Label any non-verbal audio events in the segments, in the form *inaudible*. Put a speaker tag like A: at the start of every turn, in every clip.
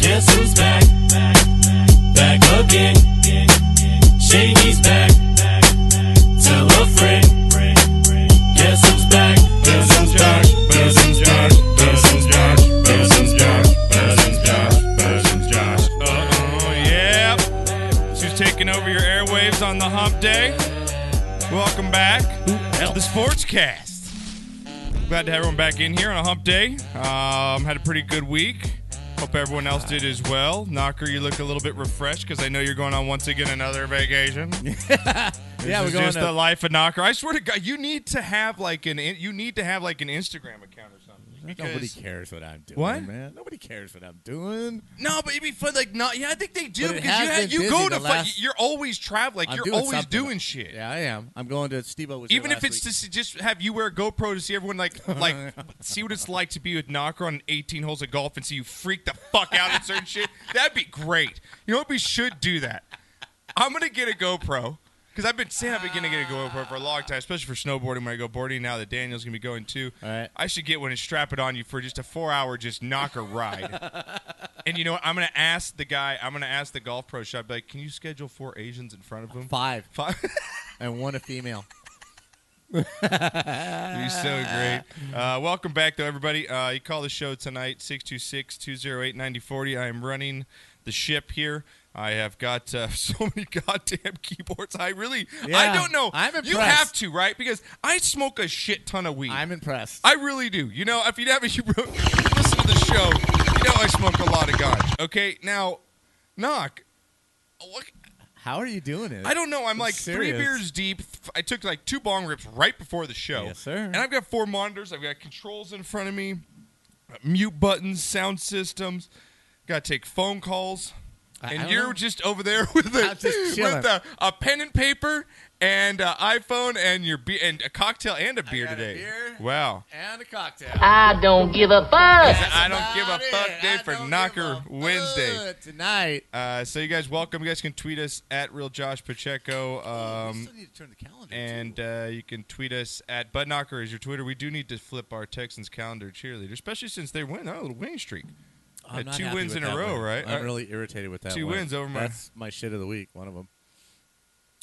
A: Guess who's back? Back again. Shady's back. Tell a friend. Guess who's back? Guess who's back? Guess who's back? Guess who's back? Guess who's back? Guess who's back? Guess who's back?
B: Oh, yeah. She's taking over your airwaves on the hump day. Welcome back to the Sportscast. Glad to have everyone back in here on a hump day. Um, had a pretty good week. Hope everyone else did as well. Knocker, you look a little bit refreshed because I know you're going on once again
C: *laughs*
B: another vacation.
C: Yeah,
B: This
C: we're
B: is
C: going
B: just the
C: to.
B: life of Knocker. I swear to God, you need to have like an in- you need to have like an Instagram account or something.
C: Nobody
B: Because,
C: cares what I'm doing,
B: What?
C: man. Nobody cares what I'm doing.
B: no, but it'd be fun. Like, not yeah, I think they do
C: But it
B: because you
C: has
B: had,
C: been
B: you
C: busy
B: go
C: the
B: to
C: last-
B: fu- you're always traveling.
C: I'm
B: you're
C: doing
B: always
C: something.
B: doing shit.
C: Yeah, I am. I'm going to Steve-O was here
B: Even if
C: last
B: it's
C: week.
B: just just have you wear a GoPro to see
C: *laughs*
B: everyone like like see what it's like to be with Knocker on 18 holes of golf and see you freak the fuck out at
C: *laughs*
B: certain shit. That'd be great. You know what we should do that. I'm gonna get a GoPro because I've been saying I've been gonna get a GoPro for a long time, especially for snowboarding when I go boarding. Now that Daniel's gonna be going too,
C: All right.
B: I should get one and strap it on you for just a four hour just Knocker ride. and you know what? I'm gonna ask the guy. I'm gonna ask the golf pro shop. Like, can you schedule four Asians in front of him?
C: five
B: Five. *laughs*
C: and one a female.
B: You're so great. Uh, welcome back, though, everybody. Uh, you call the show tonight, 626 208 9040. I am running the ship here. I have got uh, *laughs* so many goddamn keyboards. I really, I
C: Yeah,
B: don't know.
C: I'm
B: You
C: impressed.
B: have to, right? Because I smoke a shit ton of weed.
C: I'm impressessed
B: I really do. You know, if you haven't, *laughs* you listen to the show. You know, I smoke a lot of ganja. Okay, now, knock. Look,
C: How are you doing it?
B: I don't know. I'm like three
C: serious.
B: beers deep. F- I took like two bong rips right before the show.
C: Yes, sir.
B: And I've got four monitors. I've got controls in front of me, uh, mute buttons, sound systems. Got to take phone calls.
C: I- I
B: And
C: don't
B: you're
C: know.
B: just over there *laughs* with a,
C: I'm just chilling.
B: with a, a pen and paper and a iPhone and your be- and a cocktail and a beer
C: got a
B: today.
C: beer.
B: Wow.
C: And a cocktail.
D: I don't give a fuck.
B: I don't give a
C: About
B: fuck
C: it.
B: day
C: I
B: for
C: don't
B: Knocker
C: give a
B: Wednesday.
C: fuck tonight.
B: Uh, so you guys welcome. You guys can tweet us at Real Josh Pacheco.
C: Oh, we
B: Um,
C: still need to turn the calendar.
B: and
C: too.
B: uh, you can tweet us at Budknocker is your Twitter. We do need to flip our Texans calendar cheerleader, especially since they win on a little winning streak.
C: I'm
B: uh,
C: not
B: two
C: happy
B: wins
C: with
B: in a
C: that
B: row,
C: one.
B: right?
C: I'm
B: Uh,
C: really irritated with that.
B: two
C: one.
B: wins over my-
C: That's my shit of the week. One of them.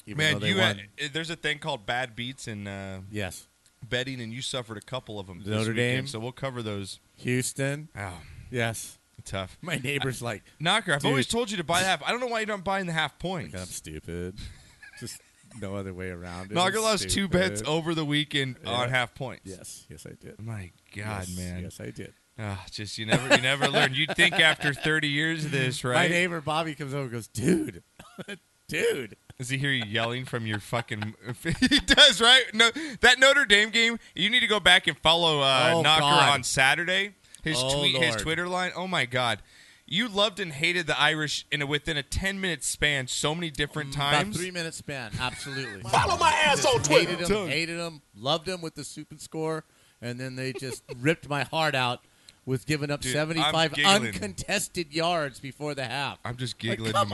C: Even
B: Man,
C: though they
B: you
C: won.
B: had, uh, there's a thing called bad beats in uh,
C: yes,
B: betting, and you suffered a couple of them. this
C: Notre
B: weekend,
C: Dame.
B: so we'll cover those.
C: Houston.
B: Oh,
C: Yes,
B: tough.
C: my neighbor's like
B: Knocker, I've
C: Dude.
B: always told you to buy the half. I don't know why you don't buy in the half points.
C: I'm stupid. *laughs* Just no other way around. It
B: Knocker
C: was
B: lost two bets
C: stupid.
B: over the weekend on half points.
C: Yes, yes, I did.
B: My God,
C: Yes,
B: man.
C: Yes, I did.
B: Ah, just you never, you never learn. You'd
C: *laughs*
B: think after 30 years of this, right?
C: My neighbor Bobby comes over and goes, dude, *laughs* dude.
B: Does he hear you yelling from your fucking? he does, right? No, that Notre Dame game. You need to go back and follow uh,
C: Oh,
B: Knocker
C: God.
B: on Saturday. His
C: Oh,
B: tweet, his
C: Lord.
B: Twitter line. Oh my God, you loved and hated the Irish in a, within a ten minute span, so many different
C: Mm, About
B: times.
C: three minute span, absolutely.
A: *laughs* Follow my ass on
C: Just hated
A: Twitter.
C: him, hated him, loved him with the soup and score, and then they just ripped my heart out with giving up
B: Dude, I'm
C: 75
B: giggling.
C: uncontested yards before the half.
B: I'm just giggling
C: come
B: to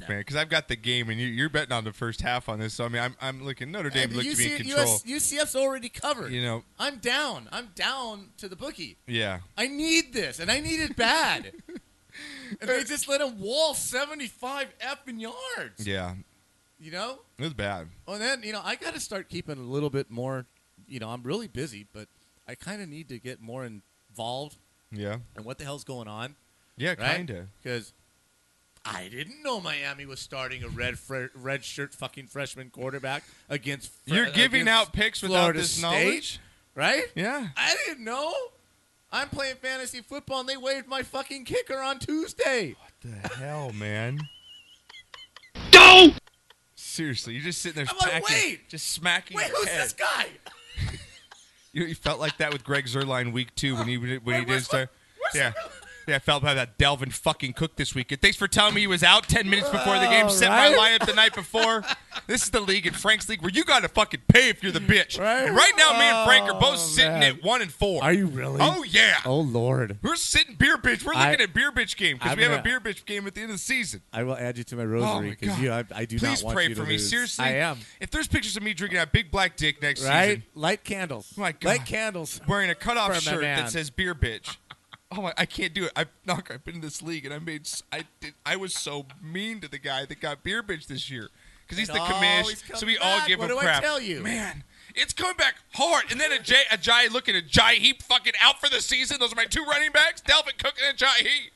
C: on.
B: man, because I've got the game and you, you're betting on the first half on this. So I mean, I'm, I'm looking. Notre Dame
C: And
B: looked to be in
C: UC
B: control.
C: UCF's already covered.
B: You know-
C: I'm down. I'm down to the bookie.
B: yeah,
C: I need this, and I need it bad.
B: *laughs*
C: and they just let him wall 75 effing yards.
B: yeah,
C: You know?
B: it was bad.
C: Well, then, you know, I got to start keeping a little bit more. You know, I'm really busy, but I kind of need to get more involved
B: Yeah,
C: in what the hell's going on,
B: yeah,
C: right?
B: kinda.
C: Because I didn't know Miami was starting a red fre- red shirt fucking freshman quarterback against. Fre-
B: You're giving
C: against
B: out picks without
C: Florida
B: this
C: State,
B: knowledge?
C: right?
B: Yeah.
C: I didn't know. I'm playing fantasy football, and they waived my fucking kicker on Tuesday.
B: What the hell, man? Don't. Seriously, you're just sitting there
C: I'm like,
B: smacking-
C: wait.
B: just smacking
C: Wait,
B: your
C: who's
B: head.
C: this guy?
B: You, you felt like that with Greg Zerline week two when he when
C: Wait,
B: he
C: where's
B: did start.
C: Where's
B: Yeah, Yeah, I felt bad that Delvin fucking Cook this weekend. Thanks for telling me he was out 10 minutes before the game. Set my lineup the night before. This is the league in Frank's league where you got to fucking pay if you're the bitch.
C: Right?
B: And right now, me and Frank are both
C: Oh,
B: sitting
C: man.
B: at one and four.
C: Are you really?
B: Oh, yeah.
C: Oh Lord.
B: We're sitting beer bitch. We're
C: I-
B: looking at beer bitch game because
C: I'm
B: we have a
C: gonna-
B: beer bitch game at the end of the season.
C: I will add you to my
B: Oh
C: rosary
B: my
C: because
B: god!
C: you, I, I do
B: Please
C: not want
B: pray
C: you to
B: for me.
C: lose.
B: Seriously,
C: I am
B: If there's pictures of me drinking that big black dick next
C: right.
B: season,
C: Light candles.
B: My God.
C: Light candles.
B: wearing a
C: For
B: cutoff
C: my
B: shirt
C: man.
B: that says "beer bitch," oh my, I can't do it. I knock. I've been in this league, and I made. s- I did. I was so mean to the guy that got beer bitch this year because he's
C: It
B: the
C: always
B: commish.
C: comes
B: So we all
C: oh, back.
B: give
C: What
B: him
C: do I
B: crap.
C: tell you?
B: man? It's coming back hard, and then a Jay, a Jai looking at Jai Heap fucking out for the season. Those are my two running backs, Delvin Cook and Jai Heap.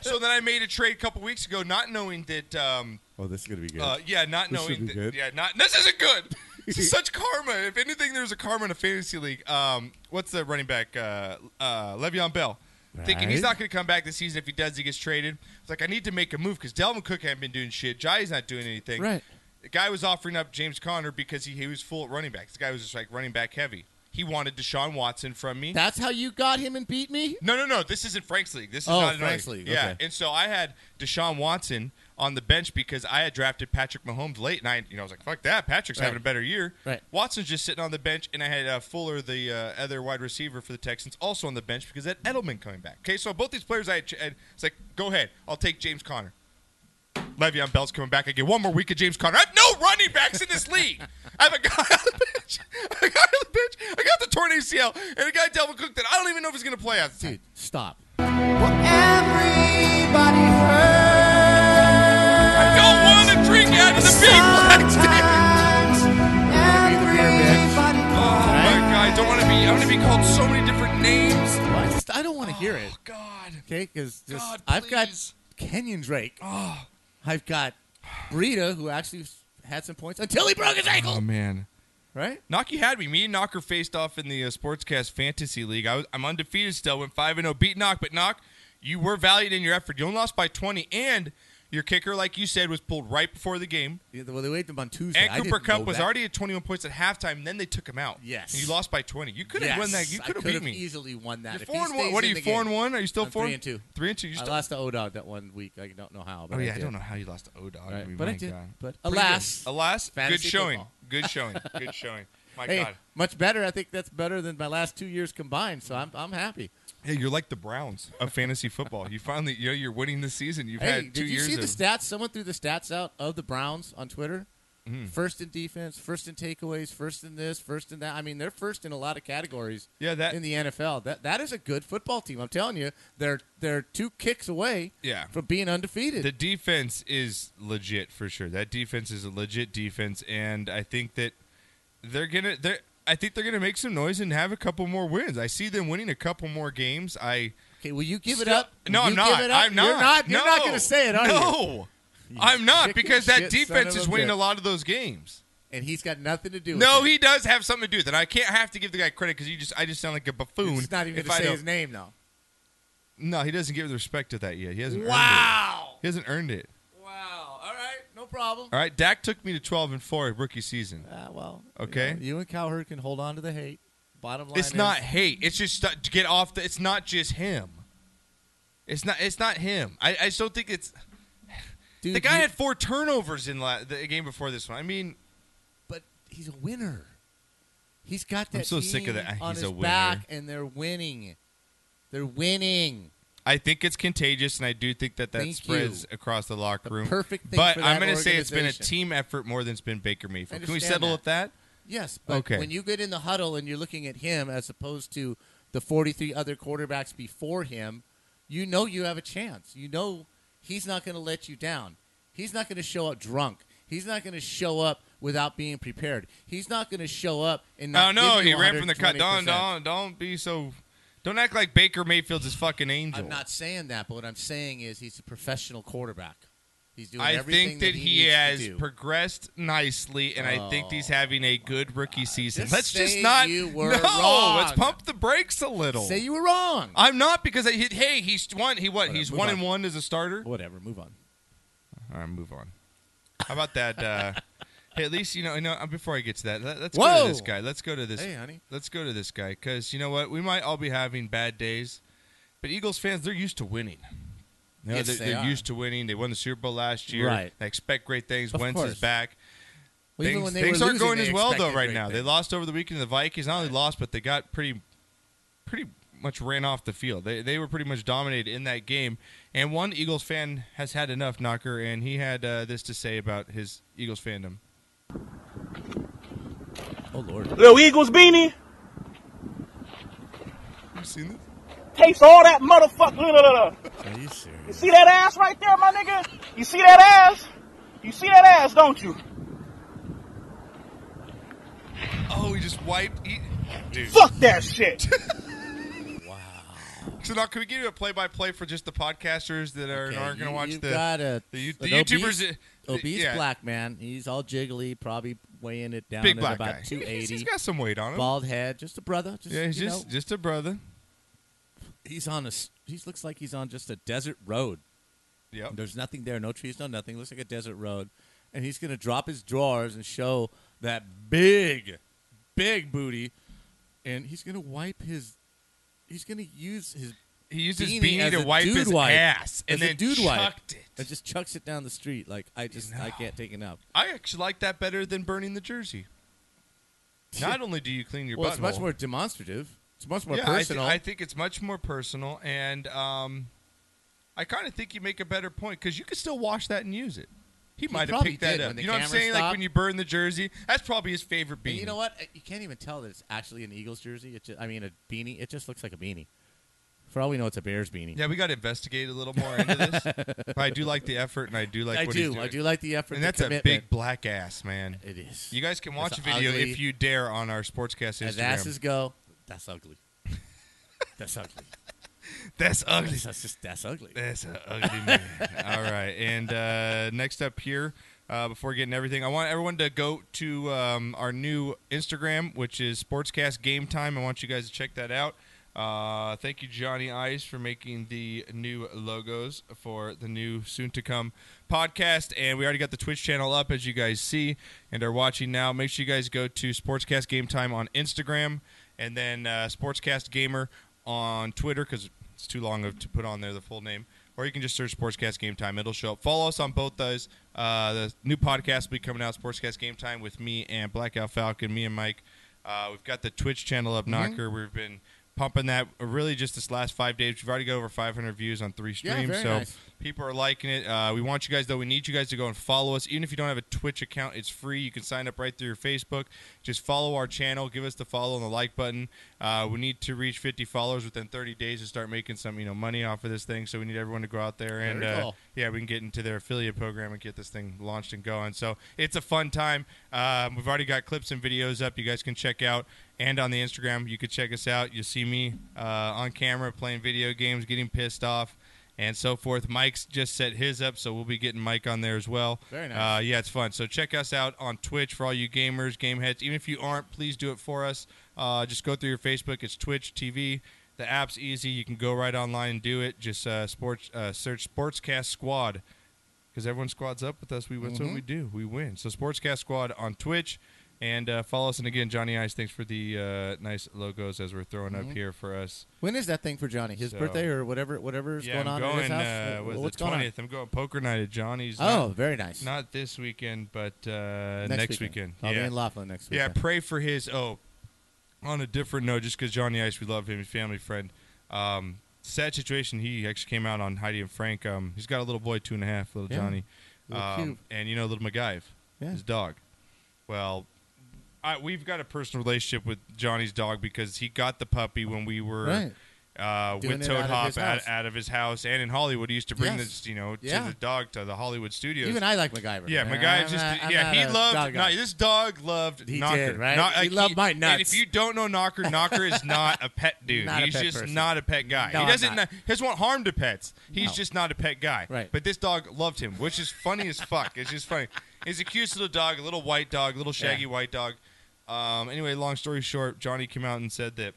B: so then I made a trade a couple weeks ago, not knowing that um,
C: Oh, this is gonna be good.
B: uh, yeah, not
C: This should
B: knowing.
C: be
B: That,
C: good.
B: Yeah, not. This
C: *laughs*
B: isn't good. This is such karma. If anything, there's a karma in a fantasy league. Um, what's the running back? Uh, uh, Le'Veon Bell. Thinking he's
C: Right.
B: not going to come back this season. If he does, he gets traded. It's like I need to make a move because Delvin Cook hasn't been doing shit. Jai's not doing anything.
C: Right.
B: The guy was offering up James Conner because he, he was full at running backs. The guy was just like running back heavy. He wanted Deshaun Watson from me.
C: That's how you got him and beat me.
B: No, no, no. This isn't Frank's league. This is
C: Oh,
B: not an
C: Frank's league,
B: Yeah,
C: okay.
B: and so I had Deshaun Watson on the bench because I had drafted Patrick Mahomes late, and I, you know, I was like, "Fuck that, Patrick's
C: Right.
B: having a better year."
C: Right.
B: Watson's just sitting on the bench, and I had uh, Fuller, the uh, other wide receiver for the Texans, also on the bench because I had Edelman coming back. Okay, so both these players, I had, ch- and it's like, "Go ahead, I'll take James Conner." Le'Veon Bell's coming back again. One more week of James Conner. I have no running backs in this league. I have a guy *laughs* on the bench, a guy on the bench. I got the torn ACL, and a guy Delvin Cook that I don't even know if he's going to play out.
C: Dude, stop.
B: I don't want to drink out of the big black dick.
C: Be the beer bitch.
B: Oh my god, I don't want to be. I want to be called so many different names. Oh,
C: Well, I just I don't want to hear it.
B: God.
C: Okay, because just
B: God,
C: I've got
B: please. Ah.
C: Kenyon Drake. I've got Breida, who actually had some points until he broke his ankle.
B: Oh man.
C: right?
B: Knocky had me. Me and Knocker faced off in the uh, Sportscast Fantasy League. I was, I'm undefeated still. Went five and zero. Beat Knock, but Knock, you were valiant in your effort. You only lost by 20, and your kicker, like you said, was pulled right before the game.
C: Yeah, Well, they waived him on Tuesday.
B: And
C: I
B: Cooper
C: didn't
B: Cup
C: know
B: was
C: that.
B: already at 21 points at halftime. And then they took him out.
C: Yes.
B: And you lost by 20. You could have
C: Yes,
B: won that. You
C: I
B: could have beat
C: could've
B: me.
C: easily won that.
B: You're
C: If
B: four
C: he
B: and one.
C: stays
B: What are
C: in
B: you
C: the
B: four
C: game-
B: and one? Are you still
C: I'm
B: four
C: three and two.
B: Three and two. You
C: I
B: still
C: lost to Odog that one week. I don't know how. But
B: Oh yeah, I
C: did.
B: don't know how you lost to O Dog.
C: Right,
B: I mean,
C: but I
B: my
C: did.
B: God.
C: But
B: Pretty
C: alas,
B: good. alas, good
C: fantasy
B: showing,
C: football.
B: good showing, good showing.
C: *laughs*
B: My
C: Hey,
B: God,
C: much better. I think that's better than my last two years combined. So I'm I'm happy.
B: hey, you're
C: e-
B: like the Browns of fantasy football. You finally, you know, you're winning this season. You've
C: Hey,
B: had two
C: did you
B: years.
C: see
B: of,
C: the stats? Someone threw the stats out of the Browns on Twitter.
B: Mm-hmm.
C: First in defense, first in takeaways, first in this, first in that. I mean, they're first in a lot of categories.
B: Yeah, that-
C: in the NFL. That that is a good football team. I'm telling you, they're they're two kicks away.
B: Yeah.
C: from being undefeated.
B: The defense is legit for sure. That defense is a legit defense, and I think that they're gonna. They're, I think they're gonna make some noise and have a couple more wins. I see them winning a couple more games. I.
C: okay, will you give it
B: Still-
C: up?
B: No,
C: You
B: I'm
C: give
B: not.
C: it up?
B: I'm not.
C: You're not. You're not
B: No.
C: going to say it, are you?
B: No, *laughs* I'm not
C: chicken
B: because
C: shit
B: that
C: son
B: defense
C: of
B: is
C: a
B: winning a
C: bitch.
B: lot of those games.
C: And he's got nothing to do.
B: No,
C: with it.
B: he does have something to do. Then I can't have to give the guy credit because you just I just sound like a buffoon.
C: He's not even
B: if
C: going
B: I
C: to say
B: don't-
C: his name though.
B: No, he doesn't give the respect to that yet. He hasn't. Earned
C: Wow.
B: it. He hasn't earned it.
C: Wow. All right. No problem.
B: All right, Dak took me to 12 and 4 rookie season.
C: Ah, well.
B: Okay.
C: You, know, you and Cowherd can hold on to the hate. Bottom line.
B: It's
C: is,
B: not hate. It's just st- to get off the. It's not just him. It's not. It's not him. I, I just don't think it's *sighs*
C: Dude,
B: the guy
C: you-
B: had four turnovers in la- the game before this one. I mean,
C: but he's a winner. He's got that.
B: I'm so sick of
C: team
B: that.
C: on
B: He's
C: his
B: a winner.
C: back, and they're winning. They're winning.
B: I think it's contagious, and I do think that that
C: Thank
B: spreads
C: you.
B: across the locker
C: The
B: room.
C: perfect thing
B: but
C: for
B: I'm
C: that
B: gonna say it's been a
C: organization.
B: team effort more than it's been Baker Mayfield.
C: I
B: Can we
C: understand
B: settle
C: that.
B: with that?
C: Yes, but
B: Okay.
C: when you get in the huddle and you're looking at him as opposed to the 43 other quarterbacks before him, you know you have a chance. You know he's not going to let you down. He's not going to show up drunk. He's not going to show up without being prepared. He's not going to show up and
B: Oh, No,
C: not
B: no,
C: give
B: he
C: you
B: ran from the cut. Don't,
C: 120%.
B: don't, don't be so. Don't act like Baker Mayfield's his fucking angel.
C: I'm not saying that, but what I'm saying is he's a professional quarterback. He's doing
B: I
C: everything
B: think that he,
C: needs to
B: has
C: do. Oh,
B: progressed nicely, and I think he's having a good rookie season.
C: Just
B: Let's just
C: say
B: not. *laughs*
C: you were
B: no, let's
C: wrong.
B: pump the brakes a little.
C: Say you were wrong.
B: I'm not because I hit. Hey, he's one. He what?
C: Whatever,
B: he's
C: move
B: one
C: on.
B: and one as a starter.
C: Whatever, move on.
B: All right, move on. How about that? Uh, Hey, at least you know. No, before I get to that, let, us go
C: Whoa.
B: to this guy. Let's go to this.
C: Hey, honey.
B: Let's go to this guy because you know what? We might all be having bad days, but Eagles fans they're used to winning. You know,
C: Yes,
B: they're,
C: they
B: they're
C: are.
B: used to winning. They won the Super Bowl last year.
C: Right.
B: They expect great things.
C: Of
B: Wentz is
C: course.
B: back.
C: Well, even
B: things
C: when they
B: things
C: were
B: aren't
C: losing,
B: going
C: they
B: as well though
C: expected
B: right
C: great
B: now. They
C: things.
B: lost over the weekend to the Vikings. Not only lost, but they got pretty, pretty much ran off the field. They they were pretty much dominated in that game. And one Eagles fan has had enough, Knocker, and he had uh, this to say about his Eagles fandom.
C: Oh lord.
E: Little Eagles beanie
B: You seen this?
E: takes all that motherfucker. Look, look, look, look.
C: Are you
E: You
C: serious?
E: see that ass right there, my nigga? You see that ass? You see that ass, don't you?
B: Oh, he just wiped. He, dude.
E: Fuck that
B: *laughs*
E: shit.
B: So now, can we give you a play-by-play for just the podcasters that are, aren't going to watch
C: you've
B: the?
C: got a,
B: the you-
C: an
B: the YouTubers-
C: Obese,
B: the-
C: obese
B: yeah.
C: black man. He's all jiggly, probably weighing it down
B: big
C: at
B: black
C: about
B: guy.
C: two
B: He's- he's
C: eighty.
B: got some weight on him.
C: Bald head, just a brother. Just,
B: yeah, he's
C: you
B: just
C: know,
B: just a brother.
C: he's on a. s- He looks like he's on just a desert road.
B: Yep.
C: There's nothing there, no trees, no nothing. Looks like a desert road, and he's gonna drop his drawers and show that big, big booty, and he's gonna wipe his. He's gonna use his
B: He used his
C: beanie
B: beanie
C: as
B: to
C: a
B: wipe
C: dude
B: his
C: wipe.
B: ass and
C: As a
B: then
C: dude wipe.
B: chucked
C: and
B: it.
C: just chucks it down the street. Like I just, I can't take it up.
B: I actually like that better than burning
C: *laughs*
B: the jersey. Not only do you clean your
C: Well,
B: butthole,
C: it's much more demonstrative. It's much more
B: yeah, I thi-
C: personal.
B: I, think it's much more personal, and um, I kind of think you make a better point because you could still wash that and use it. He, might have
C: probably
B: picked that
C: did
B: up.
C: when the
B: You know what I'm
C: camera
B: saying? Like
C: stopped.
B: when you burn the jersey, that's probably his favorite beanie.
C: And you know what? Uh, You can't even tell that it's actually an Eagles jersey. It just, I mean, a beanie. It just looks like a beanie. For all we know, it's a Bears beanie.
B: Yeah, we got to investigate a little more into this.
C: *laughs*
B: but I do like the effort, and I do like
C: I
B: what he's
C: do.
B: doing.
C: I do like the effort.
B: and
C: the
B: that's a
C: commitment.
B: big black ass, man.
C: It is.
B: You guys can watch a
C: That's
B: video
C: ugly.
B: if you dare on our Sportscast Instagram.
C: As asses go, that's
B: *laughs*
C: ugly. That's ugly.
B: that's ugly.
C: That's, that's just that's ugly.
B: That's an ugly man. *laughs* All right. And uh, next up here, uh, before getting everything, I want everyone to go to um, our new Instagram, which is Sportscast Game Time. I want you guys to check that out. Uh, thank you, Johnny Ice, for making the new logos for the new soon to come podcast. And we already got the Twitch channel up, as you guys see and are watching now. Make sure you guys go to Sportscast Game Time on Instagram and then uh, Sportscast Gamer on Twitter because it's too long of, to put on there the full name. Or you can just search Sportscast Game Time. It'll show up. Follow us on both those. Uh, the new podcast will be coming out, Sportscast Game Time, with me and Blackout Falcon, me and Mike. Uh, we've got the Twitch channel up,
C: Mm-hmm.
B: Knocker. We've been pumping that uh, really just this last five days. We've already got over 500 views on three
C: Yeah,
B: streams.
C: very
B: so
C: nice.
B: people are liking it. Uh, we want you guys, though, we need you guys to go and follow us. Even if you don't have a Twitch account, it's free. You can sign up right through your Facebook. Just follow our channel. Give us the follow and the like button. Uh, we need to reach 50 followers within 30 days to start making some you know money off of this thing. So we need everyone to go out there and
C: Very
B: uh,
C: cool.
B: yeah, we can get into their affiliate program and get this thing launched and going. So it's a fun time. Um, we've already got clips and videos up. You guys can check out. And on the Instagram, you could check us out. You'll see me uh, on camera playing video games, getting pissed off, and so forth. Mike's just set his up, so we'll be getting Mike on there as well.
C: Very nice.
B: Uh, uh, yeah, it's fun. So check us out on Twitch for all you gamers, game heads. Even if you aren't, please do it for us. Uh, just go through your Facebook. It's Twitch TV. The app's easy. You can go right online and do it. Just uh, sports uh, search Sportscast Squad because everyone squads up with us. We that's
C: Mm-hmm.
B: what we do. We win. So Sportscast Squad on Twitch. And uh, follow us. And again, Johnny Ice, thanks for the uh, nice logos as we're throwing up here for us.
C: Mm-hmm. When is that thing for Johnny? His
B: So-
C: birthday or whatever whatever's
B: yeah,
C: going
B: I'm
C: on
B: going.
C: in his house?
B: uh,
C: Wh-
B: was
C: What's
B: the
C: going on?
B: twentieth? I'm going poker night at Johnny's.
C: Oh,
B: Not-
C: very nice.
B: not this weekend, but uh, next, weekend.
C: I'll
B: yeah.
C: be in Laughlin next
B: yeah,
C: weekend.
B: pray for his. Oh, on a different note, just because Johnny Ice, we love him, he's a family friend. Um, sad situation. He actually came out on Heidi and Frank. Um, he's got a little boy, two and a half, little
C: Yeah.
B: Johnny,
C: Little
B: um,
C: cute.
B: and you know, little MacGyve,
C: Yeah.
B: his dog. Well, I, we've got a personal relationship with Johnny's dog because he got the puppy when we were
C: Right.
B: uh,
C: Doing
B: with
C: it
B: Toad
C: out of
B: Hop
C: his
B: out,
C: house.
B: out of his house and in Hollywood. He used to bring
C: Yes.
B: this, you know, to
C: Yeah.
B: the dog to the Hollywood studios.
C: Even I like MacGyver.
B: Yeah,
C: man.
B: my
C: I'm
B: guy just
C: not- I'm
B: yeah
C: not
B: he
C: a
B: loved
C: dog
B: no,
C: guy.
B: this dog loved
C: He
B: Knocker
C: did, right?
B: Not-
C: He loved my
B: And
C: nuts.
B: if you don't know Knocker, Knocker is not
C: *laughs*
B: a pet dude.
C: Not a
B: He's
C: pet
B: just
C: person.
B: not a pet guy.
C: No,
B: he
C: I'm
B: doesn't
C: not.
B: he doesn't want harm to pets. He's
C: No.
B: just not a pet guy.
C: Right.
B: But this dog loved him, which is funny as fuck. It's just funny. He's a cute little dog, a little white dog, little shaggy
C: Yeah.
B: white dog. Um, anyway, long story short, Johnny came out and said that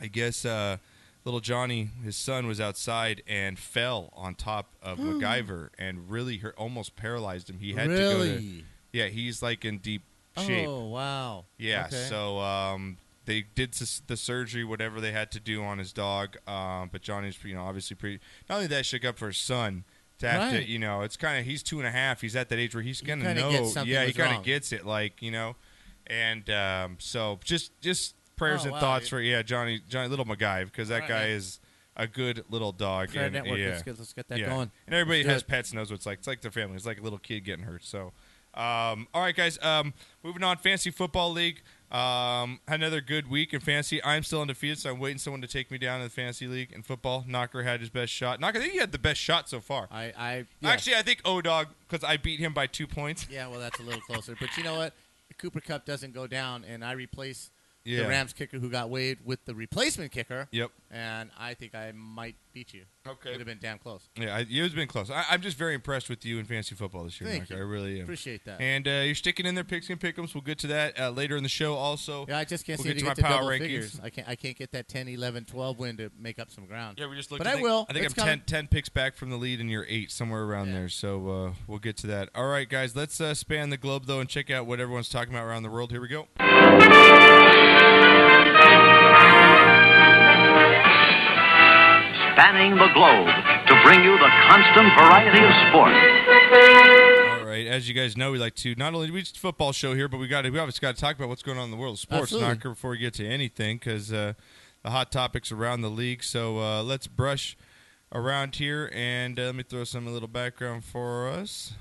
B: I guess uh, little Johnny, his son, was outside and
C: Hmm.
B: fell on top of MacGyver and really hurt, almost paralyzed him. He had to go to
C: really?
B: Yeah, he's like in deep shape.
C: Oh wow.
B: Yeah,
C: Okay.
B: so um, they did s- the surgery, whatever they had to do on his dog. Um, but Johnny's, you know, obviously pretty. Not only that, shook up for his son to have to,
C: Right.
B: you know, it's kind of he's two and a half. He's at that age where he's gonna
C: kinda
B: know.
C: gets something
B: yeah, he
C: was
B: kind
C: wrong.
B: of gets it, like you know. And um, so just just prayers
C: Oh,
B: and
C: wow,
B: thoughts
C: dude.
B: for yeah Johnny Johnny Little MacGyve because that
C: Right,
B: guy
C: man.
B: is a good little dog.
C: Prayer
B: and,
C: Network.
B: yeah.
C: Let's get let's get that
B: Yeah.
C: going.
B: And everybody
C: Let's do
B: has
C: it.
B: pets knows what it's like. It's like their family. It's like a little kid getting hurt. So, um, all right, guys. Um, moving on, fantasy football league. Um, had another good week in fantasy. I'm still undefeated, so I'm waiting someone to take me down in the fantasy league in football. Knocker had his best shot. Knocker, I think he had the best shot so far.
C: I I yeah.
B: Actually, I think O Dog because I beat him by two points.
C: Yeah, well, that's a little closer. But you know what? Cooper Cup doesn't go down, and I replace
B: Yeah.
C: the Rams kicker who got waived with the replacement kicker.
B: Yep.
C: And I think I might beat you.
B: Okay.
C: Would have been damn close.
B: Yeah, I, you've been close. I, I'm just very impressed with you in fantasy football this year,
C: Thank you.
B: Knocker. I really am.
C: Appreciate that.
B: And uh, you're sticking in there, picks and pickums. We'll get to that uh, later in the show. Also,
C: yeah, I just can't
B: we'll
C: seem
B: get
C: to
B: to
C: get to
B: my power
C: double
B: rankings.
C: figures. I can't. I can't get that 10, 11, 12 win to make up some ground.
B: Yeah, we just looked.
C: But
B: I
C: I,
B: think,
C: will.
B: I think
C: It's
B: I'm
C: coming.
B: 10, 10 picks back from the lead, and you're eight somewhere around there. So uh, we'll get to that. All right, guys, let's uh, span the globe though and check out what everyone's talking about around the world. Here we go.
F: spanning the globe to bring you the constant variety of sport.
B: All right, as you guys know, we like to not only we just football show here, but we got to we obviously got to talk about what's going on in the world of sports,
C: Absolutely.
B: knocker, before we get to anything, because uh, the hot topics around the league. So uh, let's brush around here and uh, let me throw some little background for us.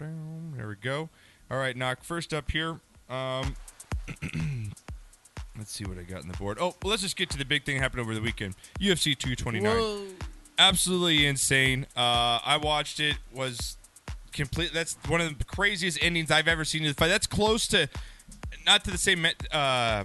B: There we go. All right, knock. First up here. Um, *clears throat* let's see what I got in the board. Oh, let's just get to the big thing that happened over the weekend. UFC 229
C: Whoa.
B: absolutely insane. Uh, I watched it. Was complete. That's one of the craziest endings I've ever seen in the fight. That's close to, not to the same uh,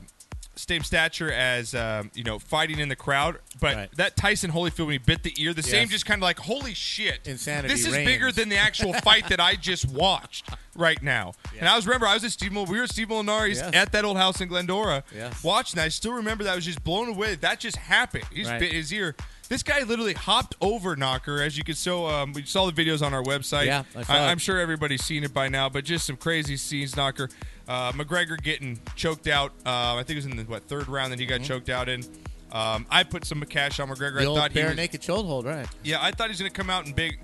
B: same stature as um, you know fighting in the crowd, but
C: Right.
B: that Tyson Holyfield when he bit the ear, the same
C: Yes.
B: just kind of like holy shit,
C: Insanity
B: This is
C: reigns.
B: bigger than the
C: *laughs*
B: actual fight that I just watched right now. And I was remember I was at Steve Mil- we were at Steve Molinari's
C: Yes.
B: at that old house in Glendora
C: Yes.
B: watching. that. I still remember that I was just blown away. that That just happened. He just
C: Right.
B: bit his ear. This guy literally hopped over Knocker, as you can so um, we saw the videos on our website.
C: Yeah, I saw
B: I,
C: it.
B: am sure everybody's seen it by now, but just some crazy scenes. Knocker, uh, McGregor getting choked out. Uh, I think it was in the what third round that he got choked out in. Um, I put some cash on McGregor.
C: Mm-hmm. The
B: I
C: old
B: thought he
C: bare
B: was,
C: naked shoulder hold, right?
B: yeah, I thought he was going to come out and big.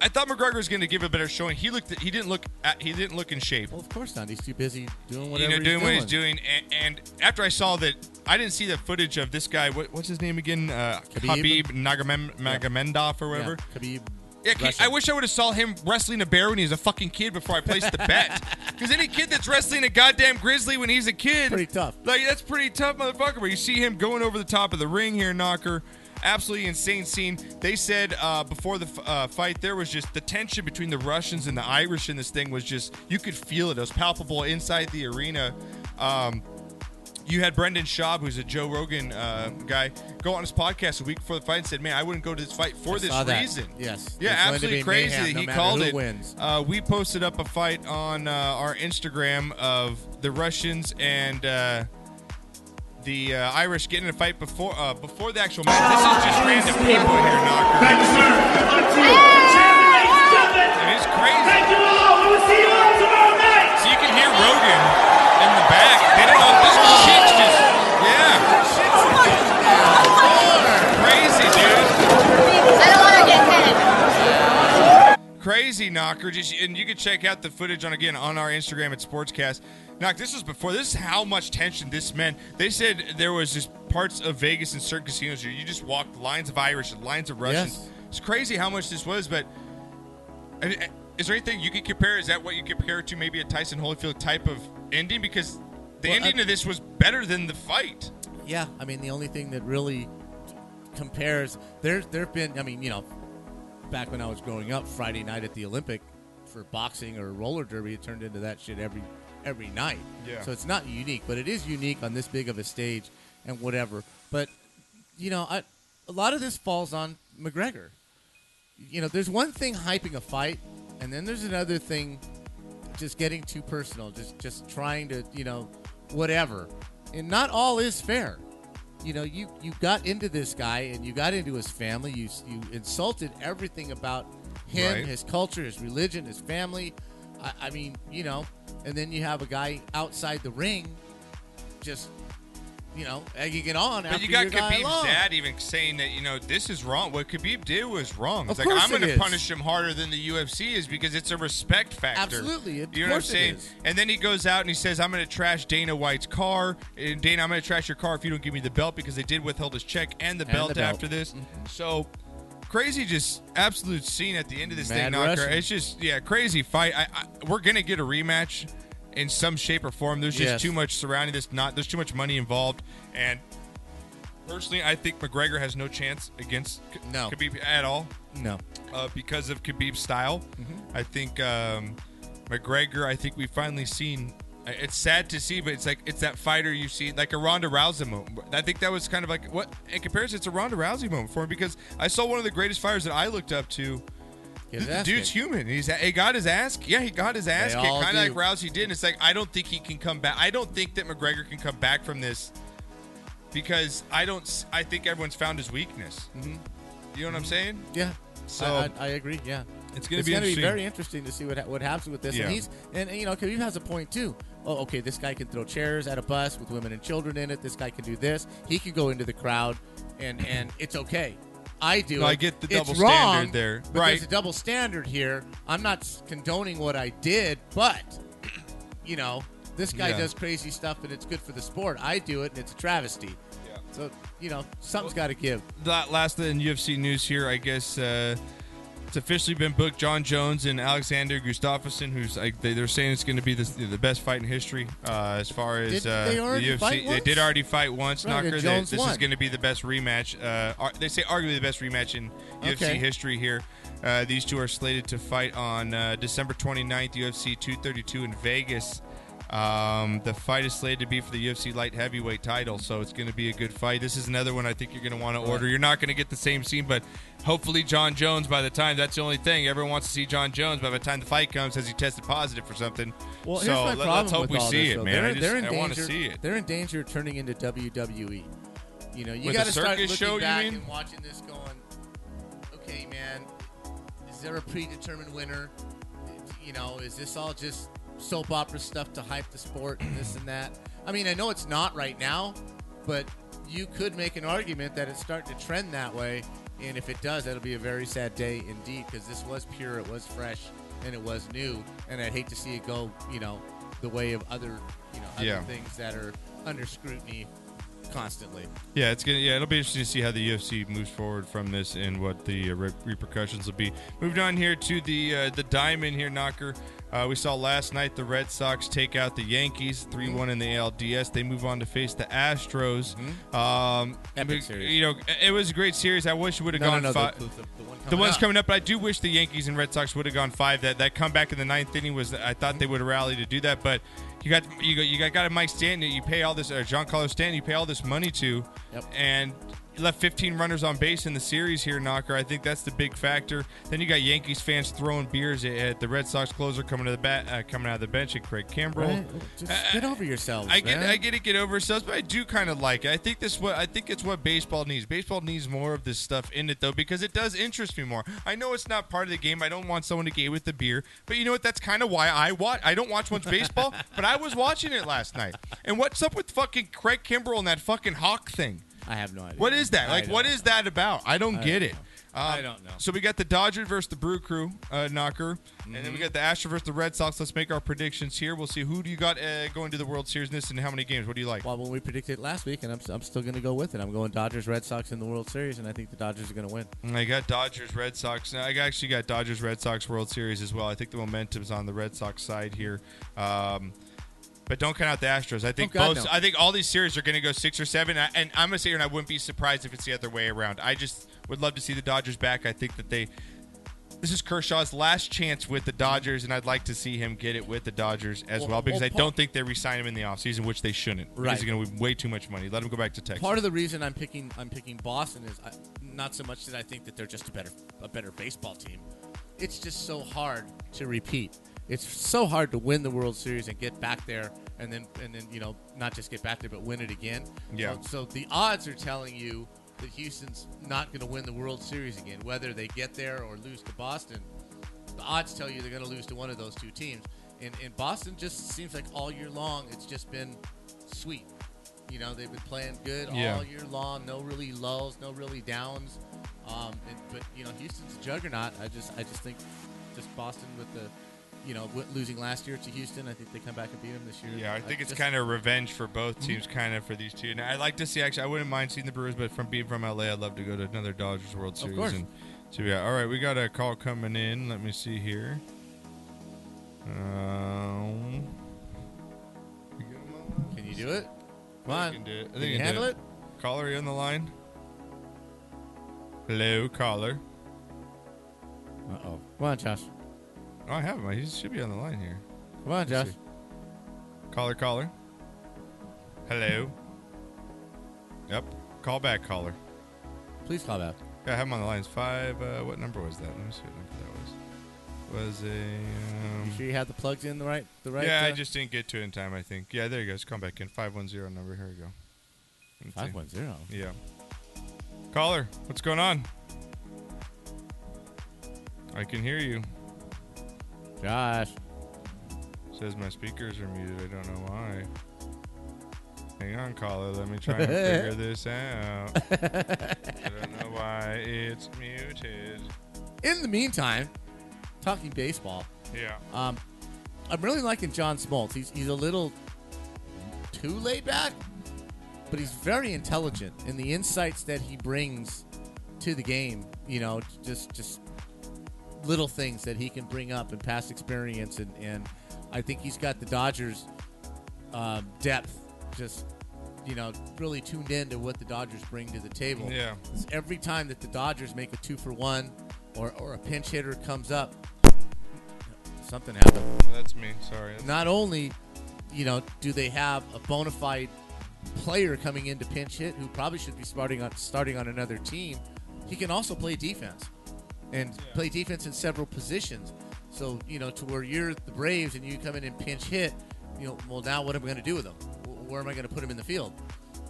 B: I thought McGregor was going to give a better showing. He looked. He didn't look. At, he didn't look in shape.
C: Well, of course not. He's too busy doing whatever
B: you know,
C: he's
B: doing
C: doing.
B: what he's doing. And, and after I saw that, I didn't see the footage of this guy. What, what's his name again? Uh,
C: Khabib?
B: Khabib, Nagamem- Nagamendoff or
C: Yeah,
B: whatever.
C: Khabib.
B: Yeah, Ke-
C: Russian.
B: I wish I would have saw him wrestling a bear when he was a fucking kid before I placed
C: *laughs*
B: the bet. Because any kid that's wrestling a goddamn grizzly when he's a kid,
C: Pretty tough.
B: Like that's pretty tough, motherfucker. But you see him going over the top of the ring here, Knocker. Absolutely insane scene. They said uh, before the f- uh, fight, there was just the tension between the Russians and the Irish in this thing was just you could feel it. It was palpable inside the arena. Um, you had Brendan Schaub, who's a Joe Rogan uh, guy, go on his podcast a week before the fight and said, "Man, I wouldn't go to this fight for
C: I
B: this
C: saw that.
B: reason."
C: Yes.
B: Yeah,
C: There's going to
B: absolutely
C: be
B: crazy
C: mayhem,
B: that
C: no
B: he
C: matter
B: called
C: who
B: it.
C: wins.
B: Uh, we posted up a fight on uh, our Instagram of the Russians and uh, the uh, Irish getting in a fight before uh, before the actual match. This is just random people here, knocker. It is crazy. So you can hear Rogan in the back. They don't know this shit just yeah. Crazy, dude. crazy knocker just and you can check out the footage on again on our instagram at sportscast knock this was before this is how much tension this meant they said there was just parts of vegas and certain casinos where you just walked lines of irish and lines of russians
C: Yes.
B: it's crazy how much this was but I mean, is there anything you could compare is that what you compare it to maybe a tyson holyfield type of ending because the
C: Well,
B: ending
C: I-
B: of this was better than the fight
C: Yeah, I mean the only thing that really compares there there've been I mean, you know, back when I was growing up, Friday night at the Olympic for boxing or roller derby, it turned into that shit every every night.
B: Yeah.
C: So it's not unique, but it is unique on this big of a stage and whatever. But you know, I, a lot of this falls on McGregor. You know, there's one thing hyping a fight, and then there's another thing just getting too personal, just just trying to, you know, whatever. And not all is fair. You know, you you got into this guy and you got into his family. You you insulted everything about him,
B: Right.
C: his culture, his religion, his family. I, I mean, you know, and then you have a guy outside the ring, just you know, egging it on.
B: But
C: after
B: you got
C: your guy
B: Khabib's
C: alone.
B: dad even saying that you know this is wrong. What Khabib did was wrong. It's
C: Of
B: like
C: course it
B: I'm going to
C: is.
B: punish him harder than the UFC is because it's a respect factor.
C: Absolutely. Of
B: you know what I'm
C: course it
B: saying?
C: is.
B: And then he goes out and he says, "I'm going to trash Dana White's car. And Dana, I'm going to trash your car if you don't give me the belt because they did withhold his check and the,
C: And
B: belt,
C: the belt. Mm-hmm.
B: after this." So. Crazy, just absolute scene at the end of this thing,
C: Mad
B: Knocker.
C: Russian.
B: It's just, yeah, crazy fight. I, I, we're gonna get a rematch in some shape or form. There's just
C: Yes.
B: too much surrounding this. Not there's too much money involved, and Personally, I think McGregor has no chance against K-
C: No.
B: Khabib at all
C: No. Mm-hmm.
B: uh, because of Khabib's style. I think um, McGregor. I think we've finally seen. I- It's sad to see, but it's like it's that fighter you see, like a Ronda Rousey moment. I think that was kind of like what in comparison, it's a Ronda Rousey moment for him because I saw one of the greatest fighters that I looked up to.
C: Get
B: The
C: his ass
B: dude's
C: kicked.
B: human. He's he got his ass. Yeah, he got his ass
C: They
B: kicked,
C: all
B: kind of like
C: do.
B: Rousey did. And it's like I don't think he can come back. I don't think that McGregor can come back from this because I don't. s- I think everyone's found his weakness. Mm-hmm. You know what I'm saying?
C: Mm-hmm. Yeah.
B: So-
C: I, I, I agree. Yeah.
B: It's gonna
C: it's
B: be
C: gonna be
B: interesting.
C: very interesting to see what ha- what happens with this.
B: Yeah.
C: And he's and, and, you know Khabib has a point too. Oh, okay. This guy can throw chairs at a bus with women and children in it. This guy can do this. He can go into the crowd, and and it's okay. I do.
B: No,
C: it.
B: I get the
C: It's
B: double
C: wrong,
B: standard there.
C: but
B: Right.
C: There's a double standard here. I'm not s- condoning what I did, but *clears throat* you know this guy
B: Yeah.
C: does crazy stuff, and it's good for the sport. I do it, and it's a travesty.
B: Yeah.
C: So you know something's got to give.
B: That last in UFC news here, I guess uh, it's officially been booked. John Jones and Alexander Gustafsson, who's like they, they're saying it's going to be the, the best fight in history uh, as far as
C: Did
B: uh,
C: they already
B: the UFC.
C: fight
B: They
C: once?
B: did already fight once.
C: Right, and
B: Knocker,
C: Jones
B: this is
C: won.
B: going to be the best rematch. Uh, ar- they say arguably the best rematch in UFC
C: Okay.
B: history here. Uh, these two are slated to fight on uh, December 29th, UFC 232 in Vegas. Um, the fight is slated to be for the UFC light heavyweight title, so it's going to be a good fight. This is another one I think you're going to want to order. You're not going to get the same scene, but hopefully John Jones. By the time that's the only thing everyone wants to see John Jones. By the time the fight comes, has he tested positive for something?
C: Well,
B: so
C: here's my
B: let,
C: problem
B: us hope
C: with
B: we
C: all
B: see
C: this,
B: it,
C: though.
B: man.
C: They're,
B: I, just,
C: they're in
B: I
C: danger,
B: want to see it.
C: They're in danger of turning into WWE. You know, you
B: With a
C: got to start
B: circus
C: looking
B: show, you
C: back
B: mean?
C: and watching this, going, "Okay, man, is there a predetermined winner? You know, is this all just soap opera stuff to hype the sport and this and that? I mean, I know it's not right now, but you could make an argument that it's starting to trend that way. And if it does, that'll be a very sad day indeed, because this was pure, it was fresh, and it was new. And I'd hate to see it go, you know, the way of other, you know, other
B: Yeah.
C: things that are under scrutiny constantly.
B: Yeah, it's gonna. Yeah, it'll be interesting to see how the UFC moves forward from this and what the uh, re- repercussions will be. Moved on here to the uh, the diamond here, Knocker. Uh, we saw last night the Red Sox take out the Yankees three one in the ALDS. They move on to face the Astros. Um,
C: Epic
B: we-
C: series.
B: You know, it was a great series. I wish it would have gone five.
C: one
B: The one's coming up, but I do wish the Yankees and Red Sox would have gone five. That that comeback in the ninth inning was I thought they would rally to do that, but you got you got you got, got a Mike Stanton that you pay all this or John Carlos Stanton you pay all this money to,
C: Yep.
B: and you left 15 runners on base in the series here, Knocker. I think that's the big factor. Then you got Yankees fans throwing beers at, at the Red Sox closer coming to the bat uh, coming out of the bench and Craig Kimbrell.
C: Right? Just get over yourselves.
B: I get,
C: man.
B: I get it, get over ourselves, but I do kind of like it. I think this what I think it's what baseball needs. Baseball needs more of this stuff in it though, because it does interest me more. I know it's not part of the game. I don't want someone to get with the beer, but you know what? That's kind of why I watch. I don't watch much baseball, but I was watching it last night. And what's up with fucking Craig Kimbrell and that fucking hawk thing?
C: I have no idea.
B: What is that?
C: I
B: Like,
C: don't
B: what
C: know.
B: is that about? I don't get it. Um,
C: I don't know.
B: So we got the Dodgers versus the Brew Crew uh, knocker, and
C: Mm-hmm.
B: then we got the Astros versus the Red Sox. Let's make our predictions here. We'll see who do you got uh, going to the World Series in this and how many games. What do you like?
C: Well, when we predicted it last week, and I'm, I'm still going to go with it. I'm going Dodgers, Red Sox in the World Series, and I think the Dodgers are going to win.
B: I got Dodgers Red Sox. Now, I actually got Dodgers Red Sox World Series as well. I think the momentum's on the Red Sox side here. Um, but don't count out the Astros. I think
C: Oh, God,
B: both.
C: no.
B: I think all these series are going to go six or seven. I- And I'm going to sit here and I wouldn't be surprised if it's the other way around. I just would love to see the Dodgers back. I think that they. This is Kershaw's last chance with the Dodgers, and I'd like to see him get it with the Dodgers as well,
C: Well,
B: because
C: well,
B: I
C: pa-
B: don't think they re-sign him in the offseason, which they shouldn't. Because
C: Right.
B: he's going to way too much money. Let him go back to Texas.
C: Part of the reason I'm picking I'm picking Boston is I, not so much that I think that they're just a better a better baseball team. It's just so hard to repeat. It's so hard to win the World Series and get back there, and then and then you know not just get back there but win it again. Um,
B: Yeah.
C: So, so the odds are telling you that Houston's not going to win the World Series again, whether they get there or lose to Boston. the odds tell you they're going to lose to one of those two teams. And, and Boston just seems like all year long, it's just been sweet. You know, they've been playing good
B: Yeah.
C: all year long. No really lulls, no really downs. Um, and, but you know, Houston's a juggernaut. I just, I just think, just Boston with the, you know, w- losing last year to Houston. I think they come back and beat them this year.
B: Yeah, I think it's
C: just-
B: kind of revenge for both teams, kind of for these two. And I'd like to see. Actually, I wouldn't mind seeing the Brewers, but from being from LA, I'd love to go to another Dodgers World Series.
C: course.
B: And so yeah, all right, we got a call coming in. Let me see here. Um, you get 'em on?
C: Can you do it? Come
B: I
C: on.
B: think you can do it. I think
C: you
B: you can do
C: handle
B: it. Caller, are you on the line? Hello, caller.
C: Uh oh. Come on, Josh.
B: Oh, I have him. He should be on the line here.
C: Come on, Josh.
B: see. Caller, caller. Hello. Yep. Call back, caller.
C: Please call back.
B: Yeah, I have him on the lines. Five. Uh, what number was that? Let me see what number that was. Was a. Um,
C: Sure, you had the plugs in the right, the right.
B: yeah, I
C: uh,
B: just didn't get to it in time. I think. Yeah, there you go. It's come back in. Five one zero number. Here we go. Let's see.
C: five one zero.
B: Yeah. Caller, what's going on? I can hear you.
C: Josh.
B: Says my speakers are muted. I don't know why. Hang on, caller. Let
C: *laughs*
B: me try and figure this out. I don't know why it's muted.
C: In the meantime, talking baseball.
B: Yeah.
C: Um, I'm really liking John Smoltz. He's he's a little too laid back, but he's very intelligent, and the insights that he brings to the game, you know, just just little things that he can bring up and past experience, and and I think he's got the Dodgers um, depth just. You know, really tuned in to what the Dodgers bring to the table.
B: Yeah.
C: Every time that the Dodgers make a two for one, or, or a pinch hitter comes up, something happened
B: Well, that's me. Sorry. That's-
C: not only, you know, do they have a bona fide player coming in to pinch hit who probably should be starting on starting on another team, he can also play defense and play defense in several positions. So you know, to where you're the Braves and you come in and pinch hit, you know, well now what am I going to do with him? Wh- Where am I going to put him in the field?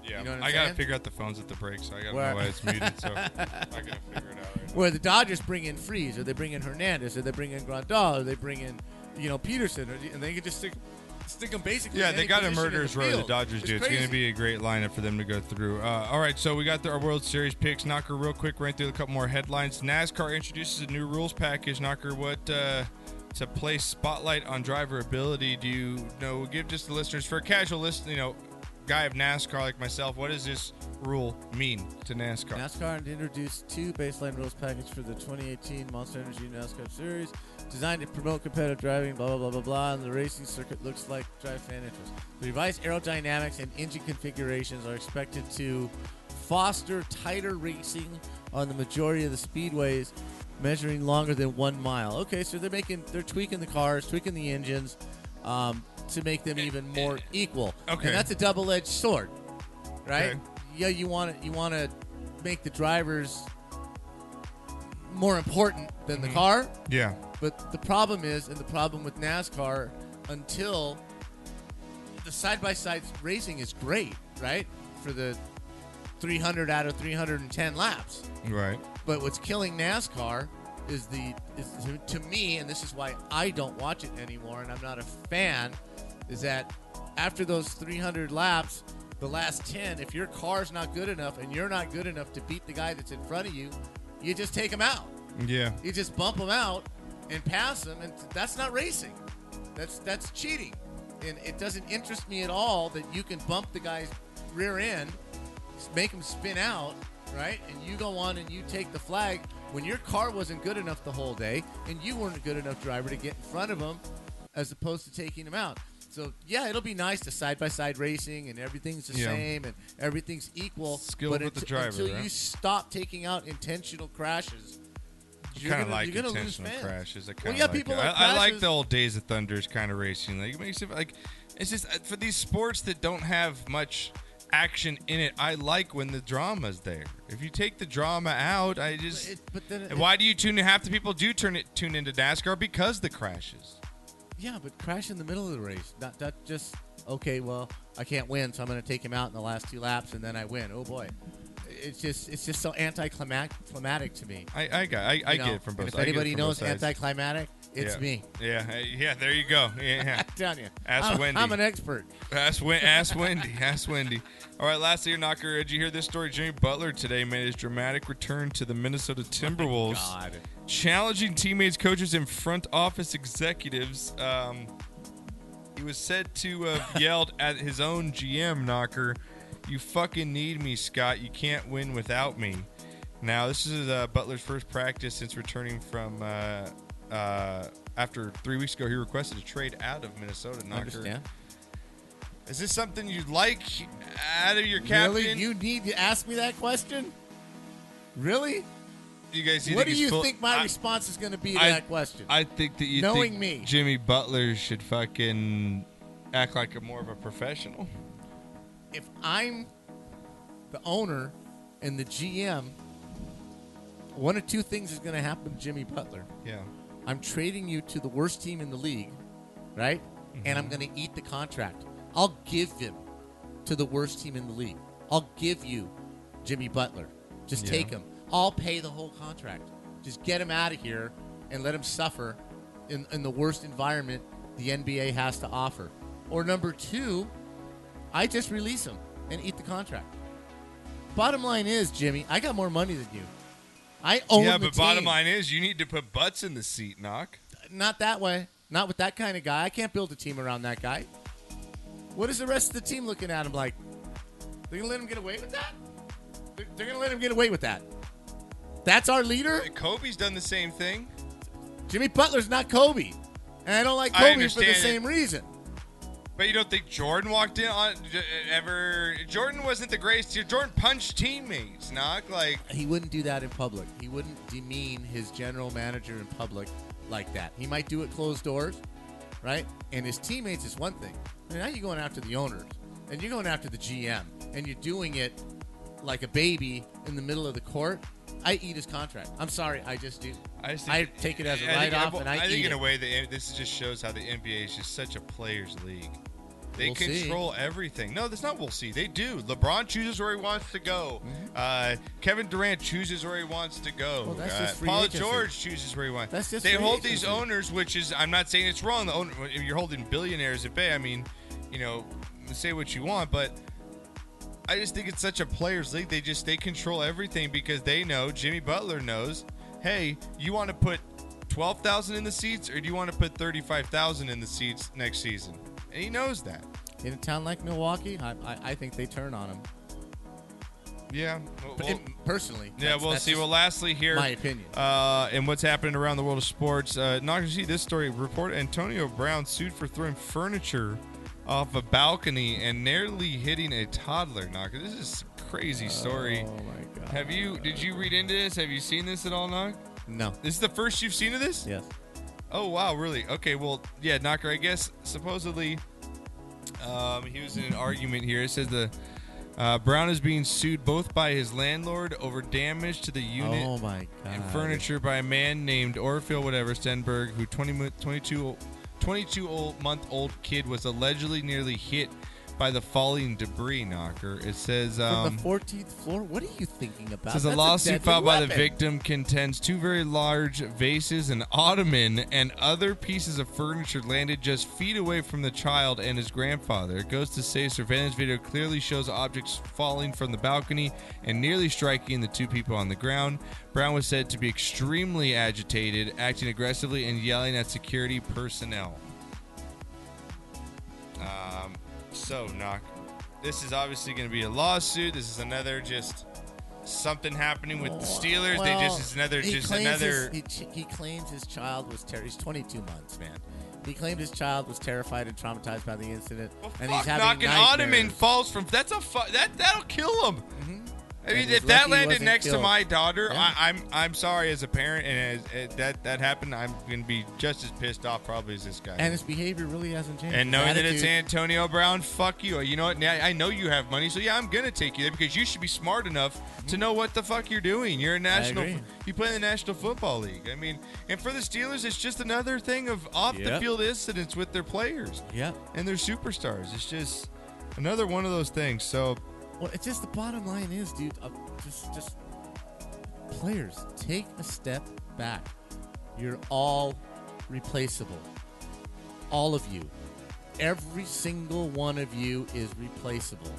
B: Yeah,
C: You know what I'm
B: I gotta
C: saying?
B: figure out the phones at the break, so I gotta
C: Where-
B: know why it's muted.
C: *laughs*
B: So I gotta figure it out. Right
C: Where the Dodgers bring in Freeze, or they bring in Hernandez, or they bring in Grandal, or they bring in, you know, Peterson, or, and they can just stick stick them basically.
B: yeah,
C: in
B: they
C: any
B: got a
C: position in
B: murderer's
C: the
B: row. The
C: field.
B: Dodgers do. It's gonna
C: crazy.
B: be a great lineup for them to go through. Uh, all right, so we got the, our World Series picks. Knocker, real quick, ran through a couple more headlines. NASCAR introduces a new rules package. Knocker, what uh, to place spotlight on driver ability? Do you know? Give just the listeners for a casual listen, you know, guy of NASCAR like myself. What does this rule mean to NASCAR?
C: NASCAR introduced two baseline rules package for the 2018 Monster Energy NASCAR Series, designed to promote competitive driving, blah blah blah blah blah, and the racing circuit looks like drive fan interest. The revised aerodynamics and engine configurations are expected to foster tighter racing on the majority of the speedways, measuring longer than one mile. Okay, so they're making they're tweaking the cars, tweaking the engines, um, to make them even more equal.
B: Okay.
C: and that's a double-edged sword right?
B: Okay.
C: Yeah, you want to you want to make the drivers more important than the car,
B: yeah,
C: but the problem is, and the problem with NASCAR, until the side by side racing is great, right? For the 300 out of 310 laps,
B: right.
C: but what's killing NASCAR is the is to, to me, and this is why I don't watch it anymore, and I'm not a fan, is that after those 300 laps, the last 10, if your car's not good enough and you're not good enough to beat the guy that's in front of you, you just take him out.
B: Yeah.
C: You just bump them out and pass them, and that's not racing. That's that's cheating, and it doesn't interest me at all that you can bump the guy's rear end, s- make him spin out, right? And you go on and you take the flag when your car wasn't good enough the whole day, and you weren't a good enough driver to get in front of him, as opposed to taking him out. So yeah, it'll be nice to side by side racing and everything's the
B: Yeah.
C: same and everything's equal.
B: Skill
C: but
B: with the
C: unt-
B: driver,
C: until
B: right?
C: you stop taking out intentional crashes, you're
B: kind of
C: gonna-
B: like
C: you're gonna lose
B: intentional
C: fans.
B: crashes. I
C: Well,
B: kind
C: yeah,
B: of like
C: people
B: it.
C: like
B: I, I like
C: crashes.
B: the old days of thunders kind of racing. Like it makes it like it's just uh, for these sports that don't have much action in it. I like when the drama's there. If you take the drama out, I just
C: It- but then it-
B: why do you tune in? Half the people do turn it tune into NASCAR because the crashes.
C: Yeah, but crash in the middle of the race. Not not just okay. Well, I can't win, so I'm going to take him out in the last two laps, and then I win. Oh boy, it's just it's just so anticlimactic to me.
B: I, I got, I, I
C: you know?
B: get it from both.
C: And if
B: I get it
C: anybody
B: from both
C: knows
B: sides.
C: anticlimactic, it's
B: yeah.
C: me.
B: Yeah, hey, yeah. There you
C: *laughs*
B: go. Yeah, yeah.
C: I'm telling you.
B: Ask
C: I'm,
B: Wendy.
C: I'm an expert. *laughs*
B: ask, Wen- ask Wendy. Ask Wendy. All right, last year, knocker. Did you hear this story? Jimmy Butler today made his dramatic return to the Minnesota Timberwolves, challenging teammates, coaches, and front office executives. Um, he was said to
C: *laughs*
B: have yelled at his own GM, knocker. You fucking need me, Scott. You can't win without me. Now, this is uh, Butler's first practice since returning from. Uh, uh, after three weeks ago, he requested a trade out of Minnesota. Knocker.
C: Understand?
B: Is this something you'd like out of your captain?
C: Really? You need to ask me that question? Really?
B: You guys,
C: what
B: think
C: do
B: he's
C: you
B: full-
C: think my
B: I,
C: response is going to be to
B: I-
C: that question?
B: I think that you
C: Knowing
B: think
C: me.
B: Jimmy Butler should fucking act like a more of a professional.
C: if I'm the owner and the GM, one of two things is going to happen to Jimmy Butler.
B: Yeah.
C: I'm trading you to the worst team in the league, right? And I'm going to eat the contract. I'll give him to the worst team in the league. I'll give you Jimmy Butler. Just take him. I'll pay the whole contract. Just get him out of here and let him suffer in, in the worst environment the NBA has to offer. Or number two, I just release him and eat the contract. Bottom line is, Jimmy, I got more money than you. I own
B: yeah,
C: Oh, the
B: but bottom
C: team
B: line is you need to put butts in the seat, knock.
C: not that way. Not with that kind of guy. I can't build a team around that guy. What is the rest of the team looking at him like? They're gonna let him get away with that? They're, they're gonna let him get away with that. That's our leader.
B: Kobe's done the same thing.
C: Jimmy Butler's not Kobe, and I don't like Kobe
B: I
C: for the
B: understand it.
C: same reason.
B: But you don't think Jordan walked in on uh, ever? Jordan wasn't the greatest. Jordan punched teammates, knock. Like
C: He wouldn't do that in public. He wouldn't demean his general manager in public like that. He might do it closed doors, right? And his teammates is one thing. And now you're going after the owners, and you're going after the GM, and you're doing it like a baby in the middle of the court. I eat his contract. I'm sorry, I just do.
B: I, just
C: I take it as a
B: I think-
C: write-off and I
B: think
C: eat
B: in a
C: it.
B: way that this just shows how the NBA is just such a players' league. They
C: We'll see.
B: control everything. No, that's not we'll see. They do. LeBron chooses where he wants to go. Uh, Kevin Durant chooses where he wants to go.
C: Mm-hmm. Well, that's
B: Uh,
C: just free
B: Paul
C: agency.
B: George chooses where he wants.
C: That's just
B: they
C: free
B: hold these
C: agency.
B: owners, which is I'm not saying it's wrong. The owner, if you're holding billionaires at bay, I mean, you know, say what you want, but I just think it's such a players league. They just they control everything because they know Jimmy Butler knows. Hey, you want to put twelve thousand in the seats, or do you want to put thirty-five thousand in the seats next season? And he knows that.
C: In a town like Milwaukee, I, I, I think they turn on him.
B: Yeah. Well,
C: But
B: well-
C: it- personally,
B: yeah,
C: that's-
B: we'll
C: that's
B: see.
C: just
B: Well, lastly here,
C: my opinion.
B: uh, and what's happening around the world of sports. Uh, not going to see this story. Report: Antonio Brown sued for throwing furniture off a balcony and nearly hitting a toddler. Knocker, this is a crazy story.
C: Oh my god.
B: Have you? Did you read into this? Have you seen this at all, Knock?
C: No.
B: This is the first you've seen of this?
C: Yes.
B: Oh wow, really? Okay, well, yeah, Knocker. I guess supposedly, um, he was in an argument here. It says the uh, Brown is being sued both by his landlord over damage to the unit
C: Oh my god.
B: and furniture by a man named Orfil whatever Stenberg, who 20, mo- 22, 22 old month old kid was allegedly nearly hit by the falling debris. Knocker. It says
C: From
B: um,
C: the 14th floor? What are you thinking about?
B: Says
C: That's
B: a lawsuit
C: deadly
B: filed by the
C: weapon.
B: victim contends two very large vases, an ottoman, and other pieces of furniture landed just feet away from the child and his grandfather. It goes to say surveillance video clearly shows objects falling from the balcony and nearly striking the two people on the ground. Brown was said to be extremely agitated, acting aggressively and yelling at security personnel. Um, so knock. This is obviously going to be a lawsuit. This is another just something happening with the Steelers.
C: Well,
B: they just it's another
C: he
B: just
C: claims His,
B: another.
C: he, ch- he claims his child was ter- he's 22 months, man. He claimed his child was terrified and traumatized by the incident,
B: well,
C: and
B: fuck,
C: he's having
B: knock an
C: nightmares. Mm-hmm.
B: ottomen falls from. That's a fu- that that'll kill him. I
C: And
B: mean,
C: he's
B: if that
C: lucky he
B: landed
C: wasn't
B: next to
C: killed.
B: my daughter,
C: Yeah.
B: I, I'm I'm sorry as a parent, and as, as that that happened, I'm gonna be just as pissed off probably as this guy.
C: and his behavior really hasn't changed.
B: And
C: His
B: knowing that it's
C: attitude-
B: Antonio Brown, fuck you. You know what? Now, I know you have money, so yeah, I'm gonna take you there because you should be smart enough to know what the fuck you're doing. You're a national.
C: agree.
B: You play in the National Football League. I mean, and for the Steelers, it's just another thing of off the
C: Yep.
B: field incidents with their players
C: yeah.
B: and their superstars. It's just another one of those things. So
C: Well, it's just the bottom line is, dude. Uh, just, just players take a step back. You're all replaceable. All of you. Every single one of you is replaceable.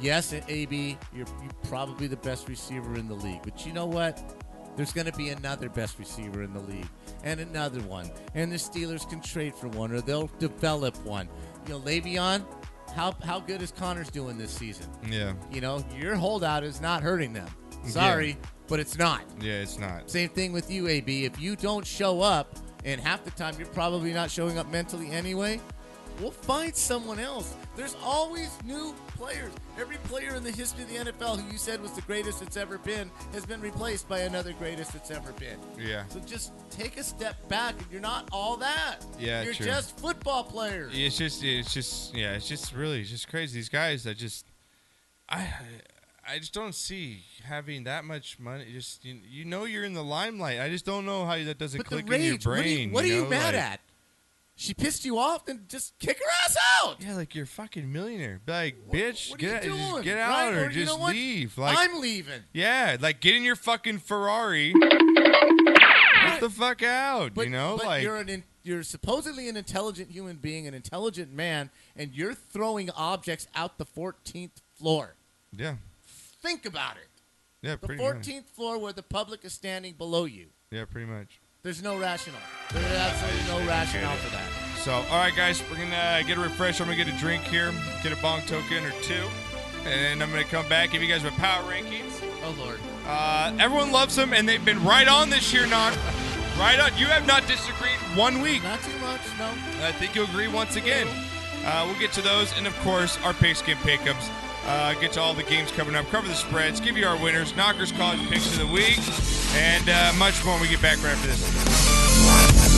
C: Yes, at AB, you're, you're probably the best receiver in the league. But you know what? There's going to be another best receiver in the league and another one. And the Steelers can trade for one or they'll develop one. You know, Le'Veon, how, how good is Connors doing this season?
B: Yeah.
C: You know, your holdout is not hurting them. Sorry, but it's not.
B: Yeah, it's not.
C: Same thing with you, AB. If you don't show up, and half the time you're probably not showing up mentally anyway, we'll find someone else. There's always new players. Every player in the history of the NFL who you said was the greatest that's ever been has been replaced by another greatest that's ever been.
B: Yeah.
C: So just take a step back. You're not all that.
B: Yeah,
C: You're
B: true.
C: just football players.
B: It's just, it's just, yeah, it's just really, it's just crazy. These guys that just, I, I just don't see having that much money. Just you, you know, you're in the limelight. I just don't know how that doesn't
C: But the
B: click in your
C: rage.
B: brain.
C: what are you, what are you
B: know,
C: mad
B: like-
C: at? She pissed you off, then just kick her ass out.
B: Yeah, like you're a fucking millionaire. Be Like, bitch,
C: What are you
B: get, out- just
C: doing?
B: get out
C: Right?
B: or
C: Or you know
B: just
C: what?
B: leave. Like,
C: I'm leaving.
B: yeah, like get in your fucking Ferrari. Get the fuck out.
C: But,
B: you know,
C: but
B: like
C: you're an in, you're supposedly an intelligent human being, an intelligent man, and you're throwing objects out the 14th floor.
B: yeah,
C: Think about it.
B: yeah,
C: The
B: pretty
C: 14th
B: much.
C: floor where the public is standing below you.
B: Yeah, pretty much.
C: There's no rationale. There's absolutely no rationale for that.
B: So, all right, guys, we're gonna uh, get a refresher. I'm gonna get a drink here, get a bong token or two, and I'm gonna come back. Give you guys my power rankings.
C: Oh lord.
B: Uh, everyone loves them, and they've been right on this year. Not right on. You have not disagreed one week.
C: Not too much. No.
B: I think you'll agree once again. Uh, we'll get to those, and of course, our pigskin pickups. Uh, get to all the games coming up, cover the spreads, give you our winners, knockers, college picks of the week, and uh, much more when we get back right after this.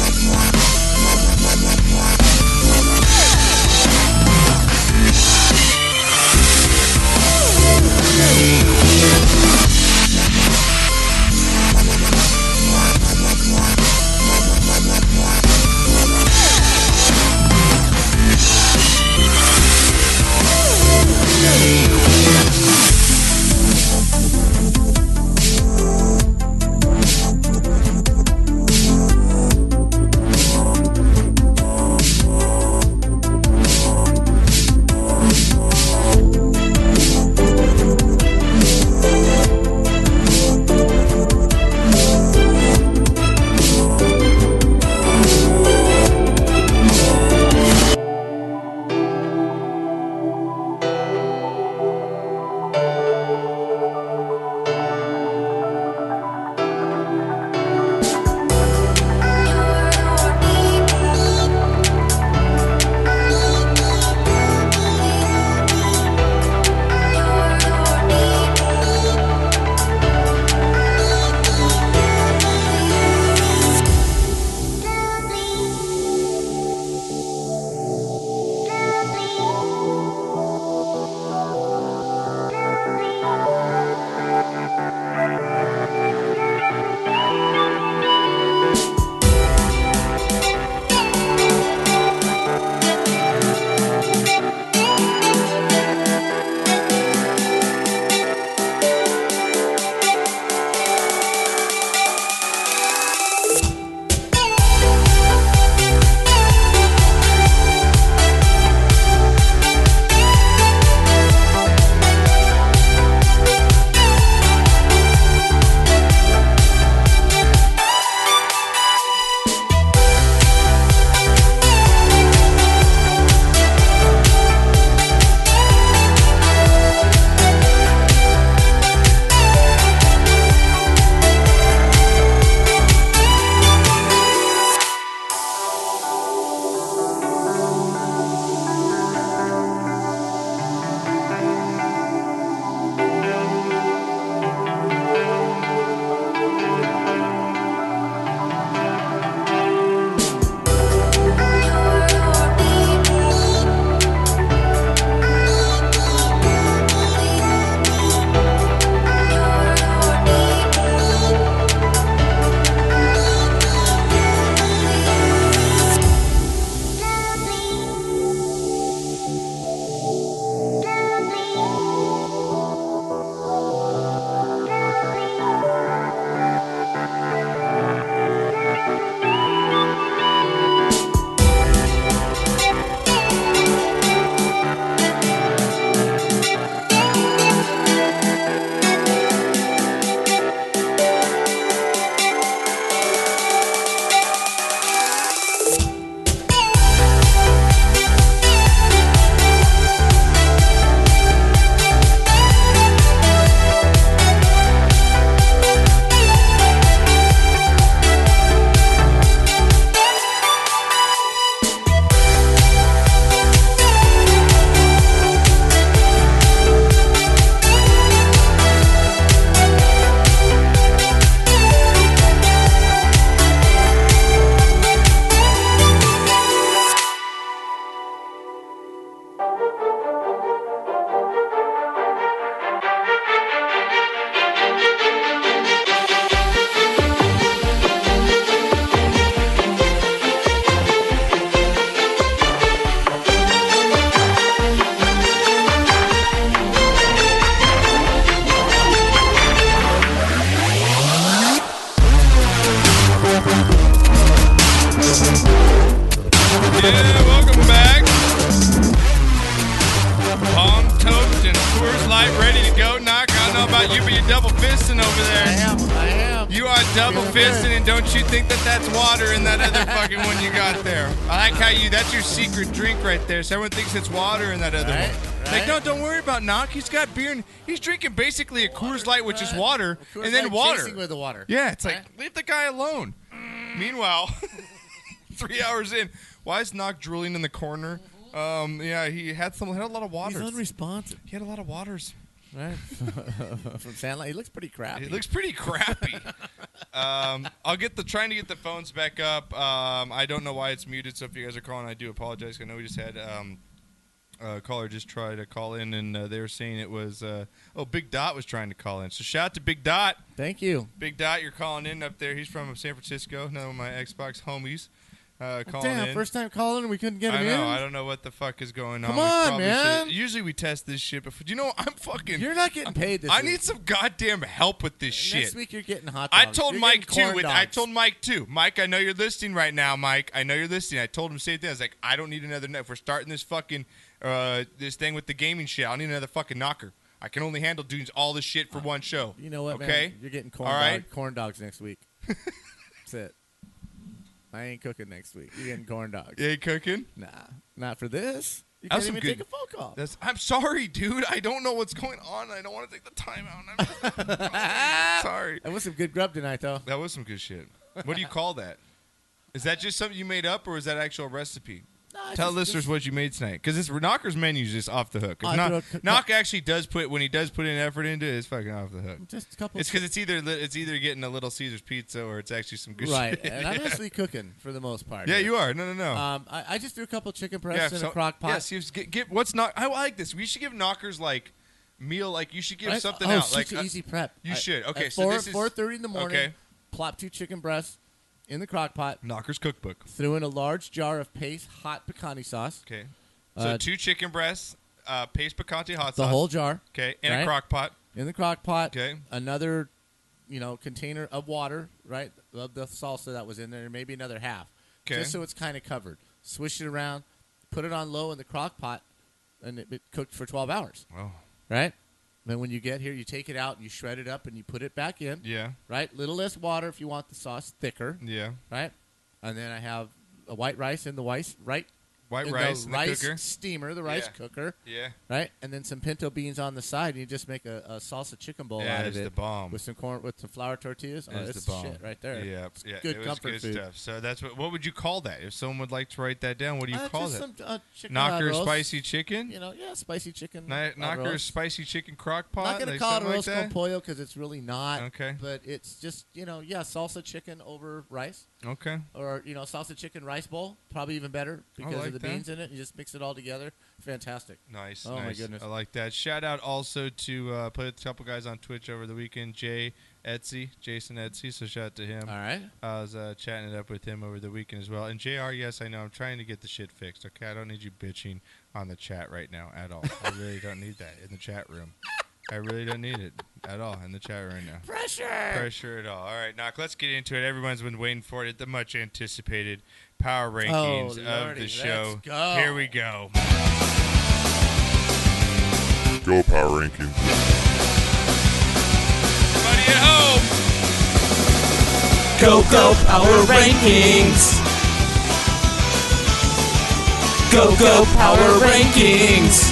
B: live, ready to go, knock. I don't know about you, but you're double fisting over there.
C: I am. I am.
B: You are double
C: Feeling good.
B: fisting, and don't you think that that's water in
C: *laughs*
B: that other fucking one you got there? I like how you—that's your secret drink right there. So everyone thinks it's water in that other
C: Right,
B: one.
C: right.
B: Like, no, don't worry about knock. He's got beer, and he's drinking basically a Coors Light, which is water,
C: Coors
B: and then
C: Light
B: water.
C: chasing with the water.
B: Yeah, it's like
C: Right.
B: leave the guy alone. Meanwhile, *laughs* three hours in, why is Knock drooling in the corner? Um, yeah, he had some. Had a lot of
C: He's
B: waters.
C: unresponsive,
B: He had a lot of waters.
C: right? *laughs* From Sandlot, he looks pretty crappy.
B: It looks pretty crappy. um, I'll get the trying to get the phones back up. Um, I don't know why it's muted, so if you guys are calling, I do apologize. I know we just had um, a caller just try to call in, and uh, they were saying it was uh, oh Big Dot was trying to call in. So shout out to Big Dot.
C: Thank you.
B: Big Dot, you're calling in up there. He's from San Francisco. Another one of my Xbox homies uh, calling
C: Damn,
B: in.
C: first time calling, we couldn't get him
B: I know.
C: in.
B: I don't know what the fuck is going on.
C: Come
B: We
C: on,
B: probably
C: man.
B: should- Usually we test this shit before. You know, I'm fucking.
C: You're not getting paid this
B: I
C: week.
B: need some goddamn help with this shit.
C: Next week you're getting hot
B: I
C: dogs.
B: told
C: You're
B: Mike
C: getting
B: too.
C: corn
B: With, I
C: dogs.
B: told Mike too. Mike, I know you're listening right now. Mike, I know you're listening. I told him the same thing. I was like, I don't need another. If we're starting this fucking uh, this thing with the gaming shit, I don't need another fucking knocker. I can only handle doing all this shit for one show.
C: You know what,
B: Okay.
C: man? You're getting corn,
B: All right.
C: dog, corn dogs next
B: *laughs*
C: week. That's it. I ain't cooking next week. You're getting corn dogs.
B: You ain't cooking.
C: Nah, not for this. You
B: That
C: can't
B: was some
C: even
B: good-
C: take a phone call.
B: That's, I'm sorry, dude. I don't know what's going on. I don't want to take the time out.
C: *laughs*
B: I'm sorry.
C: That was some good grub tonight, though.
B: That was some good shit. What do you call that? Is that just something you made up, or is that actual recipe?
C: Nah,
B: Tell
C: just-
B: listeners what you made tonight, because this Knocker's menu is just off the hook. If
C: Off the
B: Knock,
C: hook.
B: Knock actually does put when he does put in effort into it, it's fucking off the hook.
C: Just a couple.
B: It's because it's either li- it's either getting a Little Caesar's pizza or it's actually some good
C: right,
B: shit. *laughs*
C: and I'm actually cooking for the most part.
B: yeah, you are. No, no, no.
C: Um, I, I just threw a couple chicken
B: yeah,
C: breasts in
B: so-
C: a crock pot.
B: yeah, see, it's- get, get- what's not? I like this. We should give Knockers like meal. Like you should give
C: Right?
B: something
C: oh,
B: out.
C: such
B: like
C: an
B: uh,
C: easy prep.
B: you
C: I-
B: should. Okay,
C: At
B: so
C: four
B: this is-
C: four thirty in the morning.
B: okay.
C: Plop two chicken breasts in the crock pot.
B: Knockers cookbook.
C: Threw in a large jar of paste hot picante sauce.
B: Okay, so
C: Uh,
B: two chicken breasts, uh, paste picante hot
C: The
B: sauce.
C: whole jar.
B: okay, in a
C: right?
B: crock pot.
C: in the crock pot.
B: Okay.
C: Another, you know, container of water, right? Of the salsa that was in there, maybe another half.
B: Okay.
C: Just so it's kind of covered. Swish it around, put it on low in the crock pot, and it, it cooked for 12 hours,
B: Oh,
C: right? Then when you get here, you take it out and you shred it up and you put it back in,
B: yeah,
C: right? Little less water if you want the sauce thicker,
B: yeah.
C: right? And then I have a white rice in the rice, right?
B: White
C: in
B: rice
C: the
B: in
C: rice
B: the cooker.
C: steamer, the rice
B: Yeah.
C: cooker
B: Yeah.
C: right? And then some pinto beans on the side, and you just make a, a salsa chicken bowl
B: That
C: out
B: is
C: of it
B: the bomb.
C: with some corn with some flour tortillas. Oh,
B: That is
C: that's
B: the bomb.
C: shit right there.
B: Yeah,
C: It's
B: yeah,
C: good
B: it was
C: comfort
B: good
C: food.
B: stuff. So that's what. What would you call that? If someone would like to write that down, what do you
C: Uh,
B: call
C: just
B: that?
C: some uh, chicken
B: knocker
C: arroz.
B: spicy chicken.
C: You know, yeah, spicy chicken.
B: Kni-
C: arroz.
B: knocker spicy chicken crock pot.
C: I'm not gonna
B: like
C: call it
B: something like
C: arroz
B: that?
C: con pollo because it's really not.
B: Okay.
C: But it's just you know, yeah, salsa chicken over rice,
B: Okay.
C: or you know, salsa chicken rice bowl, probably even better because
B: like
C: of the
B: that.
C: beans in it. You just mix it all together. Fantastic.
B: Nice.
C: Oh, my
B: nice.
C: goodness.
B: I like that. Shout out also to uh, play with a couple guys on Twitch over the weekend. Jay Etsy, Jason Etsy. So shout out to him.
C: All right.
B: I was uh, chatting it up with him over the weekend as well. And JR, yes, I know. I'm trying to get the shit fixed. Okay, I don't need you bitching on the chat right now at all. I really don't need that in the chat room. I really don't need it at all in the chat right now.
C: Pressure.
B: Pressure at all. All right, knock. Let's get into it. Everyone's been waiting for it. The much anticipated power rankings of
C: Oh, lordy,
B: the
C: let's
B: show.
C: go.
B: Here we go.
G: Go Power Rankings.
B: Everybody at home.
A: Go, go, power rankings. Go, go, power rankings.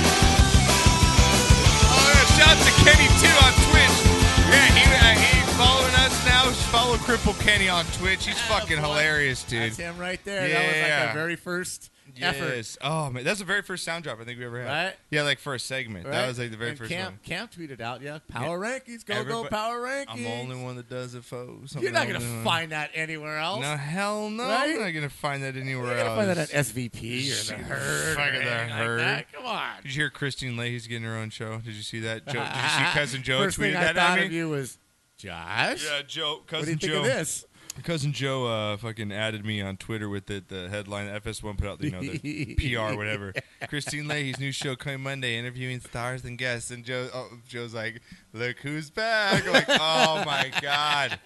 B: Oh, yeah, shout out to Kenny too on Twitch. Yeah, he, uh, he's following us now. Just Follow Cripple Kenny on Twitch. He's fucking
C: boy.
B: hilarious, dude.
C: That's him right there. That was like
B: Yeah.
C: our very first effort.
B: Yes. Oh man, that's the very first sound drop I think we ever had.
C: Right?
B: Yeah, like for a segment. That
C: Right?
B: was like the very
C: And
B: first
C: Cam,
B: one.
C: Cam tweeted out, yeah, power rankings, go go
B: Everybody-
C: power rankings.
B: I'm the only one that does it, folks. I'm
C: You're
B: the
C: not gonna
B: only one.
C: find that anywhere else.
B: No, hell no.
C: Right?
B: I'm not gonna find that anywhere
C: You're
B: else.
C: gonna find that at SVP or the herd. Or
B: Fucking the
C: anything like
B: herd.
C: that. Come on.
B: Did you hear Christine Leahy's getting her own show? Did you see that? Joe, did you
C: *laughs*
B: see cousin Joe
C: First
B: tweeted
C: thing I
B: that
C: thought
B: at me?
C: of you was Josh.
B: Yeah, Joe, cousin
C: what do you think
B: Joe.
C: of this?
B: Cousin Joe uh, fucking added me on Twitter with the, the headline FS1 put out, the, you know,
C: *laughs*
B: the PR, whatever. Christine Leahy's new show coming Monday, interviewing stars and guests. And
C: *laughs*
B: oh Joe, oh, Joe's like, look who's back. I'm like, oh my God.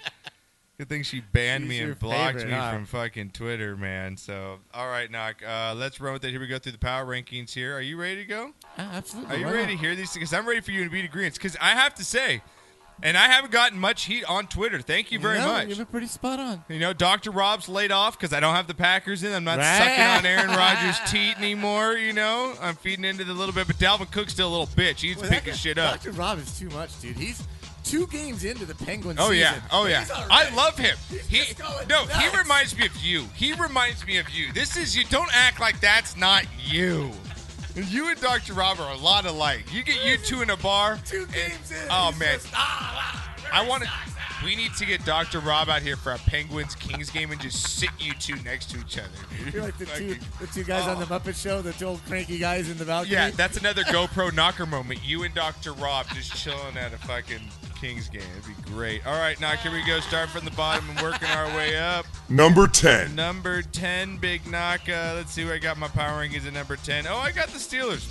B: Good thing she banned
C: She's
B: me
C: your
B: and blocked
C: favorite,
B: me
C: huh?
B: from fucking Twitter, man. So, all right, knock. Uh, let's run with it. Here we go through the power rankings. Here, are you ready to go?
C: Uh, absolutely.
B: Are you
C: why
B: ready to
C: not?
B: hear these? Because I'm ready for you to be the greens. Because I have to say, and I haven't gotten much heat on Twitter. Thank you very
C: no,
B: much.
C: You've been pretty spot on.
B: You know, Dr. Rob's laid off because I don't have the Packers in. I'm not
C: Right.
B: sucking
C: *laughs*
B: on Aaron Rodgers' teat anymore, you know? I'm feeding into the little bit, but Dalvin Cook's still a little bitch. He's
C: Well, that
B: picking
C: guy-
B: shit up.
C: Dr. Rob is too much, dude. He's two games into the Penguins.
B: Oh, yeah.
C: season.
B: Oh, yeah.
C: He's already-
B: I love him. He,
C: just going
B: no, he
C: nuts.
B: reminds me of you. He reminds me of you. This is you. Don't act like that's not you. You and Dr. Rob are a lot alike. You get you two in a bar.
C: two
B: and-
C: games in.
B: Oh,
C: He's
B: man.
C: just, ah, ah,
B: I want to. We need to get Dr. Rob out here for a Penguins Kings game and just sit you two next to each other. dude.
C: You're like the two,
B: Fucking-
C: the two guys on the Muppet Show, the two old cranky guys in the balcony.
B: Oh. Yeah, that's another GoPro *laughs* knocker moment. You and Dr. Rob just chilling at a fucking Kings game. It'd be great. All right, knock. Here we go. Start from the bottom and working our way up.
G: Number 10.
B: Number 10, Big Knock. Uh, let's see where I got my power rankings at number 10. Oh, I got the Steelers.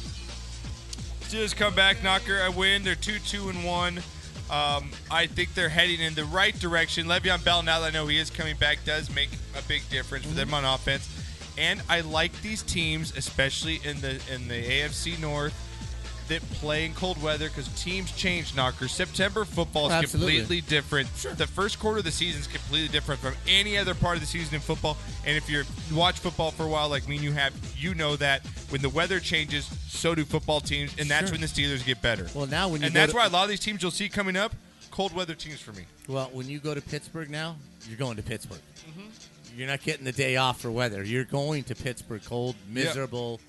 B: Steelers come back, Knocker. I win. They're 2 2 and 1. Um, I think they're heading in the right direction. Le'Veon Bell, now that I know he is coming back, does make a big difference for them on offense. And I like these teams, especially in the in the AFC North, that play in cold weather because teams change. Knocker September football is
C: Absolutely.
B: completely completely different. The first quarter of the season is completely different from any other part of the season in football. And if you watch football for a while, like me and you have, you know that when the weather changes, so do football teams, and that's
C: Sure.
B: when the Steelers get better.
C: Well, now when you
B: and
C: go
B: that's
C: to-
B: why a lot of these teams you'll see coming up, cold weather teams for me.
C: Well, when you go to Pittsburgh now, you're going to Pittsburgh.
B: Mm-hmm.
C: You're not getting the day off for weather. You're going to Pittsburgh, cold, miserable,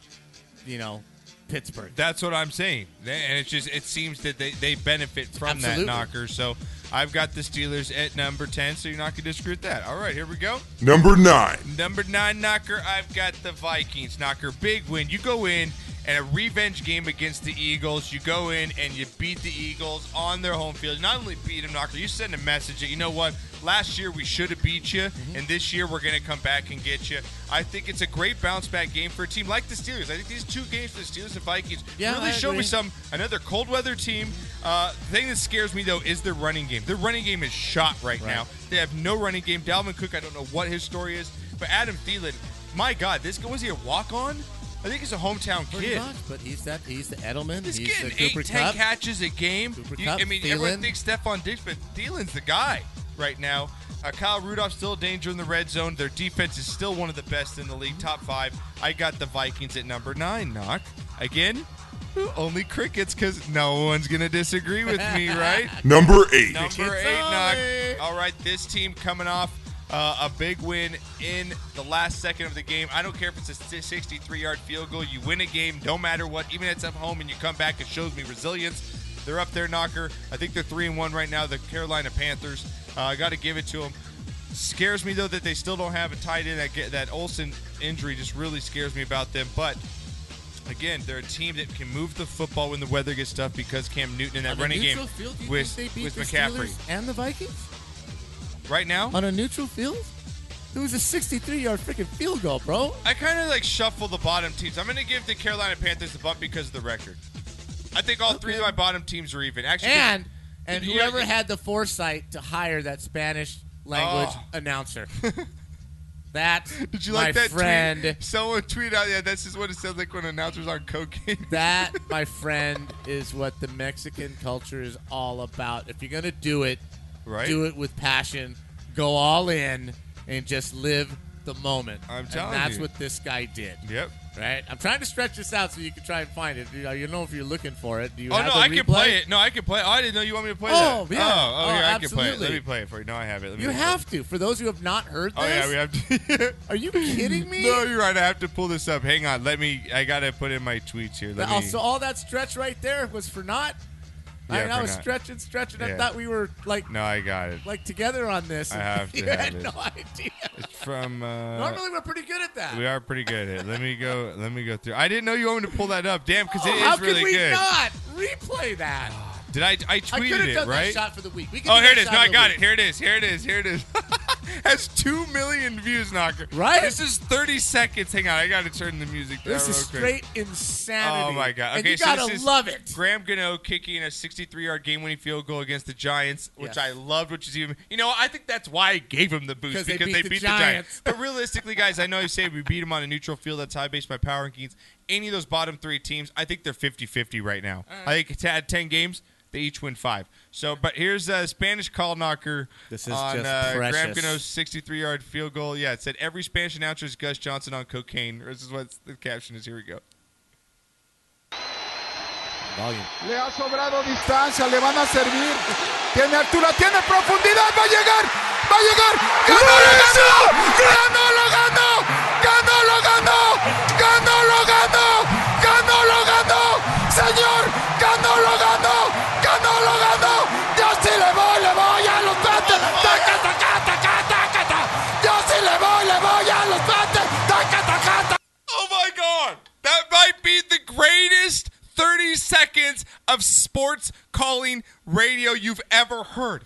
C: you know, Pittsburgh.
B: That's what I'm saying, and it's just it seems that they, they benefit from
C: Absolutely.
B: that knocker. So I've got the Steelers at number ten, so you're not gonna disagree with that. All right, here we go.
G: Number 9.
B: Number nine knocker, I've got the Vikings knocker. Big win. You go in and a revenge game against the Eagles. You go in and you beat the Eagles on their home field. Not only beat them, knocker, you send a message that you know what? Last year we should have beat you,
C: Mm-hmm.
B: and this year we're going to come back and get you. I think it's a great bounce back game for a team like the Steelers. I think these two games for the Steelers and Vikings
C: Yeah,
B: really
C: I
B: showed me
C: agree.
B: some another cold weather team. Uh, the thing that scares me though is their running game. Their running game is shot right, now. They have no running game. Dalvin Cook, I don't know what his story is, but Adam Thielen, my God, this guy was he a walk on? I think he's a hometown
C: Pretty
B: kid.
C: much, but he's that he's the Edelman.
B: He's
C: he's the
B: getting
C: Cooper
B: eight, ten
C: Cup.
B: catches a game.
C: Cooper
B: You-
C: Kupp,
B: I mean, everyone
C: Thielen.
B: thinks Stephon Diggs, but Thielen's the guy right now. Uh, Kyle Rudolph's still a danger in the red zone. Their defense is still one of the best in the league, top five. I got the Vikings at number nine. Knock again. ooh, Only crickets, because no one's gonna disagree with me, right?
G: Number 8.
B: Number eight, knock. All right, this team coming off uh, a big win in the last second of the game. I don't care if it's a 63-yard field goal. You win a game, no matter what. Even if it's at home and you come back, it shows me resilience. They're up there, knocker. I think they're three and one right now. The Carolina Panthers. Uh, I got to give it to them. Scares me though that they still don't have a tight end. That get, that Olsen injury just really scares me about them. But again, they're a team that can move the football when the weather gets tough because Cam Newton and that
C: On a
B: running game
C: neutral field, do you
B: with
C: think they beat
B: with
C: the
B: McCaffrey
C: Steelers and the Vikings
B: right now.
C: on a neutral field. It was a 63-yard freaking field goal, bro.
B: I kind of like shuffle the bottom teams. I'm going to give the Carolina Panthers the bump because of the record. I think all three of
C: Okay.
B: my bottom teams are even. Actually,
C: And and
B: Yeah,
C: whoever
B: yeah. *laughs*
C: had the foresight to hire that Spanish language
B: Oh. *laughs*
C: announcer. that
B: did you
C: my
B: like that
C: friend
B: tweet? Someone tweet out, yeah, this is what it sounds like when announcers on cocaine.
C: That, my friend, is what the Mexican culture is all about. If you're going to do it,
B: Right.
C: do it with passion, go all in, and just live the moment.
B: I'm
C: And
B: telling
C: that's
B: you.
C: what this guy did.
B: Yep.
C: Right? I'm trying to stretch this out so you can try and find it. You know, you know if you're looking for it. Do you
B: Oh
C: have
B: no,
C: the
B: I can
C: replay?
B: play it. No, I can play. Oh, I didn't know you want me to play
C: Oh,
B: that.
C: yeah.
B: Oh, oh,
C: Oh,
B: yeah, I can play it. Let
C: absolutely.
B: me play it for you. No, I have it. Let me
C: You
B: look for it.
C: have to. For those who have not heard this,
B: Oh yeah, we have to.
C: are you
B: *laughs*
C: kidding me?
B: No, you're right. I have to pull this up. Hang on. Let me. I gotta put in my tweets here. Let
C: That- oh,
B: me.
C: so all that stretch right there was for naught.
B: Yeah,
C: I, mean, I
B: for
C: was
B: naught.
C: stretching, stretching.
B: Yeah.
C: I thought we were like
B: no, I got it.
C: like *laughs* together on this. *laughs*
B: I have to
C: you
B: have
C: had
B: it.
C: no idea.
B: It's from. Uh,
C: Normally we're pretty good at that.
B: We are pretty good at it. Let me go. Let me go through. I didn't know you wanted to pull that up. Damn, because
C: Oh,
B: it
C: how
B: is really
C: could we
B: good.
C: not replay that?
B: Did I? I
C: I could
B: tweeted
C: have
B: it
C: done
B: right.
C: that shot for the week. We could
B: oh,
C: do
B: here it
C: that
B: is.
C: shot
B: No,
C: of
B: I
C: the
B: got
C: week.
B: it. Here it is. Here it is. Here it is. has two million views, Knocker.
C: Right?
B: This is thirty seconds. Hang on, I gotta turn the music down.
C: This is
B: real quick.
C: straight insanity.
B: Oh my god!
C: and
B: Okay,
C: you
B: so
C: gotta
B: this is
C: love it.
B: Graham Gano kicking a 63-yard game-winning field goal against the Giants, which
C: Yes.
B: I loved. Which is even, you know, I think that's why I gave him the boost
C: 'Cause
B: because
C: they
B: they beat,
C: beat
B: the,
C: the
B: Giants.
C: Giants.
B: But realistically, guys, I know you say we beat them on a neutral field. That's how I base my power rankings. Any of those bottom three teams, I think they're 50-50 right now. I think it's had ten games. They each win five. So, but here's a Spanish call knocker
C: This is
B: on
C: just
B: uh, Graham
C: precious.
B: Gano's 63-yard field goal. Yeah, it said every Spanish announcer is Gus Johnson on cocaine. Or this is what the caption is. Here we go.
C: Volume.
H: Le ha sobrado distancia, le van a servir. Tiene altura, tiene profundidad, va a llegar, va a llegar. ¡Ganó, lo ganó! ¡Ganó, lo ganó! ¡Ganó, lo ganó! ¡Ganó, lo ganó! ¡Ganó, lo ganó! ¡Señor! ¡Ganó, lo ganó! ¡Ganó, lo ganó! ¡Yo sí le voy, le voy a los pates! ¡Taca, taca, taca, taca, taca! ¡Yo sí le voy, le voy a los pates! ¡Taca, taca, taca!
B: Oh my god! That might be the greatest 30 seconds of sports calling radio you've ever heard.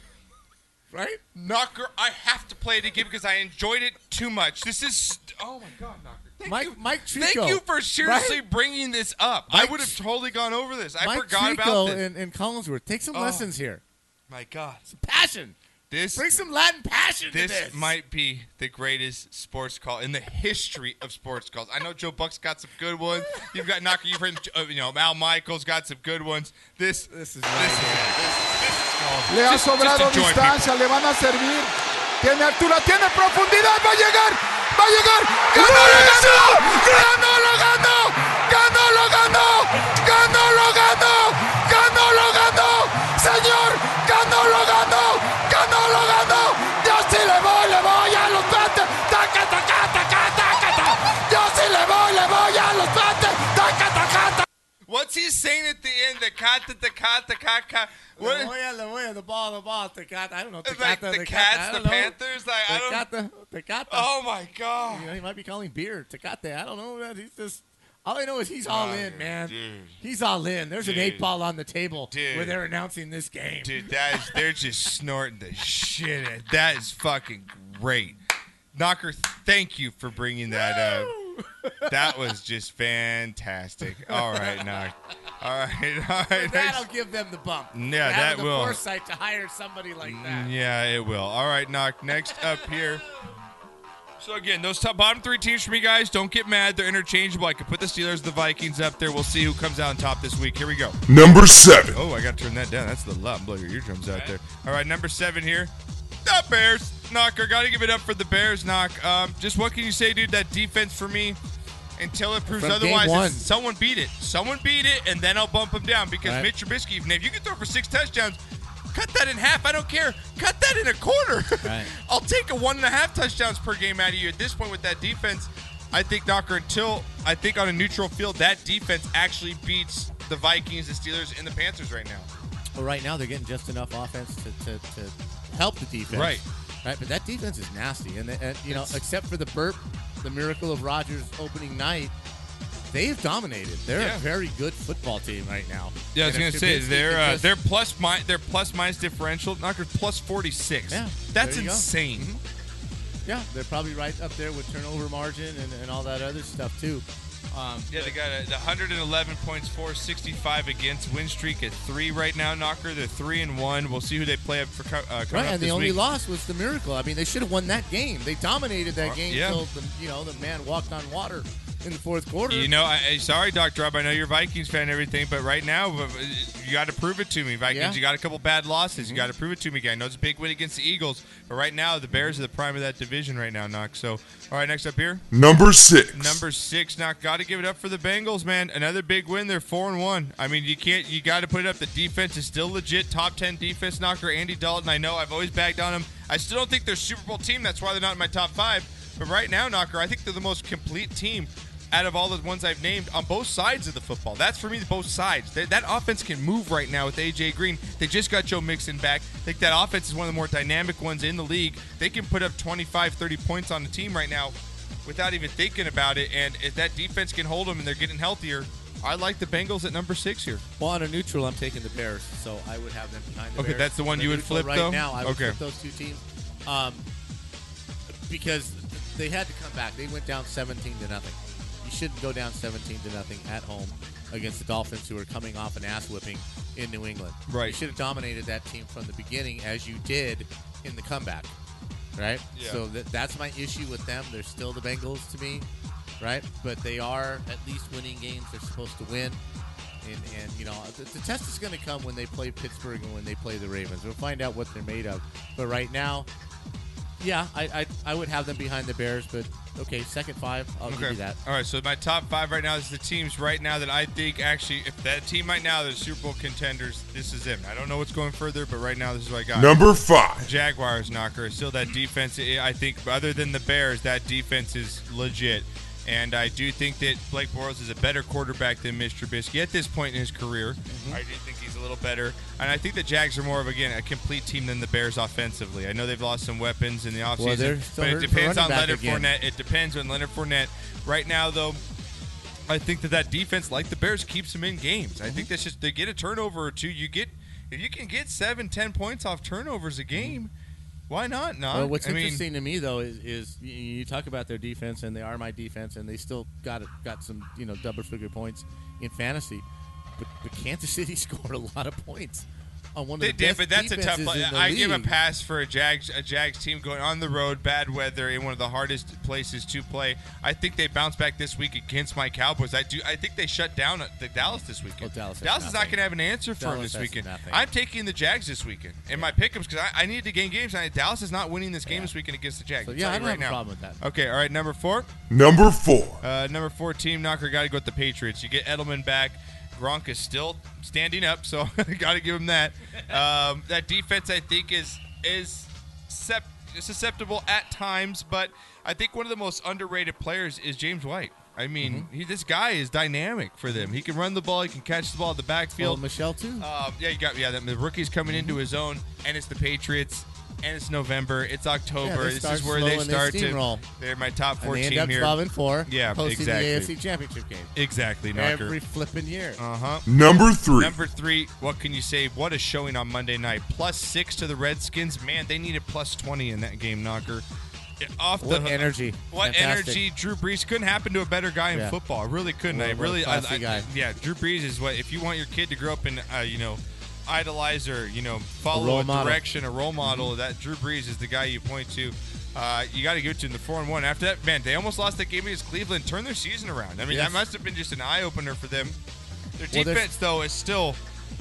C: Right?
B: Knocker, I have to play it again because I enjoyed it too much. This is. Oh my god, Knocker. Thank
C: Mike-
B: you.
C: Mike Trico,
B: Thank you for seriously
C: right?
B: bringing this up. I
C: Mike-
B: would have totally gone over this. I
C: Mike
B: forgot
C: Trico
B: about this.
C: And, and Collinsworth. Take some
B: Oh.
C: lessons here.
B: my god.
C: Passion.
B: This.
C: Bring some Latin passion
B: this,
C: to this.
B: might be the greatest sports call in the history of sports calls. I know Joe Buck's got some good ones. You've got Knocker. You've heard, uh, you know, Al Michaels got some good ones. This, this is this is it. This- this is called-
H: Le ha
B: just- just
H: sobrado
B: enjoy,
H: distancia, le van a servir. Tiene altura, tiene profundidad, va a llegar, va a llegar. ¡Ganó, lo ganó! ¡Ganó, lo ganó! ¡Ganó, lo ganó! ¡Ganó, lo ganó! ¡Ganó, lo ganó! ¡Señor! ¡Ganó, lo ganó! ¡Ganó, lo ganó! ¡Yo sí le voy, le voy a los bates! ¡Taca, taca, taca, taca, taca! ¡Yo sí le voy, le voy a los bates! ¡Taca, taca, taca!
B: people. What's he saying at the end? The kata, the kata, kaka. What
C: La
B: is
C: Moya, La Moya, the ball, the ball, Tecata. I don't know. Tecata,
B: like the
C: Tecata, I
B: cats, the
C: don't know.
B: Panthers? Like I don't.
C: Tecata, Tecata.
B: Oh my god.
C: You know, he might be calling beer Tecate. I don't know. man. He's just. All I know is he's
B: Oh,
C: all in, man.
B: dude.
C: He's all in. There's an eight ball on the table
B: Dude.
C: where they're announcing this *laughs* game.
B: Dude, that is they're just snorting the shit at that is fucking great. Knocker, thank you for bringing that up. That was just fantastic. All right, Knock. All right, all right.
C: That'll give them the bump.
B: Yeah,
C: For having
B: that
C: the
B: will.
C: Foresight to hire somebody like that.
B: Mm, Yeah, it will. All right, knock. Next up here. So again, those top bottom three teams for me, guys. Don't get mad; they're interchangeable. I could put the Steelers, the Vikings up there. We'll see who comes out on top this week. Here we go.
G: Number seven.
B: Oh, I got to turn that down. That's the loud. Blow your eardrums out there. All right, number seven here. The Bears. Knocker. Got to give it up for the Bears, knock. Um, just what can you say, dude? That defense for me, until it proves
C: From game
B: otherwise, it's-
C: one.
B: someone beat it. Someone beat it, and then I'll bump him down because
C: Right.
B: Mitch Trubisky, even if you can throw for six touchdowns, cut that in half. I don't care. Cut that in a quarter. *laughs*
C: Right.
B: I'll take a one and a half touchdowns per game out of you at this point with that defense. I think Knocker until I think on a neutral field that defense actually beats the Vikings, the Steelers, and the Panthers right now.
C: Well, right now they're getting just enough offense to, to, to help the defense.
B: Right.
C: Right, but that defense is nasty, and, and you know, except for the burp, the miracle of Rogers opening night, they've dominated. They're
B: Yeah.
C: a very good football team right now.
B: Yeah, I was
C: And
B: gonna
C: if
B: say
C: Trubisky
B: their
C: can
B: uh,
C: just-
B: their plus mi- their plus minus differential Knocker plus forty six.
C: Yeah,
B: that's
C: there you go. Mm-hmm.
B: insane.
C: yeah, they're probably right up there with turnover margin and, and all that other stuff too. Um,
B: Yeah, they got a, the 111 points for 65 against win streak at three right now. Knocker, they're three and one. We'll see who they play up for co- uh, coming
C: Right,
B: up
C: and the
B: this
C: only
B: week.
C: loss was the miracle. I mean, they should have won that game. They dominated that
B: Uh,
C: game
B: yeah.
C: until the you know the man walked on water in the fourth quarter.
B: You know, I, I- sorry, Doctor Rob. I know you're a Vikings fan and everything, but right now uh, you got to prove it to me, Vikings.
C: Yeah. Mm-hmm.
B: You got a couple bad losses. You got to prove it to me again. I know it's a big win against the Eagles, but right now the Bears are the prime of that division right now, Knock. So, all right, next up here,
G: Number six.
B: number six, Knock. Got to give it up for the Bengals, man. Another big win. They're four and one. I mean, you can't. You got to put it up. The defense is still legit. Top ten defense, Knocker. Andy Dalton. I know I've always bagged on him. I still don't think they're a Super Bowl team. That's why they're not in my top five. But right now, Knocker, I think they're the most complete team out of all the ones I've named on both sides of the football. That's for me, both sides. That that offense can move right now with AJ Green. They just got Joe Mixon back. I think that offense is one of the more dynamic ones in the league. They can put up 25, 30 points on the team right now without even thinking about it. And if that defense can hold them and they're getting healthier, I like the Bengals at number six here.
C: Well, on a neutral, I'm taking the Bears, so I would have them behind the
B: Okay,
C: Bears.
B: that's the one
C: On a
B: you would
C: neutral
B: flip,
C: right
B: though?
C: now. I would
B: Okay.
C: flip those two teams. Um, because they had to come back. They went down 17 to nothing. You shouldn't go down 17 to nothing at home against the Dolphins, who are coming off an ass whipping in New England.
B: Right.
C: You should have dominated that team from the beginning, as you did in the comeback. Right.
B: Yeah.
C: So that, that's my issue with them. They're still the Bengals to me. Right. But they are at least winning games they're supposed to win. And, and you know the, the test is going to come when they play Pittsburgh and when they play the Ravens. We'll find out what they're made of. But right now, yeah, I, I, I would have them behind the Bears, but okay, second five, I'll give you that.
B: All right. So my top five right now is the teams right now that I think actually, if that team right now, the Super Bowl contenders, this is it. I don't know what's going further, but right now, this is what I got.
G: Number five.
B: Jaguars knocker. Still, that defense, I I think, other than the Bears, that defense is legit. And I do think that Blake Bortles is a better quarterback than Mr. Trubisky at this point in his career.
C: Mm-hmm.
B: I do think he's a little better. And I think the Jags are more of, again, a complete team than the Bears offensively. I know they've lost some weapons in the offseason,
C: Well, they're still
B: but it
C: hurting for
B: depends on
C: running back
B: Leonard
C: again.
B: Fournette. It depends on Leonard Fournette. Right now, though, I think that that defense, like the Bears, keeps them in games. I
C: Mm-hmm.
B: think that's just they get a turnover or two. You get if you can get seven, ten points off turnovers a game, why not? Not.
C: Mm-hmm. Well, what's
B: I mean,
C: interesting to me though is, is you, you talk about their defense and they are my defense and they still got it, got some you know double figure points in fantasy, but, but Kansas City *laughs* scored a lot of points on one of the
B: they
C: best
B: did, but that's a tough.
C: defenses in the
B: I give a
C: league.
B: pass for a Jags a Jags team going on the road, bad weather in one of the hardest places to play. I think they bounce back this week against my Cowboys. I do. I think they shut down uh, the Dallas this weekend.
C: Well, Dallas has
B: is not
C: nothing.
B: going to have an answer for 'em
C: Dallas
B: this
C: has
B: weekend.
C: nothing.
B: I'm taking the Jags this weekend in my pickups because I, I need to gain games. And I- Dallas is not winning this game this weekend against the Jags.
C: So,
B: I'll
C: yeah,
B: tell
C: I
B: you
C: don't
B: right
C: have a
B: now.
C: problem with that.
B: Okay, all right, number four.
G: Number four.
B: Uh, number four team knocker got to go with the Patriots. You get Edelman back. Gronk is still standing up, so *laughs* got to give him that. Um, that defense, I think, is is sep- susceptible at times, but I think one of the most underrated players is James White. I mean,
C: Mm-hmm.
B: he, this guy is dynamic for them. He can run the ball. He can catch the ball at the
C: Well,
B: backfield.
C: Oh, Michelle too. Mm-hmm.
B: Um, yeah, you got yeah. The, the rookie's coming into his own, and it's the Patriots, and it's November, it's October.
C: Yeah, they
B: this
C: start
B: is where they
C: slow and they
B: start to.
C: steamroll.
B: They're my top
C: and
B: four
C: they end
B: team
C: up
B: here.
C: twelve and four.
B: Yeah,
C: posting
B: exactly.
C: the AFC Championship game
B: Exactly, knocker.
C: every flipping year.
B: uh huh.
G: Number three.
B: Number three, what can you say? What a showing on Monday night. Plus six to the Redskins. Man, they needed plus 20 in that game, knocker. Yeah, Off
C: What
B: the,
C: energy.
B: What
C: Fantastic.
B: energy. Drew Brees couldn't happen to a better guy in
C: Yeah.
B: football. It Really couldn't. I
C: World-
B: really, I,
C: world-classy
B: I-
C: guy.
B: yeah, Drew Brees is what, if you want your kid to grow up and, uh, you know, idolize or, you know, follow
C: role
B: a,
C: model.
B: direction, a role model, that Drew Brees is the guy you point to. Uh, you got to give it to him the four and one. After that, man, they almost lost that game against Cleveland. Turn their season around. I mean,
C: Yes.
B: that must have been just an eye opener for them. Their
C: Well, there's-
B: defense, though, is still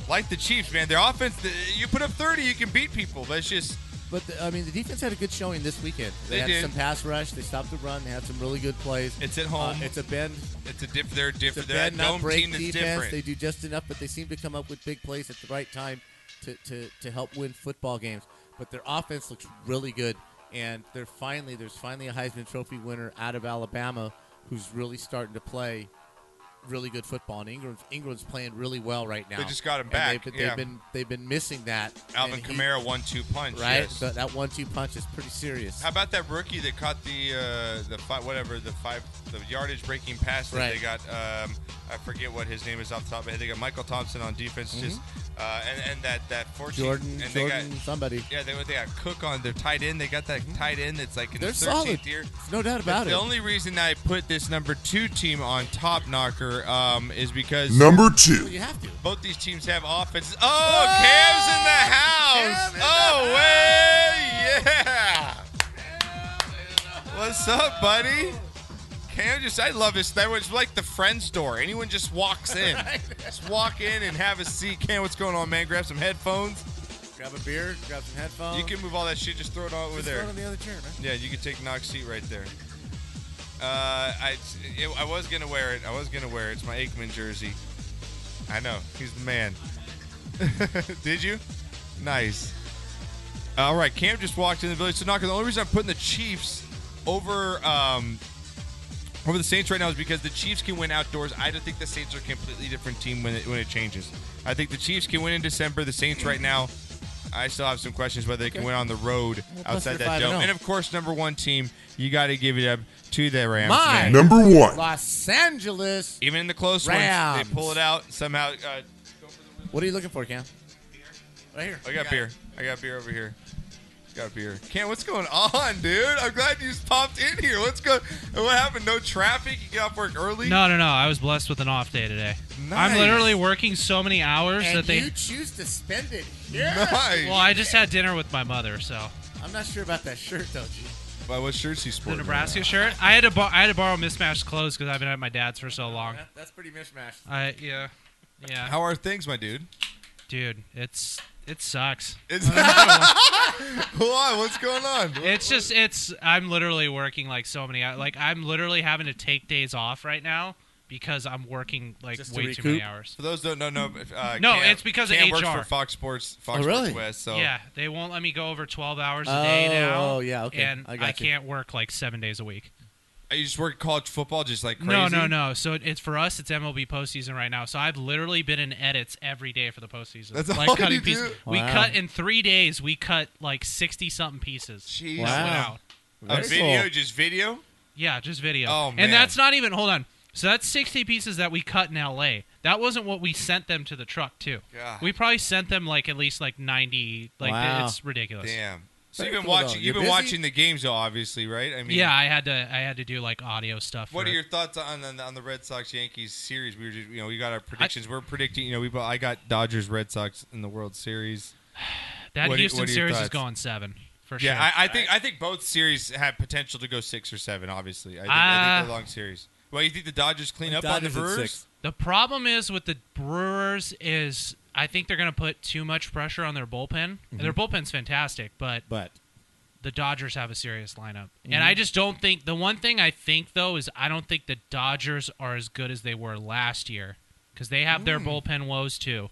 B: like the Chiefs, man. Their offense, th- you put up 30, you can beat people. That's just
C: But the, I mean, the defense had a good showing this weekend. They,
B: They
C: had
B: did.
C: some pass rush. They stopped the run. They had some really good plays.
B: It's at home.
C: Uh, it's a bend.
B: it's a diff. They're
C: It's
B: different.
C: a
B: They're
C: bend,
B: that
C: not
B: dome
C: break
B: team that's
C: defense.
B: different.
C: They do just enough, but they seem to come up with big plays at the right time to, to, to help win football games. But their offense looks really good, and they're finally there's finally a Heisman Trophy winner out of Alabama who's really starting to play really good football. And Ingram's, Ingram's playing really well right now.
B: They just got him
C: And
B: back,
C: They've,
B: yeah.
C: they've been they've been missing that.
B: Alvin
C: and he-
B: Kamara, one-two punch.
C: Right,
B: yes.
C: so that one-two punch is pretty serious.
B: How about that rookie that caught the uh, the five, whatever the five the yardage breaking pass that
C: Right.
B: they got? Um, I forget what his name is off the top of my head. They got Michael Thompson on defense, just uh, and and that that 14
C: Mm-hmm. Jordan,
B: and they
C: Jordan,
B: got.
C: somebody.
B: Yeah, they, they got Cook on their tight end. They got that tight end that's like in
C: They're
B: the 13th
C: solid.
B: year.
C: There's no doubt about
B: the
C: it.
B: only reason I put this number two team on top knocker um, is because
G: Number two.
C: you have to.
B: both these teams have offenses. Oh, Cam's in the house.
C: Cam in the
B: oh, way. Yeah. What's up, buddy? Cam just, I love this. That was like the friend store. Anyone just walks in.
C: *laughs*
B: just walk in and have a seat. Cam, what's going on, man? Grab some headphones.
C: Grab a beer, grab some headphones.
B: You can move all that shit. Just throw it all over there.
C: the other chair, man.
B: Yeah, you could take Knox seat right there. Uh, I it, I was gonna wear it. I was gonna wear it. It's my Aikman jersey. I know he's the man. *laughs* Did you? Nice. All right, Cam just walked in the village. So Knocker, the only reason I'm putting the Chiefs over um, over the Saints right now is because the Chiefs can win outdoors. I don't think the Saints are a completely different team when it, when it changes. I think the Chiefs can win in December. The Saints right now, I still have some questions whether they can win on the road
C: plus
B: outside
C: they're 5 and
B: that dome.
C: oh.
B: And of course, number one team, you got to give it up to the Rams.
C: My-
B: man.
G: Number one.
C: Los Angeles.
B: Even in the close ones,
C: Rams.
B: they pull it out somehow. Uh,
C: What are you looking for, Cam? Right here.
B: I got beer. I got beer over here. got beer. Cam, what's going on, dude? I'm glad you just popped in here. What's go? What happened? No traffic. You got off work early.
I: No, no, no. I was blessed with an off day today.
B: Nice.
I: I'm literally working so many hours
C: And
I: that
B: *laughs*
I: they.
C: you choose to spend it here.
B: Nice.
I: Well, I just had dinner with my mother, so
C: I'm not sure about that shirt though, G.
B: By what shirts you
I: the
B: sporting?
I: Nebraska shirt. I had to bo- I had to borrow mismatched clothes because I've been at my dad's for so long.
C: That- That's pretty mishmash.
I: I yeah, yeah.
B: How are things, my dude?
I: Dude, it's it sucks.
B: It's- *laughs* Why? What's going on?
I: It's just it's. I'm literally working like so many. hou- Like I'm literally having to take days off right now because I'm working like
C: Just to
I: way too many
C: recoup?
I: hours.
B: For those who don't know, no, if, uh,
I: No,
B: Cam-
I: it's because of
B: Cam works
I: HR.
B: for Fox Sports, Fox
C: Oh, really?
B: Sports West. So
I: Yeah, they won't let me go over 12 hours a day
C: Oh,
I: now.
C: oh, yeah, okay.
I: And
C: I got you.
I: can't work like seven days a week.
B: Uh, you just work college football, just like crazy.
I: No, no, no. So it- it's for us. It's MLB postseason right now. So I've literally been in edits every day for the postseason.
B: That's
I: like
B: all
I: cutting
B: you
I: pieces.
B: do?
I: We
C: Wow.
I: cut in three days. We cut like 60 something pieces.
B: Jeez.
I: that went
C: Wow.
I: out.
B: A
C: Very
B: video,
C: cool.
B: just video.
I: Yeah, just video.
B: Oh, man.
I: And that's not even. Hold on. So that's 60 pieces that we cut in LA. That wasn't what we sent them to the truck too.
B: God.
I: We probably sent them like at least like 90. Like
C: Wow.
I: it's ridiculous.
B: Damn. So
C: Very
B: you've been
C: cool, though.
B: watching.
C: You're
B: You've been
C: busy?
B: watching the games, though, obviously, right? I mean,
I: Yeah, I had to. I had to do like audio stuff.
B: What
I: for
B: are
I: it.
B: your thoughts on on the, on the Red Sox Yankees series? We were just, you know, we got our predictions. We're predicting, you know, we bo- I got Dodgers Red Sox in the World Series.
I: *sighs* That
B: What do you-
I: Houston
B: what are your
I: series is
B: thoughts?
I: going seven for
B: Yeah,
I: sure.
B: I, I think I think both series have potential to go six or seven. Obviously, I think, I think
I: Uh,
B: they're long series. Well, you think the Dodgers clean up
C: Dodgers
B: on
C: at
B: the Brewers?
C: six.
I: the problem is with the Brewers is I think they're going to put too much pressure on their bullpen. And Their bullpen's fantastic, but
C: Mm-hmm. But Mm-hmm.
I: the Dodgers have a serious lineup, and I just don't think the one thing I think though is I don't think the Dodgers are as good as they were last year because they have their bullpen woes too.
C: Mm.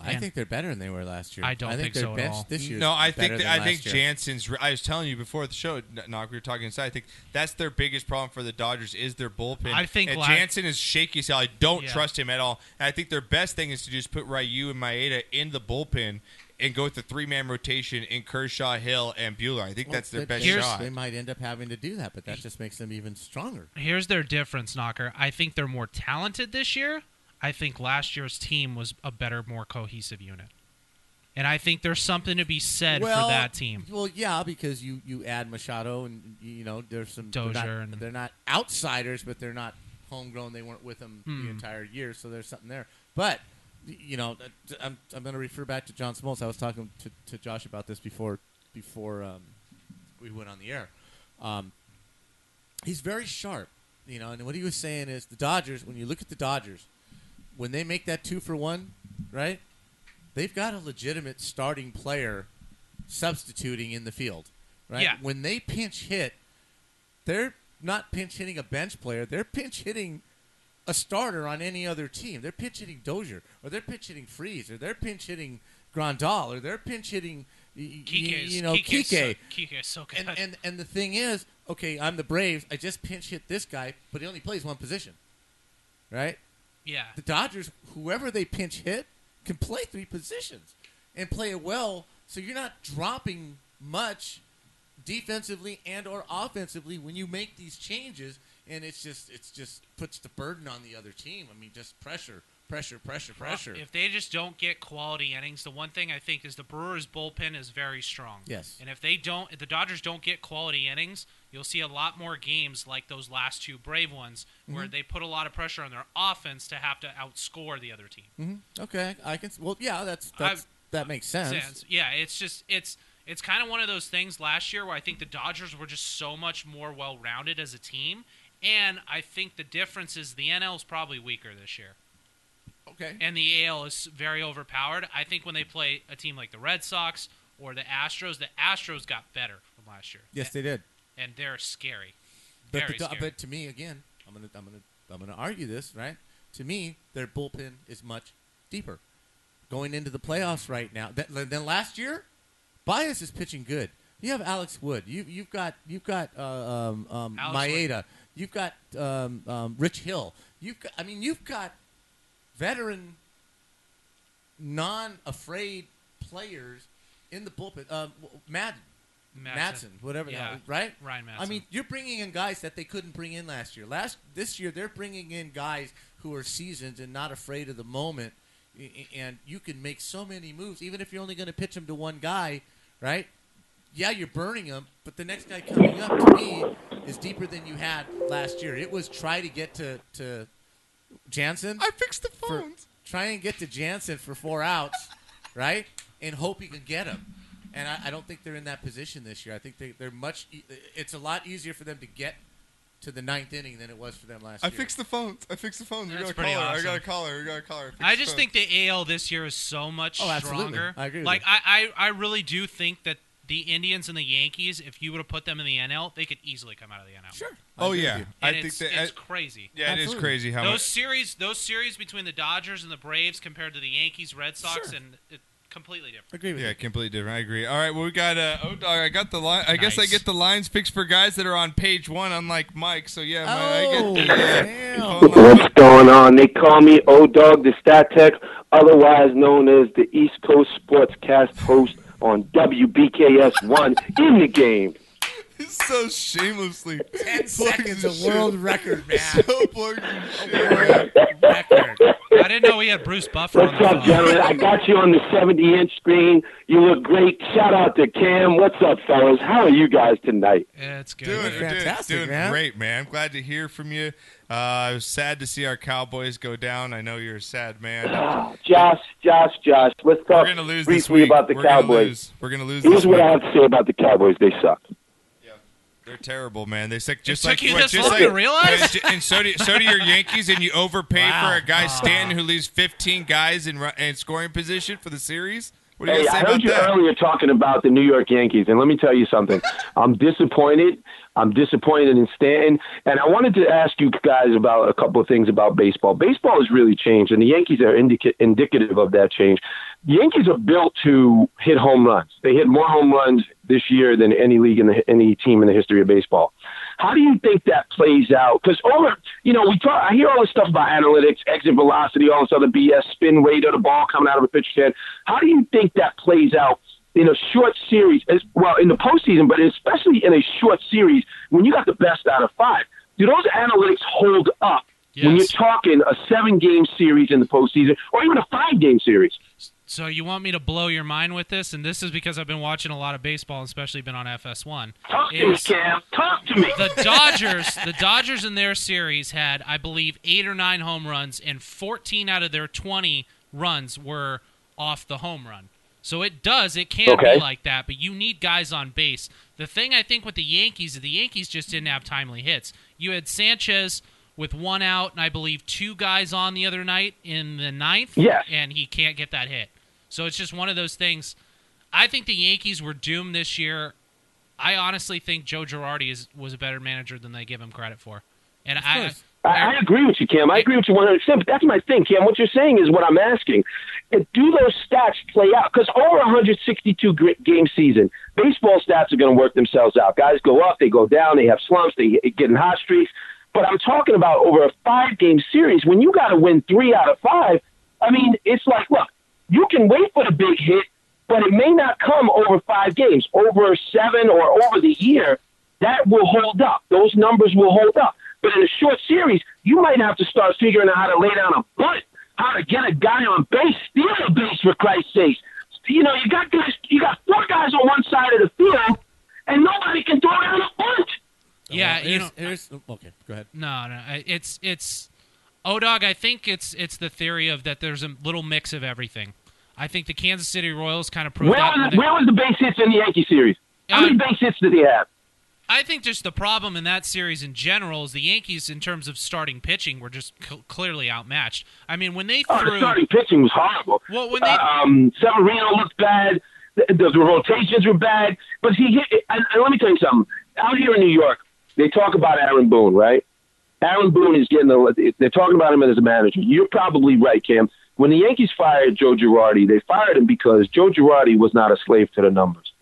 C: I
I: Man.
C: think they're better than they were last year.
I: I don't
C: I think,
I: think
C: their
I: so at
C: bench
I: all.
C: this year.
B: No,
C: is
B: I
C: better
B: think
C: than
B: I think
C: last year.
B: Jansen's. I was telling you before the show, N- knock. We were talking inside. I think that's their biggest problem for the Dodgers is their bullpen.
I: I think
B: and
I: la-
B: Jansen is shaky. as hell. I don't
I: Yeah.
B: trust him at all. And I think their best thing is to just put Ryu and Maeda in the bullpen and go with the three man rotation in Kershaw, Hill, and Bueller. I think
C: Well,
B: that's their
C: they-
B: best
C: they-
B: shot.
C: They might end up having to do that, but that just makes them even stronger.
I: Here's their difference, Knocker. I think they're more talented this year. I think last year's team was a better, more cohesive unit, and I think there's something to be said for that team.
C: Well, yeah, because you you add Machado and you know there's some They're
I: Dozier
C: not,
I: and-
C: they're not outsiders, but they're not homegrown. They weren't with them
I: Hmm.
C: the entire year, so there's something there. But y- you know, uh, I'm I'm going to refer back to John Smoltz. I was talking to, to Josh about this before before um, we went on the air. Um, he's very sharp, you know. And what he was saying is the Dodgers. When you look at the Dodgers, when they make that two for one, right? They've got a legitimate starting player substituting in the field, right?
I: Yeah.
C: When they pinch hit, they're not pinch hitting a bench player. They're pinch hitting a starter on any other team. They're pinch hitting Dozier, or they're pinch hitting Freeze, or they're pinch hitting Grandal, or they're pinch hitting y- y-
I: Kike's,
C: you know
I: Kike's
C: Kike
I: So, Kike's so good.
C: and, and and the thing is, okay, I'm the Braves. I just pinch hit this guy, but he only plays one position, right?
I: yeah,
C: The Dodgers, whoever they pinch hit, can play three positions and play it well. So you're not dropping much defensively and or offensively when you make these changes. And it's just it's just puts the burden on the other team. I mean, just pressure, pressure, pressure, pressure.
I: If they just don't get quality innings, the one thing I think is the Brewers bullpen is very strong.
C: Yes.
I: And if they don't, if the Dodgers don't get quality innings, you'll see a lot more games like those last two Brave ones where
C: Mm-hmm.
I: they put a lot of pressure on their offense to have to outscore the other team.
C: Mm-hmm. okay, I can. s- Well, yeah, that's that's
I: I-
C: that makes sense.
I: Sense. Yeah, it's just it's it's kind of one of those things last year where I think the Dodgers were just so much more well-rounded as a team, and I think the difference is the NL is probably weaker this year.
C: Okay,
I: and the AL is very overpowered. I think when they play a team like the Red Sox or the Astros, the Astros got better from last year.
C: yes, they did.
I: and they're scary.
C: But,
I: very
C: the, Do-
I: scary.
C: but to me, again, I'm gonna, I'm gonna, I'm gonna argue this, right? To me, their bullpen is much deeper. Going into the playoffs right now, that, than last year, Bias is pitching good. You have Alex Wood. You you've got you've got uh, um, um,
I: Alex
C: Maeda. You've got um, um, Rich Hill. You've got, I mean, you've got veteran, non-afraid players in the bullpen. Um, Madden. Matson,
I: Madsen.
C: whatever, the
I: Yeah.
C: hell, right?
I: Ryan
C: I
I: Madsen.
C: mean, you're bringing in guys that they couldn't bring in last year. Last this year, they're bringing in guys who are seasoned and not afraid of the moment, I- I- and you can make so many moves, even if you're only going to pitch them to one guy, right? yeah, you're burning him, but the next guy coming up to me is deeper than you had last year. It was try to get to, to Jansen. I
H: fixed the
C: phones. try and get to Jansen for four outs, right? And hope you can get him. And I, I don't think they're in that position this year. I think they, they're much. E- it's a lot easier for them to get to the ninth inning than it was for them last
J: I
C: year.
J: fixed the phones. I fixed the phones. We got
I: That's
J: a
I: pretty
J: caller. I got a
I: awesome.
J: caller. We got a caller.
I: I just think the AL this year is so much
J: Oh, absolutely.
I: stronger.
J: I agree with
I: like
J: you.
I: I, I, I really do think that the Indians and the Yankees, if you would have put them in the NL, they could easily come out of the NL. Sure.
B: Oh, yeah. I think that-
I: it's
B: I-
I: crazy.
B: Yeah, it is Absolutely. crazy how
I: those
B: much-
I: series those series between the Dodgers and the Braves compared to the Yankees, Red Sox,
B: Sure.
I: and it, completely different.
C: agree
B: with yeah, completely different. I agree. All right, well, we got uh, oh, I got the line. I guess I
I: Nice.
B: get the lines fixed for guys that are on page one, unlike Mike. So yeah, my, I get.
K: What's going on? They call me O Dog the Stat Tech, otherwise known as the East Coast Sportscast host on WBKS1 in the game.
J: so shamelessly.
C: *laughs* Ten
J: seconds,
C: a world record, man.
J: *laughs* so plugged in shit.
I: I didn't know we had Bruce Buffer on
K: What's
I: the
K: up, gentlemen? I got you on the 70 inch screen. You look great. Shout out to Cam. What's up, fellas? How are you guys tonight?
I: That's good.
B: Doing, doing-
K: Fantastic,
B: doing
K: man.
B: great, man. I'm glad to hear from you. Uh, I was sad to see our Cowboys go down. I know you're a sad man.
K: Josh, Josh, Josh. Let's talk
B: gonna lose this
K: briefly
B: week.
K: about the
B: We're gonna lose.
K: Cowboys.
B: We're gonna lose this
K: Here's what
B: week.
K: I have to say about the Cowboys. They suck.
B: They're terrible, man. They suck just
I: took
B: like
I: you
B: what-
I: this
B: just
I: long
B: like,
I: to realize?
B: And, j- and so do so do your Yankees, and you overpay
I: Wow.
B: for a guy Stanton who leaves 15 guys in, ru- in scoring position for the series. What do you
K: Hey, I
B: guys say
K: heard
B: about
K: you
B: that?
K: earlier talking about the New York Yankees, and let me tell you
B: *laughs*
K: something. I'm disappointed. I'm disappointed in Stanton, and I wanted to ask you guys about a couple of things about baseball. Baseball has really changed, and the Yankees are indica- indicative of that change. The Yankees are built to hit home runs. They hit more home runs this year than any league in the, any team in the history of baseball. How do you think that plays out? Because all the, you know, we talk. I hear all this stuff about analytics, exit velocity, all this other BS, spin weight of the ball coming out of a pitcher's hand. How do you think that plays out in a short series? As, well, in the postseason, but especially in a short series when you got the best out of five. Do those analytics hold up when you're talking a seven-game series in the postseason, or even a five-game series?
I: So you want me to blow your mind with this? And this is because I've been watching a lot of baseball, especially been on FS1.
K: Talk to me, Cam. Talk to me.
I: The Dodgers, the Dodgers in their series had, I believe, eight or nine home runs, and 14 out of their 20 runs were off the home run. So it does, it can
K: Okay.
I: be like that, but you need guys on base. The thing I think with the Yankees is the Yankees just didn't have timely hits. You had Sanchez with one out, and I believe two guys on the other night in the ninth,
K: Yes.
I: and he can't get that hit. So it's just one of those things. I think the Yankees were doomed this year. I honestly think Joe Girardi is, was a better manager than they give him credit for. And I,
K: I, I agree with you, Cam. I agree with you 100%. But that's my thing, Cam. What you're saying is what I'm asking. And Do those stats play out? Because over 162 gr- game season, baseball stats are going to work themselves out. Guys go up, they go down, they have slumps, they get in hot streaks. But I'm talking about over a five game series when you got to win three out of five. I mean, it's like, look, you can wait for the big hit, but it may not come over five games, over seven or over the year. That will hold up. Those numbers will hold up. But in a short series, you might have to start figuring out how to lay down a bunt, how to get a guy on base, steal a base for Christ's sake. You know, you got guys, you got four guys on one side of the field, and nobody can throw down a bunt.
I: yeah, you know,
C: Here's- here's- oh, okay, go ahead.
I: No, no, I- it's it's Odog. I think it's it's the theory of that there's a little mix of everything. I think the Kansas City Royals kind of
K: Where
I: proved that.
K: was, the, where was the base hits in the Yankee series? How many base hits did he have?
I: I think just the problem in that series in general is the Yankees, in terms of starting pitching, were just cl- clearly outmatched. I mean, when they
K: Oh,
I: threw
K: the starting pitching was horrible.
I: Well, when they-
K: um, Severino looked bad. The, the, the rotations were bad. But he hit. And, and let me tell you something. Out here in New York, they talk about Aaron Boone, right? Aaron Boone is getting. A, they're talking about him as a manager. You're probably right, Cam. When the Yankees fired Joe Girardi, they fired him because Joe Girardi was not a slave to the numbers.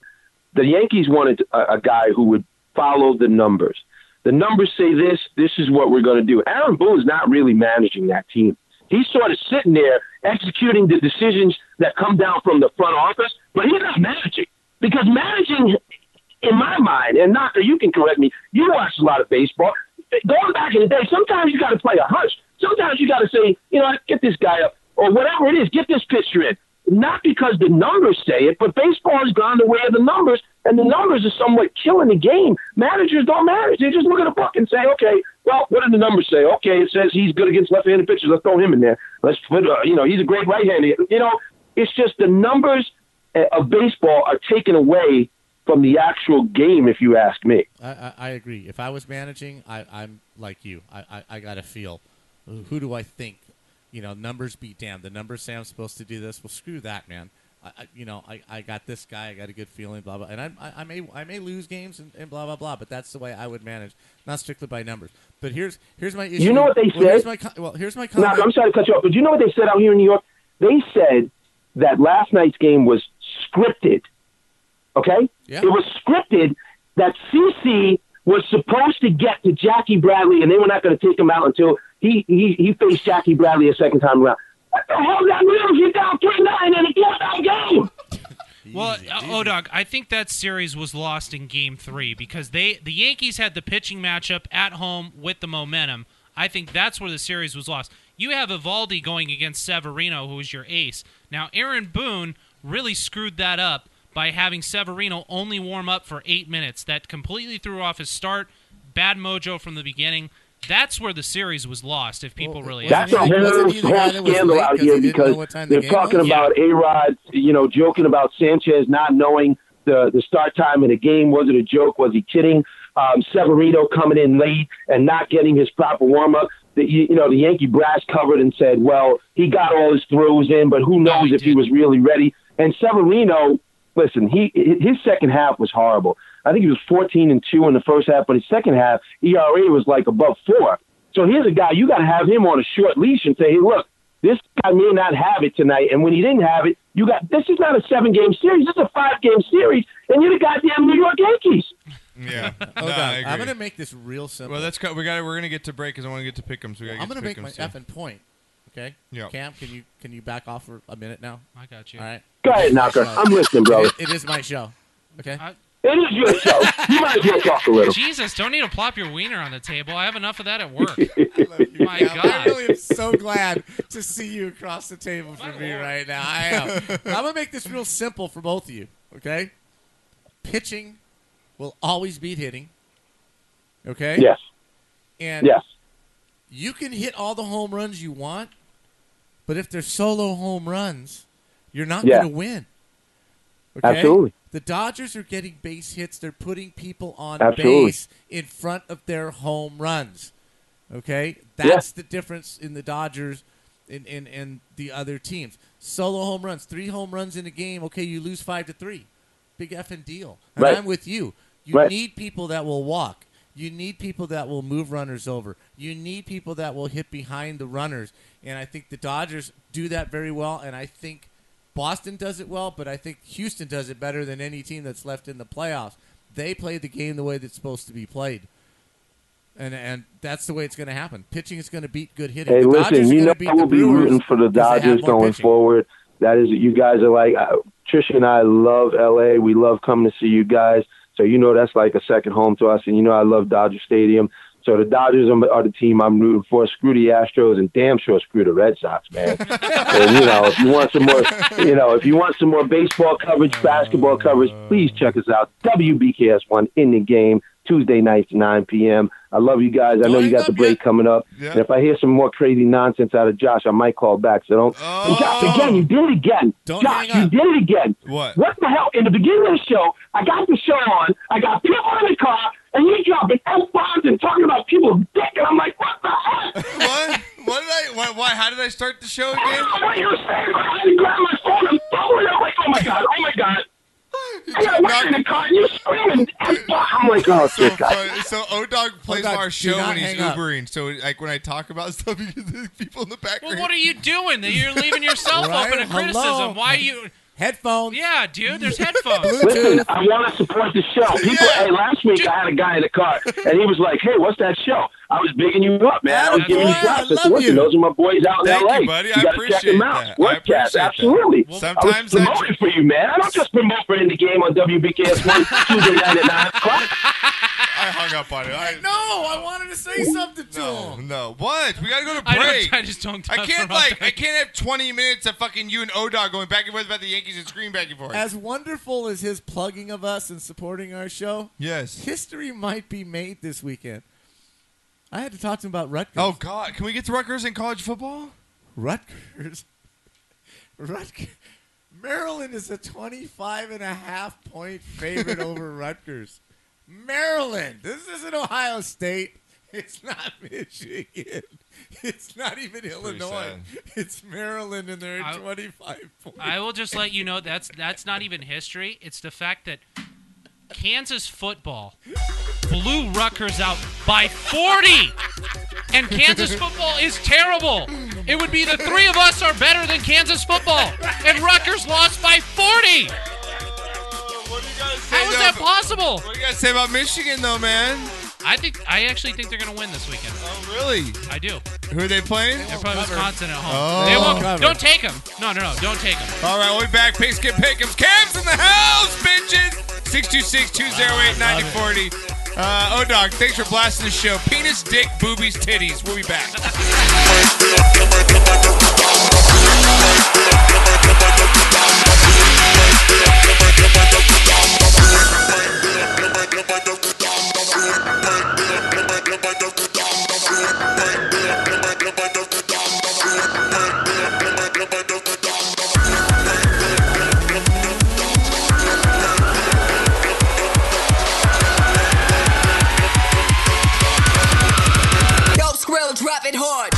K: The Yankees wanted a, a guy who would follow the numbers. The numbers say this. This is what we're going to do. Aaron Boone's not really managing that team. He's sort of sitting there executing the decisions that come down from the front office, but he's not managing because managing, in my mind, and Knocker, you can correct me. You watched a lot of baseball. Going back in the day, sometimes you got to play a hunch. Sometimes you got to say, you know, get this guy up or whatever it is, get this pitcher in. Not because the numbers numbers say it, but baseball has gone the way of the numbers, and the numbers are somewhat killing the game. Managers don't manage; they just look at a book and say, "Okay, well, what did the numbers say? Okay, it says he's good against left-handed pitchers. Let's throw him in there. Let's put, uh, you know, he's a great right-handed. You know, it's just the numbers uh, of baseball are taken away from the actual game, if you ask me."
C: I, I, I agree. If I was managing, I, I'm like you. I, I, I got to feel. Who do I think? You know, numbers be damned. The numbers say I'm supposed to do this. Well, screw that, man. I, I you know, I, I got this guy. I got a good feeling. Blah blah. And I, I, I may I may lose games and, and blah blah blah. But that's the way I would manage, not strictly by numbers. But here's here's my issue.
K: You know what they
C: well, Here's
K: said?
C: my co- well, here's my
K: No,
C: comment.
K: I'm sorry to cut you off, but you know what they said out here in New York? They said that last night's game was scripted. Okay?
C: Yeah.
K: It was scripted that CC was supposed to get to Jackie Bradley, and they were not going to take him out until he, he, he faced Jackie Bradley a second time around. What the hell that means? You're down 3 9 and it's not that game!
I: Well, uh, Odog, I think that series was lost in Game Three because they the Yankees had the pitching matchup at home with the momentum. I think that's where the series was lost. You have Ivaldi going against Severino, who is your ace. Now, Aaron Boone really screwed that up by having Severino only warm up for eight minutes. That completely threw off his start. Bad mojo from the beginning. That's where the series was lost. If people really,
K: That's a
I: ask me.
K: whole, whole scandal out here because they're talking about A Rod, you know, joking about Sanchez not knowing the, the start time of the game. Was it a joke? Was he kidding? Um, Severino coming in late and not getting his proper warm up. The, you, you know, the Yankee brass covered and said, well, he got all his throws in, but who knows if he was really ready. And Severino, listen, he his second half was horrible. I think he was 14 and 2 in the first half, but his second half, ERA was like above 4. So here's a guy, you got to have him on a short leash and say, hey, look, this guy may not have it tonight. And when he didn't have it, you got this is not a seven game series. This is a five game series, and you're the goddamn New York Yankees.
B: Yeah.
C: *laughs* Hold
B: Nah,
C: on.
B: I agree.
C: I'm gonna make this real simple.
B: Well, that's co- we got. We're gonna get to break because I want to get to pick 'em, So we gotta
C: I'm
B: get
C: gonna
B: to
C: make my
B: pick 'em, so-
C: effing point. Okay.
B: Yeah.
C: Cam, can you can you back off for a minute now?
I: I got you.
C: All right.
K: Go ahead, Knocker. I'm listening, brother.
C: It, it is my show. Okay.
K: It is your
I: *laughs*
K: show. You might as well talk a little.
I: Jesus, don't need to plop your wiener on the table. I have enough of that at
K: *laughs*
I: work. My God.
C: I really am so glad to see you across the table from me right now. I am. I'm gonna make this real simple for both of you. Okay. Pitching will always beat hitting. Okay.
K: Yes.
C: And
K: Yes.
C: you can hit all the home runs you want, but if they're solo home runs, you're not
K: Yeah.
C: going to win. Okay?
K: Absolutely.
C: The Dodgers are getting base hits. They're putting people on
K: Absolutely.
C: base in front of their home runs. Okay?
K: Yeah.
C: That's the difference in the Dodgers and, and, and the other teams. Solo home runs, three home runs in a game. Okay, you lose five to three. Big effing deal. And
K: Right.
C: I'm with you. You
K: Right.
C: need people that will walk. You need people that will move runners over. You need people that will hit behind the runners. And I think the Dodgers do that very well. And I think Boston does it well, but I think Houston does it better than any team that's left in the playoffs. They play the game the way that's supposed to be played. And, and that's the way it's going to happen. Pitching is going to beat good hitting.
K: Hey,
C: the
K: listen,
C: Dodgers are
K: you know
C: gonna beat
K: I will
C: the
K: be
C: Brewers
K: rooting for the
C: 'cause they have
K: Dodgers
C: more
K: going
C: pitching.
K: forward. That is, you guys are like I, Trisha and I love LA. We love coming to see you guys. So you know that's like a second home to us, and you know I love Dodger Stadium. So the Dodgers are, are the team I'm rooting for. Screw the Astros, and damn sure screw the Red Sox,
C: *laughs*
K: man. and you know if you want some more, you know if you want some more baseball coverage,
C: Uh,
K: basketball coverage, please check us out. WBKS1 in the game Tuesday nights 9 p.m. I love you guys. I know you got the break coming up.
B: Yeah.
K: And if I hear some more crazy nonsense out of Josh, I might call back. So don't.
B: Oh.
K: And Josh, again, you did it again. Josh, you did it again.
B: What?
K: What the hell? In the beginning of the show, I got the show on. I got people in the car, and you dropping f bombs and talking about people's dick, and I'm like, what the heck?
B: what? What did I? Why, why? How did I start the show again?
K: What you saying? I had to grab my phone and throw it away. Oh my god! Oh my god! I got work in the car, and you screaming f bomb. I'm like, oh, this guy.
J: Uh, so O Dog plays
B: Oh, God,
J: our
B: do
J: show
B: not
J: when he's
B: hang up.
J: Ubering. So like when I talk about *laughs* stuff, people in the back.
I: Well, what are you doing? That you're leaving yourself
J: Right?
I: open to criticism.
J: Hello?
I: Why are you
C: headphones?
I: Yeah, dude. There's headphones.
K: Listen, I want to support the show. People, hey, last week I had a guy in the car, and he was like, "Hey, what's that show?" I was bigging you up, man. I was giving you shots. I said,
B: love
K: "Listen,
B: you."
K: those are my boys out
B: Thank
K: in L.A.
B: you, buddy. I
K: gotta check
B: appreciate
K: them out.
B: that. I
K: Workcast,
B: appreciate that.
K: absolutely.
B: Well,
K: I was
B: sometimes I-
K: promoting
B: *laughs*
K: for you, man. I don't just promote for in the game on WBKS one Tuesday night at nine o'clock.
J: I hung up on it. I,
C: No, I wanted to say something to
J: no,
C: him.
J: no. What? We gotta go to
I: I don't-
J: break.
I: I just don't
J: I
I: talk
J: can't
I: about
J: like.
I: that.
J: I can't have 20 minutes of fucking you and Odog going back and forth about the Yankees and scream back and forth.
C: As wonderful as his plugging of us and supporting our show,
J: yes,
C: history might be made this weekend. I had to talk to him about Rutgers.
J: Oh God, can we get to Rutgers in college football?
C: Rutgers. Rutgers. Maryland is a 25 and a half point
J: *laughs*
C: favorite over Rutgers. Maryland. This isn't Ohio State. It's not *laughs* Michigan. It's not even Illinois.
I: sad.
C: It's Maryland, and they're
I: I-
C: at 25 points.
I: I will just let you know that's that's not even history. It's the fact that Kansas football blew Rutgers out by 40. And Kansas football is terrible. It would be the three of us are better than Kansas football. And Rutgers lost by 40. How is that possible? What
J: do you guys say about Michigan though, man?
I: I think I actually think they're going to win this weekend.
J: Oh, really?
I: I do.
J: Who are they playing?
I: They're probably Wisconsin at home.
J: Oh.
I: They won't.
J: Cover.
I: Don't take them. No, no, no. Don't take them. *laughs*
J: All right, we'll be back. Pigskin Pickums. Cam's in the house, bitches. 626-208-9040. Uh, O-Dog, thanks for blasting the show. Penis, dick, boobies, titties. We'll be back.
L: Dope Skrill, drop it hard.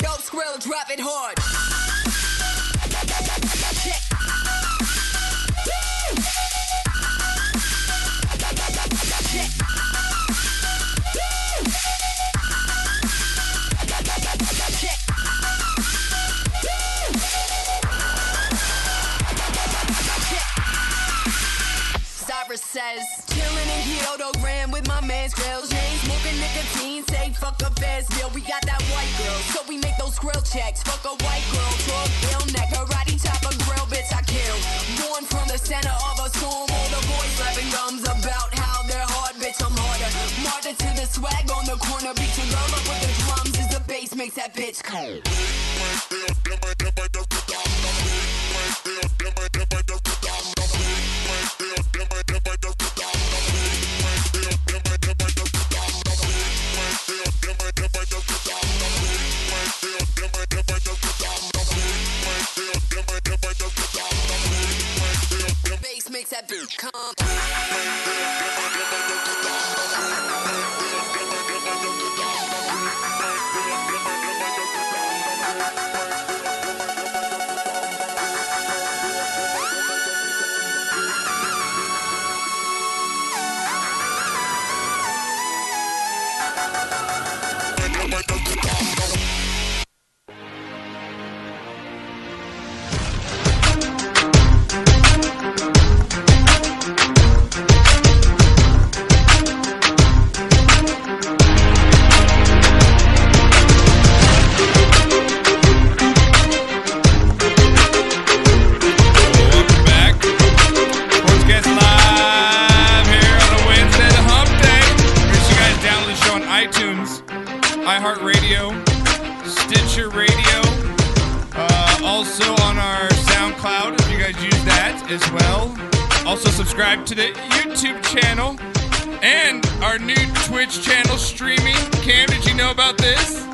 L: Dope Skrill, drop it hard. Cyrus says, chillin' in here, odogram with my man's grills. Chain smoking nicotine, say fuck a Fazbear. We got that white girl, so we make those grill checks. Fuck a white girl, talk bill neck, karate chop a grill, bitch I kill. Born from the center of a storm, all the boys slapping gums about how they're hard, bitch I'm harder. Martyr to the swag on the corner, beat your girl up with the drums as the bass makes that bitch cold. Bass makes that bitch come.
B: Sportscast live here on a Wednesday, the Hump Day. Make sure you guys download the show on iTunes, iHeartRadio, Stitcher Radio, uh, also on our SoundCloud. If you guys use that as well, also subscribe to the YouTube channel and our new Twitch channel streaming. Cam, did you know about this?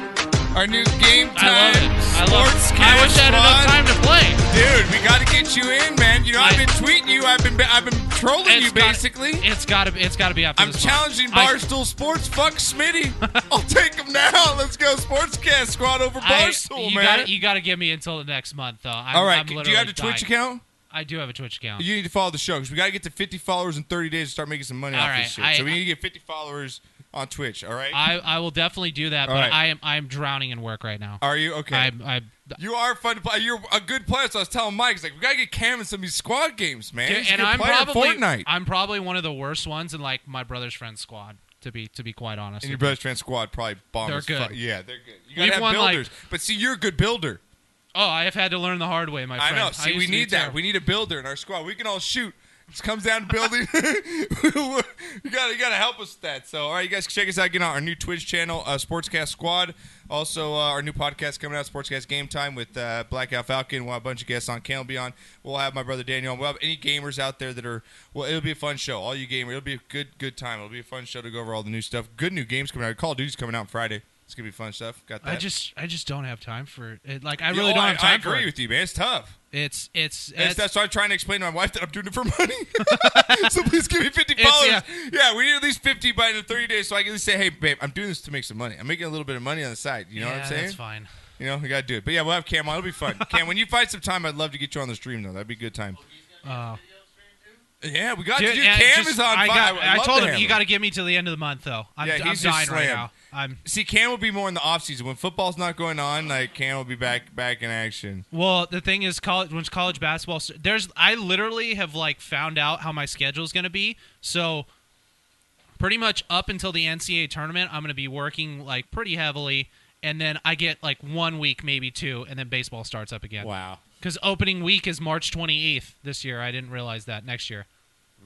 B: Our new game time
I: I love it. I love it.
B: sports
I: I wish I had enough time to play.
B: Dude, we got to get you in, man. You know, I, have been tweeting you. I've been I've been trolling you basically.
I: it's got to it's got to be after
B: I'm
I: this
B: challenging
I: month. I-
B: Barstool Sports. Fuck
I: *laughs*
B: Smitty. I'll take him now. Let's go Sportscast squad over
I: I-
B: Barstool,
I: you
B: man.
I: Gotta, you got to give me until the next month, though. I'm,
B: All right,
I: I'm
B: do you
I: literally
B: have a Twitch
I: dying.
B: account?
I: I do have a Twitch account.
B: You need to follow the show because we got to get to 50 followers in 30 days to start making some money
I: All
B: off
I: right,
B: this shit.
I: I-
B: so we need to get 50 followers on Twitch. All right.
I: I, I will definitely do that,
B: All
I: but
B: right.
I: I am I am drowning in work right now.
B: Are you okay?
I: I'm, I'm
B: you are fun to play. You're a good player. So I was telling Mike, he's like, we gotta get Cam in some of these squad games, man.
I: Dude,
B: He's a
I: and
B: good
I: I'm
B: player at
I: probably
B: Fortnite.
I: I'm probably one of the worst ones in like my brother's friend's squad. To be to be quite honest,
B: And your
I: with you.
B: brother's friend squad probably bombs.
I: They're good.
B: Yeah, they're good. You
I: We've
B: gotta
I: won,
B: have
I: like-
B: builders. but see, you're a good builder.
I: Oh, I have had to learn the hard way, my friend.
B: I know. See,
I: used
B: we
I: to be
B: need that.
I: terrible.
B: We need a builder in our squad. We can all shoot. It just comes down to building. *laughs* you gotta, you gotta help us with that. So, all right, you guys, can check us out again on our new Twitch channel, uh, Sportscast Squad. Also, uh, our new podcast coming out, Sportscast Game Time, with uh, Blackout Falcon. We'll have a bunch of guests on. Cam will be on. We'll have my brother Daniel. on. We'll have any gamers out there that are. Well, it'll be a fun show. All you gamers, it'll be a good, good time. It'll be a fun show to go over all the new stuff. Good new games coming out. Call of Duty's coming out Friday. It's gonna be fun stuff. Got that?
I: I just I just don't have time for it. Like
B: Yeah,
I: I really
B: oh,
I: don't have time
B: I
I: for
B: agree
I: it.
B: with you, man. It's tough.
I: It's it's
B: That's, that's why I'm trying to explain to my wife that I'm doing it for *laughs* money. so please give me 50
I: It's-
B: dollars.
I: yeah.
B: Yeah. we need at least 50 by the 30 days so I can at least say, hey, babe, I'm doing this to make some money. I'm making a little bit of money on the side. You know what
I: Yeah,
B: I'm saying?
I: that's fine.
B: You know, we got to do it. But yeah, we'll have Cam on. It'll be
I: *laughs*
B: fun. Cam, when you find some time, I'd love to get you on the stream, though. That'd be a good time.
I: Oh.
B: Yeah, we got to do.
I: and
B: Cam
I: just-
B: is on
I: I,
B: fire.
I: got,
B: I
I: I,
B: love
I: told
B: to
I: him
B: have
I: you
B: him."
I: got to get me to the end of the month though. I'm,
B: yeah, he's
I: I'm
B: just
I: dying right
B: slammed.
I: now. I'm
B: See, Cam will be more in the off season when football's not going on. Like Cam will be back, back in action.
I: Well, the thing is, college when college basketball st- there's I literally have like found out how my schedule is going to be. So pretty much up until the NCAA tournament, I'm going to be working like pretty heavily, and then I get like one week, maybe two, and then baseball starts up again. Wow. Because opening week is March 28th this year. I didn't realize that. Next year.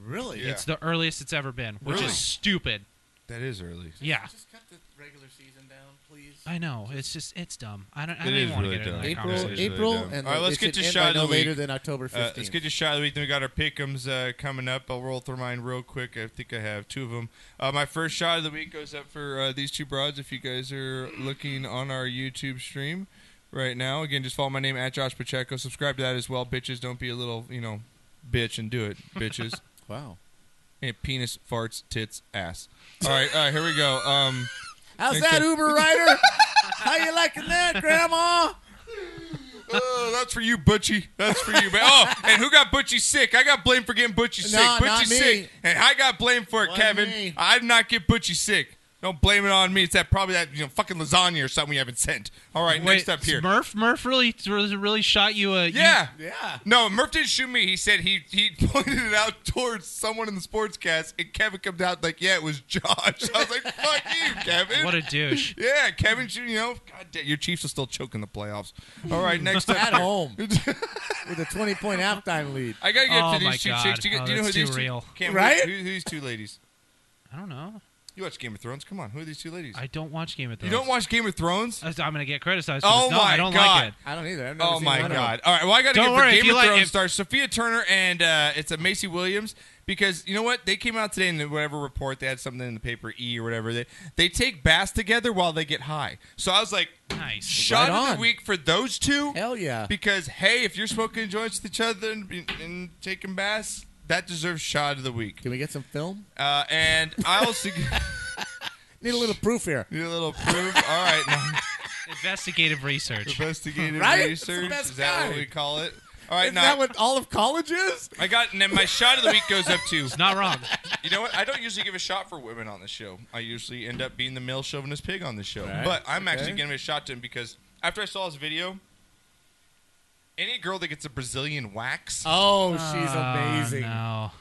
C: Really?
I: It's the earliest it's ever been, which
C: Really?
I: is stupid.
B: That is early.
I: Yeah.
C: Just cut the regular season down, please.
I: I know. It's just it's dumb. I don't. I
B: It
I: don't
B: is
I: even want
B: really
I: to get into
B: dumb.
I: that
B: April-
I: conversation.
C: April and
B: All right, let's
C: it
B: get to
C: should end
B: shot
C: by
B: of the
C: no
B: week.
C: later than October
B: Uh,
C: 15th.
B: let's get to shot of the week. Then we got our pickems uh, coming up. I'll roll through mine real quick. I think I have two of them. Uh, my first shot of the week goes up for uh, these two broads. If you guys are looking on our YouTube stream right now, again, just follow my name at Josh Pacheco. Subscribe to that as well, bitches. Don't be a little, you know, bitch and do it, bitches.
C: *laughs* wow.
B: And penis, farts, tits, ass. All right, uh, here we go. Um,
C: How's
B: next
C: that
B: up-
C: Uber rider? How you liking that, Grandma?
B: Oh, that's for you, Butchie. That's for you, man. Oh, and who got Butchie sick? I got blamed for getting Butchie sick.
C: No,
B: Butchie
C: not me.
B: sick, and I got blamed for it,
C: Wasn't
B: Kevin.
C: me.
B: I did not get Butchie sick. Don't blame it on me. It's that probably that you know fucking lasagna or something we haven't sent. All right, next up here.
I: Murph. Murph really really shot you a
B: Yeah. *laughs*
C: yeah.
B: No, Murph didn't shoot me. He said he he pointed it out towards someone in the sports cast, and Kevin comes out like, "Yeah, it was Josh." *laughs* I was like, "Fuck you, Kevin."
I: What a douche.
B: *laughs* Yeah, Kevin. You know, God damn, your Chiefs are still choking the playoffs. All
C: *laughs*
B: right, next up
C: At
B: here. *laughs*
C: home with a 20 point halftime lead.
B: I gotta get
I: Oh
B: to these two chicks. Do you, do you know who these two? Cam, who-
C: right?
B: Who, who these two ladies?
I: I don't know.
B: You watch Game of Thrones? Come on, who are these two ladies?
I: I don't watch Game of
B: You
I: Thrones.
B: don't watch Game of Thrones?
I: I'm gonna get criticized. for
B: Oh
I: this. no,
B: my
I: I don't
B: god!
I: like it.
B: oh my god! All right, well I got to
I: Don't
B: get for
I: worry, if
B: Game
I: you
B: of
I: like-
B: Thrones
I: if-
B: stars Sophia Turner and uh, it's a Macy Williams because you know what they came out today in whatever report they had something in the paper E or whatever they they take baths together while they get high. So I was like,
I: nice
C: Right
B: shot of
C: on.
B: the week for those two.
C: Hell yeah.
B: Because hey, if you're smoking joints with each other and, and taking baths, that deserves shot of the week.
C: Can we get some film?
B: Uh, and I also
C: Need a little proof here.
B: Need *laughs* a little proof. All right, now.
I: Investigative research.
B: investigative
C: Right? It's the
B: research.
C: best
B: Is that what
C: guy.
B: we call it? All right,
C: Isn't
B: now
C: that what all of college is?
B: I got. And then my shot of the week goes up to. It's
I: not wrong.
B: You know what? I don't usually give a shot for women on the show. I usually end up being the male chauvinist pig on the show.
C: Right.
B: But I'm actually
C: Okay.
B: giving a shot to him because after I saw his video, any girl that gets a Brazilian wax.
C: Oh, she's amazing.
B: I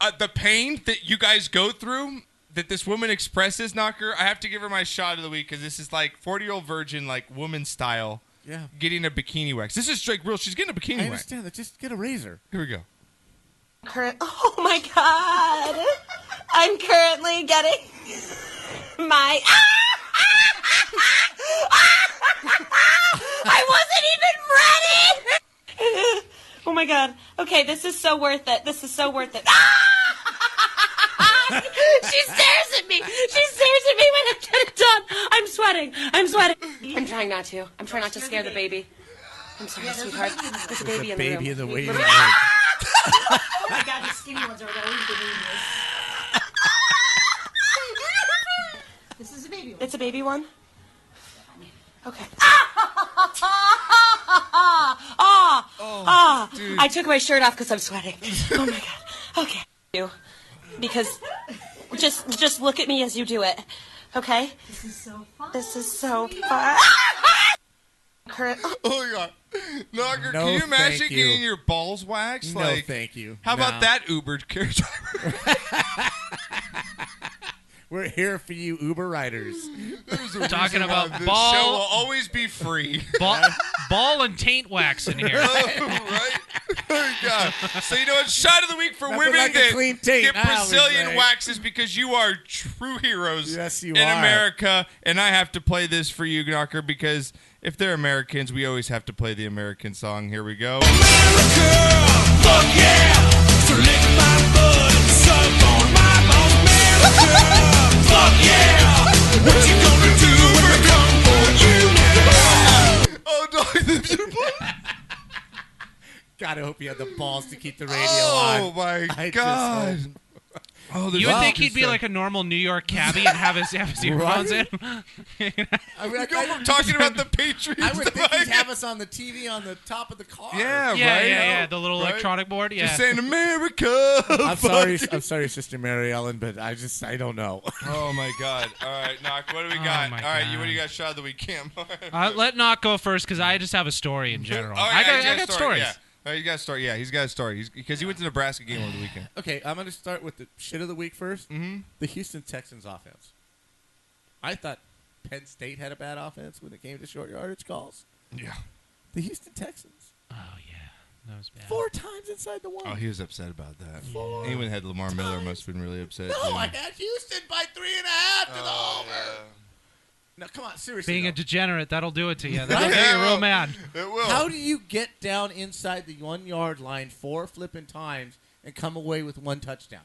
B: uh, the pain that you guys go through that this woman expresses, Knocker. I have to give her my shot of the week because this is like forty year old virgin, like woman style.
C: Yeah.
B: Getting a bikini wax. This is straight real. She's getting a bikini
C: I
B: wax.
C: understand that. Just get a razor.
B: Here we go.
M: Cur- *laughs* oh my god! I'm currently getting my. *laughs* I wasn't even ready. *laughs* oh my god! Okay, this is so worth it. This is so worth it. *laughs* she stares at me. She stares at me when I get it done. I'm sweating. sweating. I'm sweating. I'm trying not to. I'm trying not to scare the baby. I'm sorry, sweetheart. There's a baby in the room.
C: baby in the waiting room.
M: oh my god, the skinny ones are always
B: *laughs*
N: This
M: *laughs*
N: is a baby
M: It's a baby one? Okay. Ah!
B: Oh,
M: Ah!
N: dude.
M: I took my shirt off because I'm sweating. Oh my god. Okay. You. Because just just look at me as you do it. Okay? This is so fun. This is so fun. Current-
B: *laughs* Oh my god. Knocker,
C: No,
B: can you imagine
C: thank you.
B: getting your balls waxed?
C: No,
B: like,
C: thank you.
B: How
C: No.
B: about that Uber carriage
C: *laughs* We're here for you, Uber riders.
I: Talking about
B: this
I: ball-
B: show will
C: *laughs*
B: always be *laughs* free.
I: Ball, ball and
B: *laughs*
I: taint wax in here.
B: Oh, God. So you know what? Shot of the week for
I: Nothing
B: women
I: like a
B: that
I: clean tape,
B: get
I: I always
B: Brazilian
I: say.
B: waxes because you are true heroes
C: Yes, you
B: in
C: are.
B: America. And I have to play this for you, Knocker, because if they're Americans, we always have to play the American song. Here we go.
J: Fuck yeah! So lick my butt and suck on my balls, America. Fuck yeah! What you gonna do when I come for you now?
B: Oh, dog, this
C: God, I hope you had the balls to keep the radio on.
I: Oh, my
C: I just
I: God.
C: hope.
B: Oh,
I: you would think he'd be like a normal New York cabbie and have his, *laughs* have his earphones in.
B: *laughs*
C: I mean, I-
B: go
C: *laughs*
B: from
C: I-
B: talking about the Patriots.
C: I would think he'd have us on the TV on the top of the car.
B: Yeah,
I: Yeah,
B: right.
I: yeah, yeah, the little electronic board, yeah.
B: Just saying America.
C: I'm
B: Fuck
C: sorry,
B: yeah.
C: I'm sorry, Sister Mary Ellen, but I just I don't know. *laughs*
B: Oh my God! All right, knock. What do we
I: Oh,
B: got?
I: my
B: All right, you
I: God.
B: what do you got? Shot of the week, Cam. *laughs* All
I: Uh, let not go first because I just have
B: *laughs*
I: a story in general.
B: Oh, yeah,
I: I got,
B: he's
I: I got stories.
B: Yeah. Oh, you got a story. Yeah, he's got a story. He's because he went to Nebraska game over the weekend.
C: Okay, I'm going to start with the shit of the week 1st Mm-hmm. The Houston Texans offense. I thought Penn State had a bad offense when it came to short yardage calls.
B: Yeah.
C: The Houston Texans.
I: Oh yeah, that was bad.
C: Four times inside the one.
B: Oh, he was upset about that.
C: Four
B: Anyone had Lamar Miller must have been really upset.
C: No,
B: too.
C: I had Houston by three and a half to the
B: Oh,
C: over. Now, come on, seriously.
I: Being a degenerate, that'll do it to
B: *laughs*
I: you.
C: Right?
I: That'll get you real mad.
C: How do you get down inside the one yard line four flipping times and come away with one touchdown?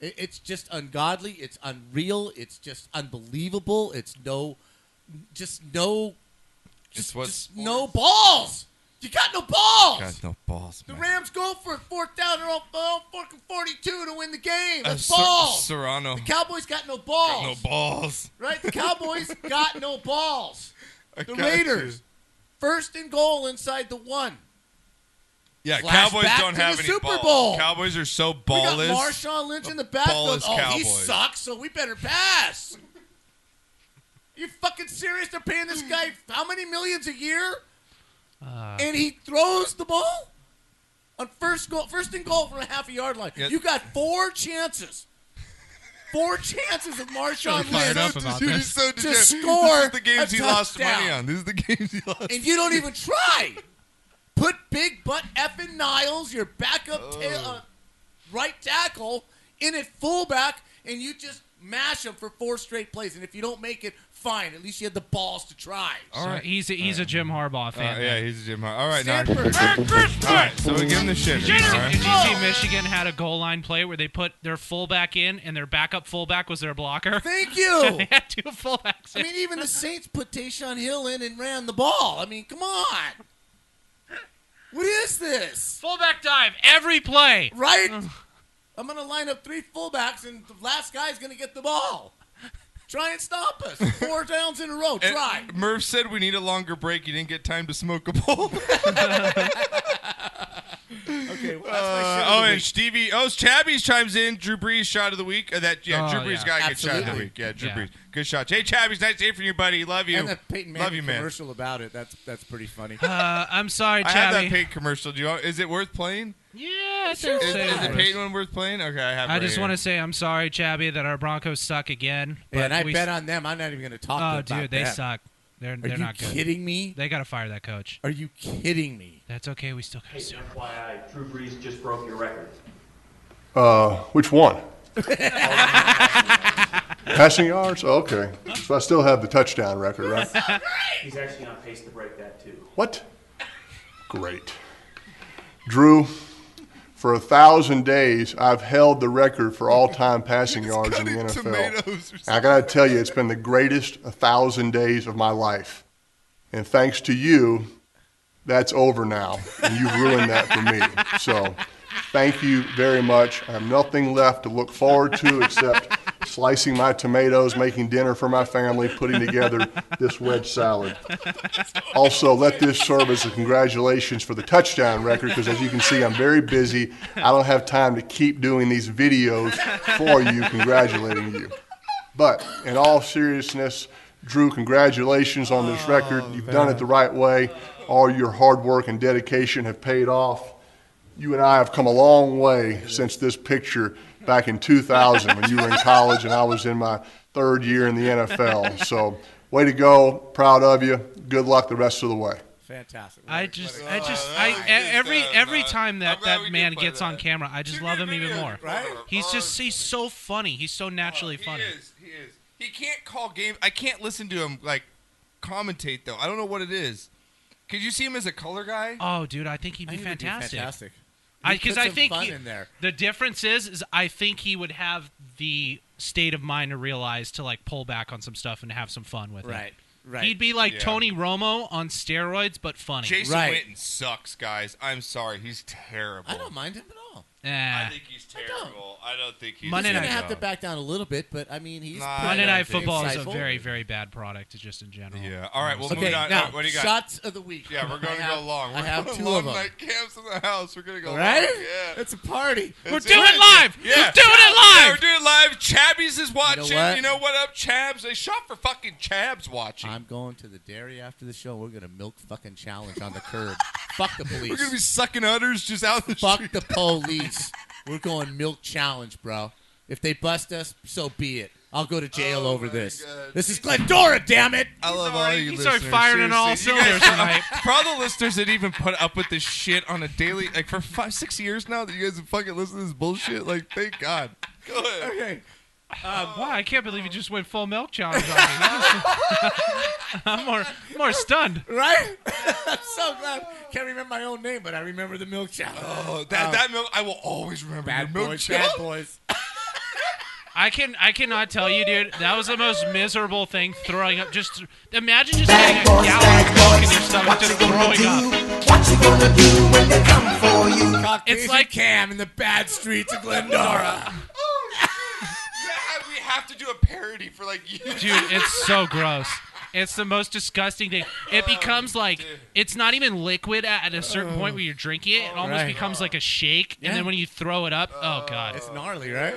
C: It, it's just ungodly. It's unreal. It's just unbelievable. It's no, just no,
B: It's what's
C: no balls. You got no balls.
B: got no balls.
C: The Rams go for it fourth down. They're on, they're on fucking 42 to win the game.
B: Uh,
C: That's
B: Ser-
C: balls.
B: Serrano.
C: The Cowboys got no balls.
B: no balls.
C: Right? The Cowboys got no balls. The
B: got
C: Raiders,
B: you.
C: first and goal inside the one.
B: Yeah,
C: Flash
B: Cowboys
C: back
B: don't
C: to
B: have
C: the
B: any
C: Super
B: balls.
C: Bowl.
B: Cowboys are so
C: we
B: ballless.
C: got Marshawn Lynch in the backfield.
B: ballless
C: Oh, he
B: Cowboys.
C: sucks, so we better pass. you fucking serious? They're paying this guy how many millions a year?
B: Uh,
C: and he throws the ball on first goal, first and goal from a half a yard line.
B: Yeah.
C: You got four chances, four chances of Marshawn
B: Fired
C: Lynch
B: up about Dude, he's this. so
C: to
B: degenerate. This is
C: score.
B: the games
C: a
B: he lost
C: touchdown.
B: money on. This is the games he lost.
C: and you don't even try. Put big butt effing Niles, your backup tail, uh, right tackle, in at fullback, and you just mash him for four straight plays. And if you don't make it, fine. At least you had the balls to try.
I: So he's a, he's a Jim Harbaugh fan.
B: Uh, yeah, he's a Jim Hart. All right, now.
I: Stanford. Merry Christmas!
B: All right, so we give him the shit.
I: Did you, see, did you see Michigan had a goal line play where they put their fullback in and their backup fullback was their blocker? *laughs*
C: Thank you.
I: they had two fullbacks.
C: I mean, even the Saints put Tayshawn Hill in and ran the ball. I mean, come on. What is this?
I: Fullback dive every play.
C: Right? I'm going to line up three fullbacks, and the last guy's going to get the ball. Try and stop us.
I: *laughs*
C: Four downs in a row.
B: And
C: Try.
B: Murph said we need a longer break. You didn't get time to smoke a bowl. *laughs*
C: Okay, well,
B: Uh, oh, and Stevie. Oh, Chabby's chimes in. Drew Brees shot of the week. Uh, that yeah,
I: Oh,
B: Drew Brees
I: yeah.
B: got a good shot of the
C: Absolutely.
B: week. Yeah, Drew
C: Yeah.
B: Brees. Good shot. Hey, Chabby's nice to hear from you, buddy. Love you.
C: And that Peyton Manning
B: Love you, man.
C: commercial about it. That's that's pretty
I: *sighs*
C: funny.
I: Uh, I'm sorry,
B: I have that
I: Chabby.
B: Peyton commercial. Do you want, is it worth playing?
I: Yeah,
B: Is, is the
I: it
B: Peyton one worth playing? Okay, I have. it
I: I
B: right
I: just
B: here.
I: want to say I'm sorry, Chabby, that our Broncos suck again.
C: Yeah, and I
I: but we-
C: bet on them. I'm not even going to talk
I: Oh,
C: about
I: dude, they
C: them.
I: suck. They're,
C: Are
I: they're
C: you
I: not good. *laughs*
C: kidding me?
I: They got to fire that coach.
C: Are you kidding me?
I: That's okay. We still got to sue.
O: FYI, Drew Brees just broke your record.
P: Uh, which one? Passing yards? Okay. So I still have the touchdown record, right?
O: He's actually on pace to break that too.
P: What? Great. Drew, For a thousand days, I've held the record for all-time passing yards in the NFL. And I gotta tell you, it's been the greatest a thousand days of my life. And thanks to you, that's over now. And you've ruined that for me. So thank you very much. I have nothing left to look forward to except slicing my tomatoes, making dinner for my family, putting together this wedge salad. Also, let this serve as a congratulations for the touchdown record because, as you can see, I'm very busy. I don't have time to keep doing these videos for you, congratulating you. But in all seriousness, Drew, congratulations on this record. You've done it the right way. All your hard work and dedication have paid off. You and I have come a long way since this picture back in 2000
I: *laughs*
P: when you were in college and I was in my third year in the NFL. So, way to go. Proud of you. Good luck the rest of the way.
C: Fantastic.
I: I just, I just,
B: Oh,
I: I e- every every time that that man gets on camera, I just love him even more.
B: Right? Oh,
I: He's just he's so funny. He's so naturally funny.
B: He is. He can't call games. I can't listen to him like commentate though. I don't know what it is. Could you see him as a color guy?
I: Oh, dude, I think he'd be
B: I think he'd be
I: fantastic.
B: fantastic.
I: I
B: He'd put
I: because I
B: some
I: think
B: fun
I: he-
B: in there.
I: the difference is, is I think he would have the state of mind to realize to like pull back on some stuff and have some fun with
B: Right,
I: it.
B: right.
I: He'd be like
B: Yeah.
I: Tony Romo on steroids, but funny.
B: Jason Witten sucks, guys. I'm sorry, he's terrible. I don't
C: mind him at all.
I: Eh.
B: I think he's terrible. I don't, think he's.
C: Monday
B: good.
C: night. have to back down a little bit, but I mean, he's
B: Nah,
C: pretty
I: Monday Night
C: insightful.
I: Football is a very, very bad product, just in general.
B: Yeah. All right. Well,
I: Honestly.
B: moving on.
C: now,
B: All right, what do you got?
C: shots of the week.
B: Yeah, we're going to
C: I
B: go
C: have-
B: long. We're
C: I have
B: going
C: two
B: long
C: of 'em.
B: night camps in the house. We're going to go
C: Right?
B: long. Yeah.
C: It's a party.
B: That's
C: We're
B: it.
C: doing it live.
B: Yeah.
C: We're doing it
B: Yeah,
C: live.
B: we're doing it live. Chabbies is watching. You know
C: what?
B: what, up, Chabs? They shop for fucking Chabs watching.
C: I'm going to the dairy after the show. We're going to milk fucking challenge on the curb. Fuck the police.
B: We're going to be sucking udders just out in the
C: Fuck
B: street.
C: the police. We're going milk challenge, bro. If they bust us, so be it. I'll go to jail over this. This is Glendora, damn it.
B: Oh I love all you
C: he's
B: listeners.
C: already firing on all
B: Seriously, you guys-
C: cylinders
B: For all the listeners that even put up with this shit on a daily, like for five, six years now that you guys have fucking listened to this bullshit, like thank God. Go ahead. *laughs*
C: Okay.
I: Uh, wow, I can't believe you just went full milk challenge on me. *laughs* That was- I'm more, more stunned.
C: Right? *laughs* I'm so glad. Can't remember my own name, but I remember the milk challenge.
B: Oh, that, that milk, I will always remember
C: Bad
B: your milk
C: boys,
B: challenge.
C: bad boys.
I: I can, I cannot tell you, dude. That was the most miserable thing. Throwing up. Just imagine just getting a gallon of milk in your stomach, just throwing up.
C: What you gonna do when they come for you? it's like Cam in the bad streets of Glendora. Oh,
B: We have to do a parody for like you.
I: Dude,
B: *laughs*
I: it's so gross. It's the most disgusting thing. It becomes like it's not even liquid at, at a certain point where you're drinking it. It almost
C: Right.
I: becomes like a shake, and
C: Yeah.
I: then when you throw it up, oh god, it's
C: gnarly, right?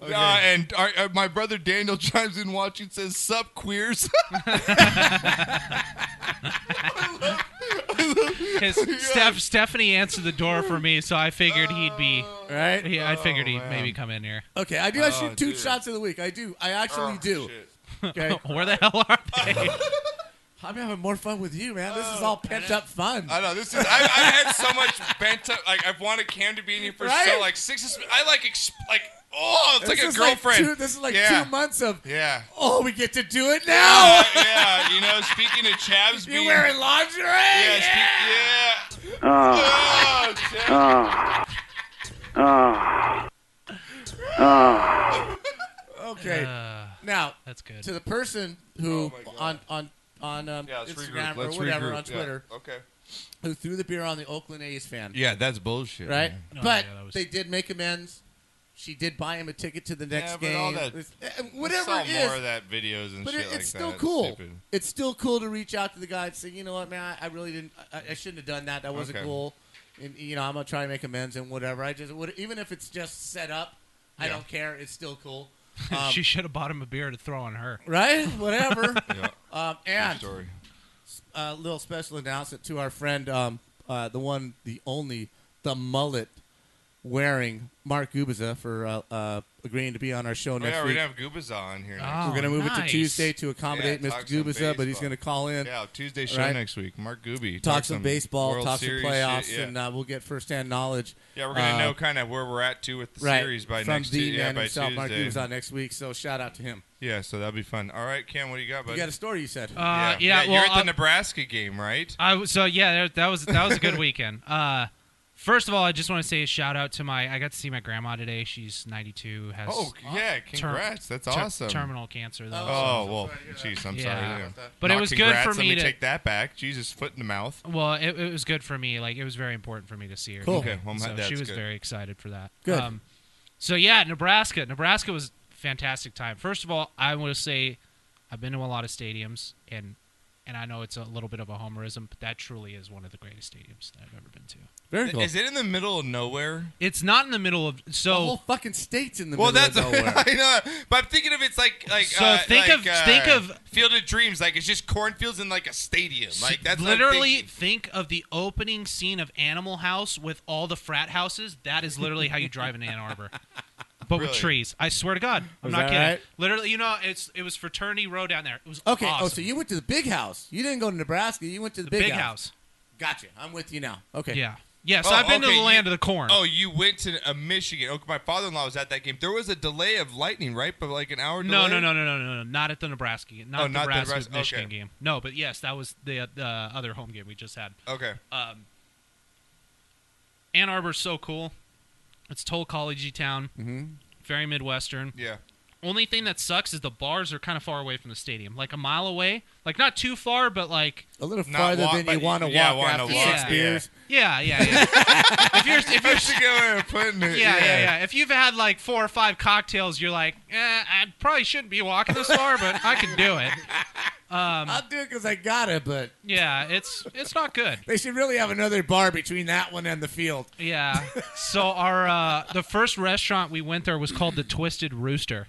B: Uh, and our, uh, my brother Daniel *laughs* chimes in watching says, Sup, queers. *laughs*
C: *laughs*
I: Because Steph, Stephanie answered the door for me, so I figured he'd be
C: right. Oh,
I: Yeah, I figured he'd maybe come in here.
C: *laughs* Okay, I do
B: Oh,
C: actually two
I: *laughs*
C: shots of the week. I do. I actually do.
B: *laughs*
C: Okay.
I: Where the hell are they?
C: *laughs* I'm having more fun with you, man. This is all pent up fun.
B: Oh, I know this is. I, I've had so much bent up. Like I've wanted Cam to be in here for
C: Right?
B: so like six. I like exp- like oh,
C: This
B: it's like a
C: is
B: girlfriend.
C: two, this is like
B: yeah.
C: two months of
B: Yeah.
C: Oh, we get to do it now.
B: Yeah, yeah, you know. Speaking of Chavs,
C: You're wearing lingerie. Yeah.
B: speak, yeah.
J: Oh.
B: Oh.
J: Oh. Oh.
C: *laughs* Okay.
J: Uh,
C: now
I: that's good.
C: To the person who on on on um,
B: Oh Yeah, let's regroup.
C: Instagram or
B: Let's
C: whatever
B: regroup.
C: on
B: Yeah.
C: Twitter.
B: Okay.
C: Who threw the beer on the Oakland A's fan?
B: Yeah, that's bullshit,
C: Right.
B: man. No,
C: but
B: yeah, that was-
C: they did make amends. She did buy him a ticket to the *laughs* next
B: yeah, but
C: game.
B: all that,
C: It's- eh,
B: I
C: whatever
B: saw
C: it is,
B: more of that videos and
C: but
B: shit
C: it-
B: like
C: it's still
B: that. It's
C: cool.
B: stupid.
C: It's still cool to reach out to the guy and say, you know what, man, I, I really didn't, I, I shouldn't have done that. That wasn't
B: Okay.
C: cool. And you know, I'm gonna try and make amends and whatever. I just would, even if it's just set up, I
I: Yeah.
C: don't care. It's still cool.
I: she should have bought him a beer to throw on her.
C: Um, right? *laughs*
B: *laughs*
C: Whatever. Um, and uh,
I: True story.
C: a little special announcement to our friend, um, uh, the one, the only, the mullet wearing Mark Gubiza for uh, uh, agreeing to be on our show
B: Oh,
C: next
B: yeah, we're
C: week.
B: gonna have Guba's on here. Next
C: We're gonna move it to Tuesday to accommodate
B: Yeah,
C: Mr.
B: talk some
C: Gubiza, but he's
B: baseball.
C: gonna call in.
B: Yeah, Tuesday show
C: Right?
B: next week. Mark Gooby.
C: Talk, some, baseball,
B: World
C: talk some
B: Series
C: playoffs,
B: shit, yeah.
C: and uh, we'll get firsthand knowledge.
B: Yeah, we're gonna
C: uh,
B: know kind of where we're at too with the
C: right,
B: series by
C: from
B: next
C: the
B: Tuesday. Yeah,
C: man
B: by
C: himself, Mark
B: Tuesday.
C: Gubiza, next week. So shout out to him.
B: Yeah, so that'll be fun. All right, Cam, what do you got, bud?
C: got a story you said. Uh,
I: yeah,
B: you're
I: well, uh,
B: at the
I: I'll-
B: Nebraska game, right?
I: I w- so yeah, that- that was that was a good weekend. *laughs* Uh, First of all, I just want to say a shout out to my. I got to see my grandma today. She's 92. Has
J: Oh, yeah, congrats. That's awesome.
I: Uh, Terminal cancer. Though.
J: Oh,
I: so-
J: well, jeez, I'm sorry.
I: Yeah.
J: Yeah.
I: But
J: Not
I: it was good
J: congrats,
I: for me
J: Let
I: to
J: me take that back. Jesus, foot in the mouth.
I: Well, it, it was good for me. Like it was very important for me to see her.
J: Cool.
I: today.
J: Okay, well, my-
I: so
J: that's
I: she was
J: good.
I: very excited for that. Um,
J: Good.
I: so yeah, Nebraska. Nebraska was a fantastic time. First of all, I want to say I've been to a lot of stadiums, and and I know it's a little bit of a homerism, but that truly is one of the greatest stadiums that I've ever been to.
C: Very cool.
J: Is it in the middle of nowhere?
I: It's not in the middle of so
C: the whole fucking state's in the
J: well,
C: middle
J: that's *laughs*
C: of nowhere.
J: I know, but I'm thinking of it's like like
I: So
J: uh,
I: think
J: like,
I: of-
J: uh,
I: think of-
J: Field of Dreams. Like it's just cornfields in like a stadium. Like that's what I'm
I: literally
J: thinking.
I: think of the opening scene of Animal House with all the frat houses. That is literally how you drive in
J: *laughs*
I: Ann Arbor. But with
J: Really?
I: trees, I swear to God, I'm
C: Was
I: not
C: that
I: kidding.
C: right?
I: Literally, you know, it's it was Fraternity Row down there. It was
C: Okay. Oh,
I: awesome.
C: so you went to the big house. You didn't go to Nebraska. You went to the,
I: The big house.
C: Gotcha. I'm with you now. Okay.
I: Yeah. Yeah,
C: Oh,
I: so I've been to the land of the corn.
J: Oh, you went to uh, Michigan. Okay, my father-in-law was at that game. There was a delay of lightning, right? But like an hour.
I: no, no,
J: delay?
I: no, no, no, no, no, not at the Nebraska, game. not,
J: Oh,
I: at the
J: not the
I: Nebraska,
J: Nebraska-
I: Michigan
J: okay.
I: game. No, but yes, that was the uh, the other home game we just had.
J: Okay.
I: Um, Ann Arbor's so cool. It's toll collegey town.
J: Mhm.
I: Very midwestern.
J: Yeah.
I: Only thing that sucks is the bars are kind of far away from the stadium, like a mile away. Like not too far, but like
C: a little Not farther walk, than you but- wanna yeah, walk wanna after walk, six yeah. beers.
I: Yeah,
C: *laughs*
I: yeah, yeah. if you're, if you're
J: That's a good way of putting it,
I: yeah, yeah,
J: yeah.
I: yeah. If you've had like four or five cocktails, you're like, eh, I probably shouldn't be walking this far, but I can
C: *laughs*
I: do it. Um,
C: I'll do it because I got it, but
I: yeah, it's it's not good.
C: They should really have another bar between that one and the field.
I: *laughs*
C: Ah,
I: Yeah. So our uh,
C: *laughs*
I: the first restaurant we went there was called the Twisted Rooster.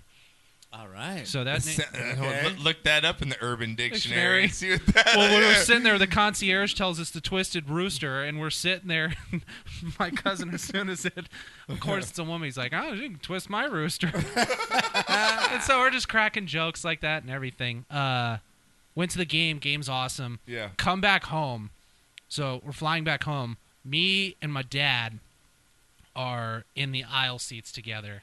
C: All right.
I: So that
J: That's- *laughs*
I: na-
J: uh, hold on, look, look that up in the Urban Dictionary. and *laughs* See what that
I: well, when we're
J: yeah.
I: sitting there, the concierge tells us the twisted rooster, and we're sitting there. *laughs* my cousin, as soon as it, of course, it's a woman. He's like, "Oh, you can twist my rooster,"
J: *laughs*
I: and so we're just cracking jokes like that and everything. Uh, went to the game. Game's awesome.
J: Yeah.
I: Come back home. So we're flying back home. Me and my dad are in the aisle seats together.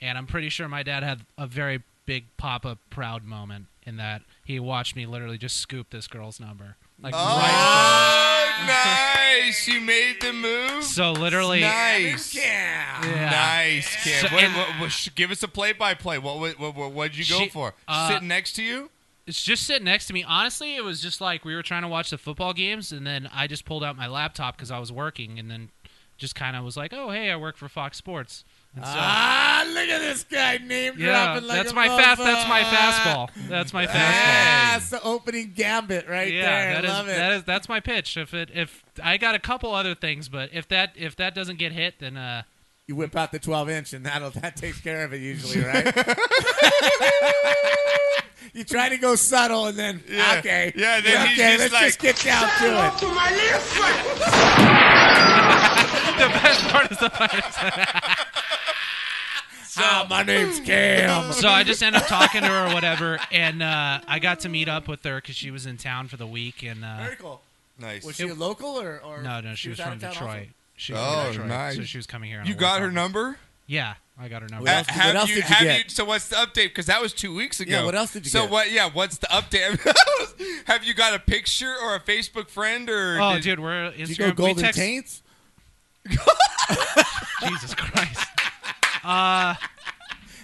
I: And I'm pretty sure my dad had a very big papa proud moment in that he watched me literally just scoop this girl's number. Like
J: Oh, nice! You made the move.
I: So literally-
J: nice.
I: Yeah.
J: Nice, Cam.
I: So-
J: What-
I: and-
J: what- what- sh- give us a play-by-play. What would what, what, what'd you go
I: She-
J: for?
I: uh,
J: Sitting next to you?
I: It's just sitting next to me. Honestly, it was just like we were trying to watch the football games, and then I just pulled out my laptop because I was working, and then just kind of was like, "Oh, hey, I work for Fox Sports." And so-
C: Ah, look at this guy name
I: Yeah,
C: dropping like
I: that's
C: a
I: my fast.
C: motherfucker.
I: That's my fastball. That's my fastball.
C: That's the opening gambit right there.
I: that
C: I
I: is-
C: love it.
I: that is that's my pitch. If it if I got a couple other things, but if that if that doesn't get hit, then uh,
C: you whip out the 12 inch, and that'll *laughs* that takes care of it
J: *laughs*
C: usually, right? *laughs* you try to go subtle, and then
J: Yeah.
C: okay,
J: Yeah, then he's
C: okay,
J: just
C: let's
J: like,
C: just get down
J: "Shut
C: to
J: up
C: it.
J: to my little
I: *laughs* the best part is the
B: *laughs*
I: part. So
C: Ah, my name's Cam.
I: *laughs* So I just end up talking to her or whatever, and uh, I got to meet up with her because she was in town for the week. And uh,
C: Very cool.
J: Nice.
C: Was she a local or, or
I: no, no, she, was,
C: out
I: from
C: of town
I: Detroit.
C: also?
I: She was
J: Oh,
I: from Detroit,
J: nice.
I: So she was coming here. On
J: You
I: a
J: got
I: work
J: her
I: holiday.
J: number?
I: Yeah, I got her number.
J: Uh, have you, have you- so what's the update? Because that was two weeks ago.
I: Yeah, what else did you
J: so
I: get?
J: what? Yeah, what's the update? *laughs* have you got a picture or a Facebook friend or?
I: Oh,
J: did-
I: dude, we're Instagram.
J: Did you go
I: we
J: Golden
I: text...
J: Taints?
I: *laughs* Jesus Christ. Uh,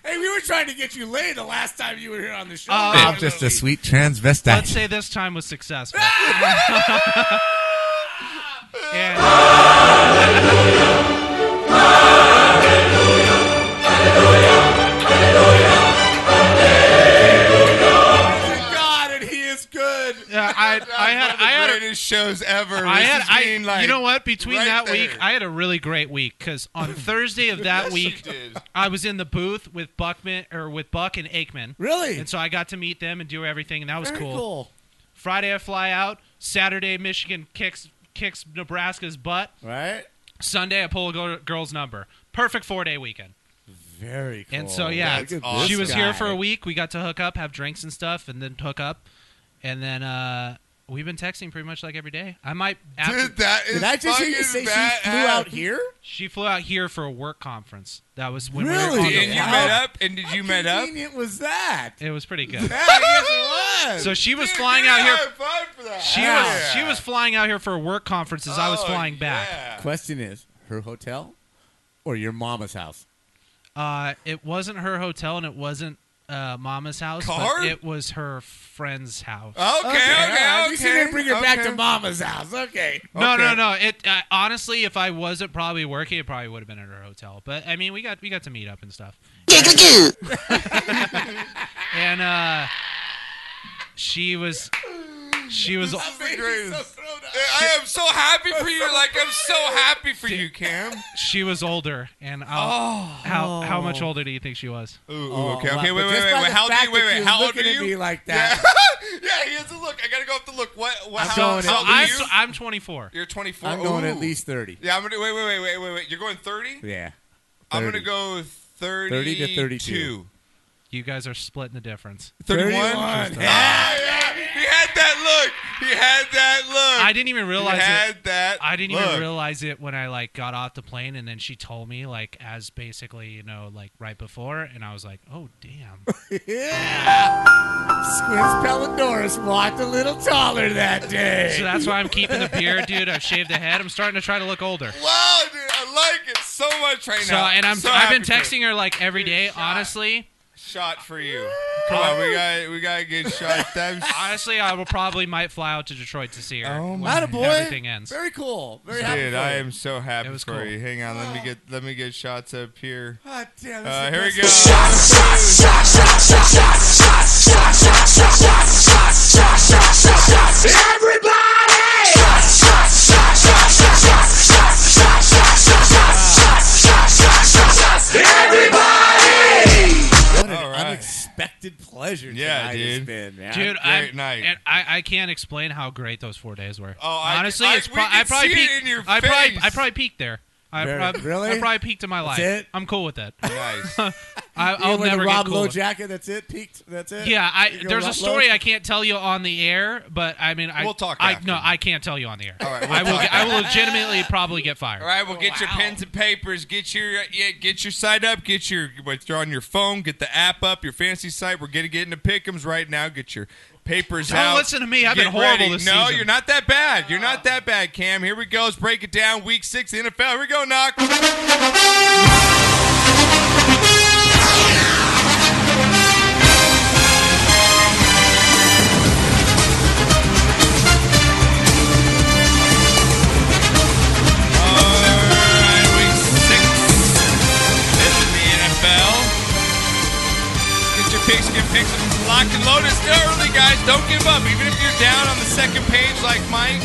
C: hey, we were trying to get you laid the last time you were here on the show.
I: Uh,
J: *laughs*
C: I'm just a sweet transvestite.
I: Let's say this time was successful. And-
C: God, and he is good.
I: Yeah, I, I had, I had
J: greatest shows *laughs* ever.
I: I
J: This
I: had,
J: has
I: I,
J: been, like,
I: you know what? Between
J: right
I: that week,
J: there.
I: I had a really great week because
J: *laughs*
I: on Thursday of
J: Yes,
I: that
J: you
I: week, I was in the booth with Buckman or with Buck and Aikman.
C: Really?
I: And so I got to meet them and do everything, and that was
C: Very
I: cool.
C: cool.
I: Friday I fly out. Saturday Michigan kicks kicks Nebraska's butt.
C: Right.
I: Sunday I pull a girl, girl's number. Perfect four day weekend.
C: Very cool.
I: And so yeah,
C: Look at
I: she
C: this
I: was
C: guy.
I: here for a week. We got to hook up, have drinks and stuff, and then hook up, and then uh, we've been texting pretty much like every day. I might. After,
J: that
C: Did is I just hear you fucking say she bad flew ass. out here?
I: She flew out here for a work conference. That was when we
C: Really?
I: were on
J: and
I: the
J: you met up, and did you met up?
C: convenient was that?
I: It was pretty good.
C: was.
I: So she was
J: Dude,
I: flying
J: give me
I: out
J: a
I: here.
J: high five for that.
I: She
J: Yeah. Oh,
I: was she was flying out here for a work conference as I was flying back.
C: Question is, her hotel or your mama's house?
I: Uh, it wasn't her hotel and it wasn't uh, Mama's house. but
C: Car?
I: it was her friend's house.
C: Okay, okay, okay, at least you didn't bring her back to okay. Mama's house. Okay.
I: No, no,
C: Okay.
I: no. It uh, honestly, if I wasn't probably working, it probably would have been at her hotel. But I mean, we got we got to meet up and
B: *laughs*
I: stuff. and uh, she was she was.
B: I am so happy for you. Like I'm so
I: *laughs*
B: happy for you, Cam.
I: She was older, and I'll-
B: Oh.
I: how how much older do you think she was?
B: Ooh,
C: Oh,
B: okay, okay, wait, wait, wait, wait. How old? Wait, wait. How old are you? *laughs* Yeah. yeah, he has to look. I gotta go up to look. What? what
C: I'm
B: how,
C: going
B: how
C: at
B: old are
C: least-
B: you?
I: I'm 24.
B: You're 24.
C: I'm going at
B: Ooh.
C: least 30.
B: Yeah, I'm gonna wait, wait, wait, wait, wait, wait. You're going 30?
C: Yeah.
B: I'm gonna
C: 30.
B: go 30.
C: 30 to 32.
I: You guys are splitting the difference.
B: 31?
I: Just-
B: Ah, yeah. He had that look. He had that look.
I: I didn't even realize
B: he had
I: it.
B: that.
I: I didn't
B: look.
I: even realize it when I like got off the plane, and then she told me like as basically you know like right before, and I was like, oh damn.
C: Squints Pelodorus walked a little taller that day.
I: So that's why I'm keeping the beard, dude. I've shaved the head. I'm starting to try to look older.
B: Wow, dude, I like it so much right
I: So
B: now.
I: and I'm
B: so
I: I've been
B: happy for you.
I: texting her like every day. Honestly,
B: Shot for you. Come on, we got we got to get shot. That's
I: honestly, I will probably might fly out to Detroit to see her. Oh
C: Atta boy.
I: Everything ends.
C: Very cool. Very happy.
B: Dude,
C: for
B: I
C: you.
B: am so happy
I: was
B: for
I: cool.
B: you. Hang on, let me get let me get shots up here.
C: God Ah, damn, this
B: *laughs* uh,
C: is the
B: here we go.
C: best- Shots, shots, shots, shots, shots, shots, shots, shots, shots, shots, shots, shots, shots, shots, shots, shots. Everybody! Shots, shots, shots, shots, shots, shots, shots, shots, shots, shots, shots, shots, shots, shots, shots, shots. Everybody! What an unexpected pleasure
B: Yeah,
C: tonight has
B: dude.
C: been, man.
I: Dude,
B: Great
I: I'm,
B: night.
I: And I, I can't explain how great those four days were.
B: Oh, I-
I: honestly,
B: I-
I: it's
B: we
I: pro-
B: can
I: I probably
B: see it
I: peaked-
B: in your
I: I probably,
B: face.
I: I probably peaked there. I
C: Very-
I: probably,
C: really?
I: I probably peaked in my life.
C: That's it?
I: I'm cool with that. *laughs*
B: Nice.
I: I,
C: You
I: I'll
C: went to
I: never
C: Rob
I: get
C: Lowe
I: cool.
C: jacket. That's it. Peaked. That's it.
I: Yeah,
C: You
I: I,
C: go
I: there's a
C: Rob
I: story
C: Lowe?
I: I can't tell you on the air, but I mean, I
B: We'll talk
I: I,
B: after.
I: No, I can't tell you on the air.
B: All right, we'll
I: I will.
B: talk
I: get- I
B: after.
I: will legitimately probably get fired.
B: All right, well, get your pens and papers. Get your yeah, get your site up. Get your what's on your phone. Get the app up. Your fancy site. We're gonna get into pickums right now. Get your papers
I: Don't
B: out.
I: listen to me. I've been
B: Get
I: horrible
B: ready.
I: this
B: No,
I: season.
B: you're not that bad. You're not that bad, Cam. Here we go. Let's break it down. Week six, the NFL. Here we go, knock. NFL. Get your picks, get picks locked and loaded. It's Still early, guys. Don't give up. Even if you're down on the second page like Mike,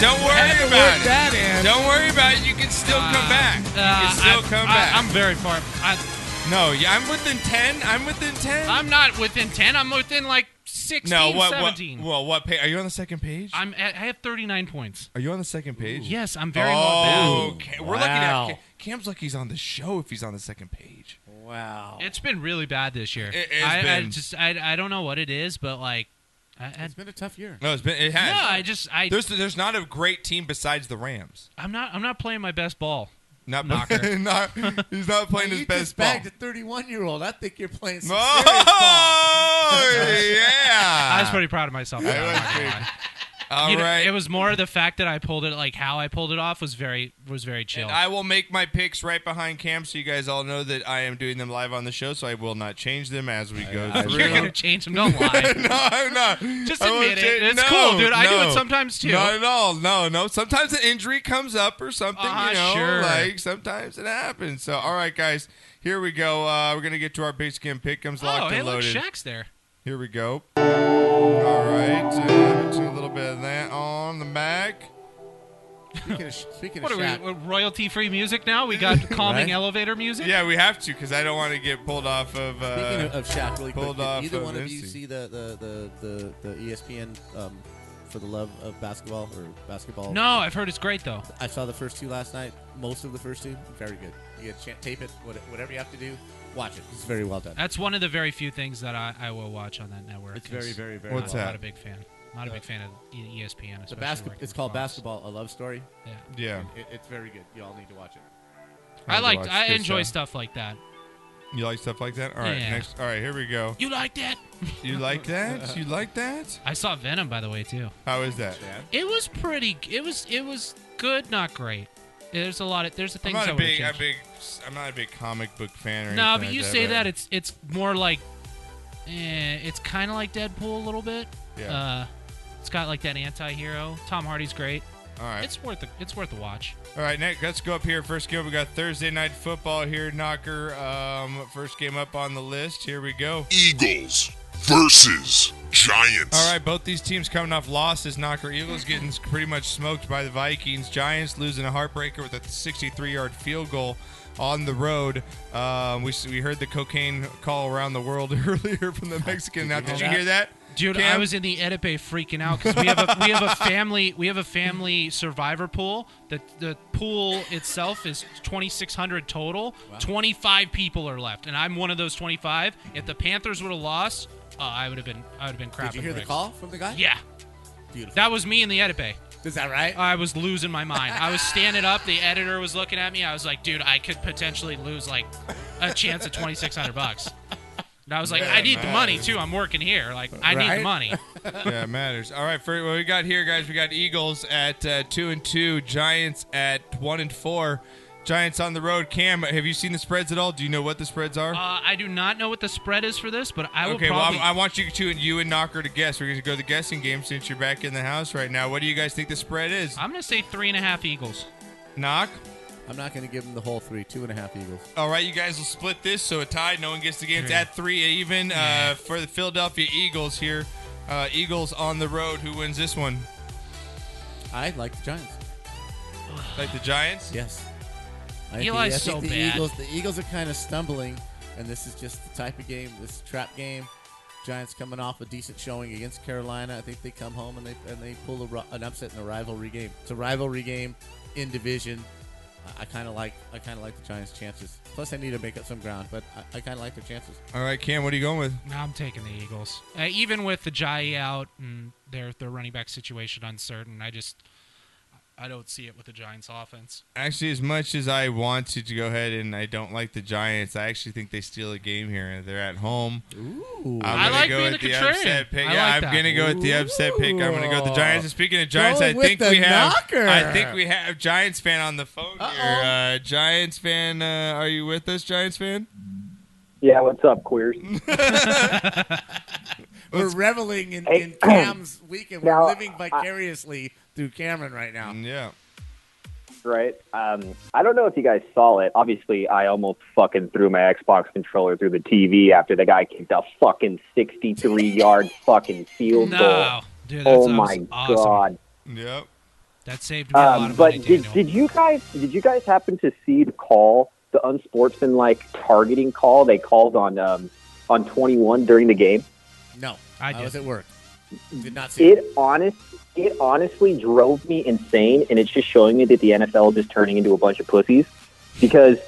B: don't worry
I: Had to
B: about
I: work
B: it.
I: that in.
B: Don't worry about it. You can still come back. You
I: Uh,
B: can still
I: I-
B: come
I: I-
B: back.
I: I'm very far. I,
B: no, yeah, I'm within ten. I'm within ten.
I: I'm not within ten. I'm within like 16,
B: no, what,
I: 17.
B: what? Well, what page? Are you on the second page?
I: I'm at, I have 39 points.
B: Are you on the second page?
I: Yes, I'm very
B: oh,
I: low down.
B: Okay, we're lucky to have
I: Wow.
B: Cam. Cam's lucky he's on the show if he's on the second page.
C: Wow.
I: It's been really bad this year.
B: It- it's
I: I, I
B: been-
I: just I, I don't know what it is, but like I, it's
C: been a tough year.
B: No, it's been it has.
I: No, I just I
B: there's
I: *laughs*
B: there's not a great team besides the Rams.
I: I'm not I'm not playing my best ball.
B: Not *laughs*
I: knocker.
B: not,
I: *laughs*
B: he's not playing
C: You
B: his
C: just
B: best ball.
C: bagged a 31 year old. I think you're playing some
B: Oh,
C: serious
B: yeah.
I: I was pretty proud of myself.
B: I
I: I'm not
B: was
I: gonna
B: pretty-
I: lie.
B: *laughs* All
I: You know,
B: right.
I: it was more the fact that I pulled it like how I pulled it off was very was very chill.
B: And I will make my picks right behind Cam, so you guys all know that I am doing them live on the show. So I will not change them as we go through.
I: You're gonna change
B: *laughs*
I: them. Don't lie.
B: no, I'm not. Just
I: admit it. It's cool, dude. I do it sometimes, too.
B: Not at all. No, no. Sometimes an injury comes up or something.
I: Ah,
B: you know,
I: sure.
B: like sometimes it happens. So, all right, guys, here we go. Uh, we're gonna get to our big skin pick. Comes
I: oh,
B: locked
I: hey,
B: and
I: look,
B: loaded.
I: Shaq's there.
B: Here we go. All right, uh, do a little bit of that on the back.
I: *laughs*
C: Speaking of, speaking
I: What
C: of
I: are
C: Shaq,
I: we? Royalty free music now.
C: *laughs*
I: We got calming
C: Right?
I: elevator music.
B: Yeah, we have to because I don't want to get pulled off of. Uh,
C: speaking of- of Shaq, really quick,
B: pulled
C: did
B: off
C: either one of
B: Insta.
C: you see the the the, the, the ESPN um, for the love of basketball or basketball?
I: No, I've heard it's great though.
C: I saw the first two last night. Most of the first two, very good. You get a chan- tape it, what- whatever you have to do, watch it. It's very well done.
I: That's one of the very few things that I, I will watch on that network.
C: It's very, very, very What's
I: What's
C: good.
I: I'm not
C: that?
I: a big fan. Not a big fan of E- ESPN.
C: The
I: especially
C: basket,
I: working
C: it's
I: with
C: called
I: Fox.
C: Basketball: A Love Story.
I: Yeah.
B: Yeah.
C: It, it's very good. Y'all need to watch it.
I: I like.
B: watch
I: I
B: this,
I: enjoy
B: uh,
I: stuff like that.
B: You like stuff like that? All right,
I: Yeah.
B: next. All right, here we go.
I: You like that?
B: You like
C: *laughs*
B: that? You like that?
I: I saw Venom by the way too.
B: How is that?
I: It was pretty. It was. It was good, not great. There's a lot of there's a
B: I'm
I: things
B: not
I: I
B: a
I: would've
B: big,
I: changed.
B: I'm big, I'm not a big comic book fan. Or
I: No,
B: anything
I: but
B: like
I: you say
B: but-
I: that it's it's more like, eh, it's kind of like Deadpool a little bit.
B: Yeah.
I: Uh, it's got like that anti-hero. Tom Hardy's great.
B: All right.
I: It's worth a, it's worth a watch.
B: All right, Nick, let's go up here. First game, we got Thursday night football here, Knocker. Um, first game up on the list. Here we go.
J: Eagles versus Giants.
B: All right, both these teams coming off losses. Knocker Eagles getting pretty much smoked by the Vikings. Giants losing a heartbreaker with a 63-yard field goal on the road. Um, we, we heard the cocaine call around the world *laughs* earlier from the Mexican. Now, did you hear that?
I: dude? I
B: Cam?
I: was in the Edipe freaking out because we have a we have a family *laughs* we have a family survivor pool. The the pool itself is 2,600 total.
Q: Wow.
I: 25 people are left, and I'm one of those 25. If the Panthers would have lost, uh, I would have been I would have been crap.
C: Did you hear the call from the guy?
I: Yeah. That was me in the Edipe.
C: Is that right?
I: I was losing my mind. I was standing up. The editor was looking at me. I was like, dude, I could potentially lose like a chance at 2,600 bucks. And I was like,
B: Yeah,
I: I need the
B: man.
I: money too. I'm working here. Like, I need
B: Right?
I: the money.
B: *laughs* yeah, it matters. All right, for what we got here, guys, we got Eagles at uh, two and two, Giants at one and four. Giants on the road. Cam, have you seen the spreads at all? Do you know what the spreads are?
I: Uh, I do not know what the spread is for this, but I will
B: okay,
I: probably.
B: well, I, I want you two and you and Knocker to guess. We're going to go to the guessing game since you're back in the house right now. What do you guys think the spread is?
I: I'm going to say three and a half Eagles.
B: Knock.
C: I'm not going to give him the whole three. Two and a half Eagles.
B: All right, you guys will split this, so a tie. No one gets the game. It's
C: Yeah.
B: at three even uh, for the Philadelphia Eagles here. Uh, Eagles on the road. Who wins this one?
C: I like the Giants.
B: *sighs* Like the Giants?
C: Yes. I
I: Eli's
C: think, I think
I: so
C: the
I: bad.
C: Eagles, the Eagles are kind of stumbling, and this is just the type of game, this trap game. Giants coming off a decent showing against Carolina. I think they come home and they and they pull a, ru- an upset in a rivalry game. It's a rivalry game in division. I, I kind of like I kind of like the Giants' chances. Plus, they need to make up some ground, but I, I kind of like their chances.
B: All right, Cam, what are you going with?
I: I'm taking the Eagles. Uh, even with the Jai out and their their running back situation uncertain, I just I don't see it with the Giants offense.
B: Actually, as much as I wanted to go ahead and I don't like the Giants, I actually think they steal a game here. They're at home.
C: Ooh.
B: Um, I'm
I: I
B: gonna
I: like
B: go
I: being
B: with
I: the
B: the
I: contrarian.
B: upset pick.
I: I
B: yeah,
I: like
B: I'm
I: that.
B: gonna go with the upset pick. I'm gonna go with the Giants. And speaking of Giants,
C: Going
B: I
C: with
B: think
C: the
B: we have.
C: knocker.
B: I think we have Giants fan on the phone here. Uh, Giants fan, uh, are you with us, Giants fan?
O: Yeah, what's up, queers? *laughs*
C: We're reveling in,
O: Hey,
C: in
O: *clears throat*
C: Cam's weekend. We're
O: now, Mm,
C: living vicariously through Cameron right now.
B: Yeah.
O: right? Um, I don't know if you guys saw it. Obviously, I almost fucking threw my Xbox controller through the TV after the guy kicked a fucking 63
I: *laughs*
O: yard fucking field
I: No.
O: goal.
I: Dude, that
O: oh
I: sounds
O: my
I: awesome.
O: god.
B: Yep.
I: That saved me a lot
O: Um,
I: of
O: but
I: money,
O: did,
I: Daniel.
O: did you guys did you guys happen to see the call the unsportsmanlike targeting call they called on um, on 21 during the game?
C: No, I, was at work. Did not see
O: It honest, it honestly drove me insane, and it's just showing me that the NFL is turning into a bunch of pussies because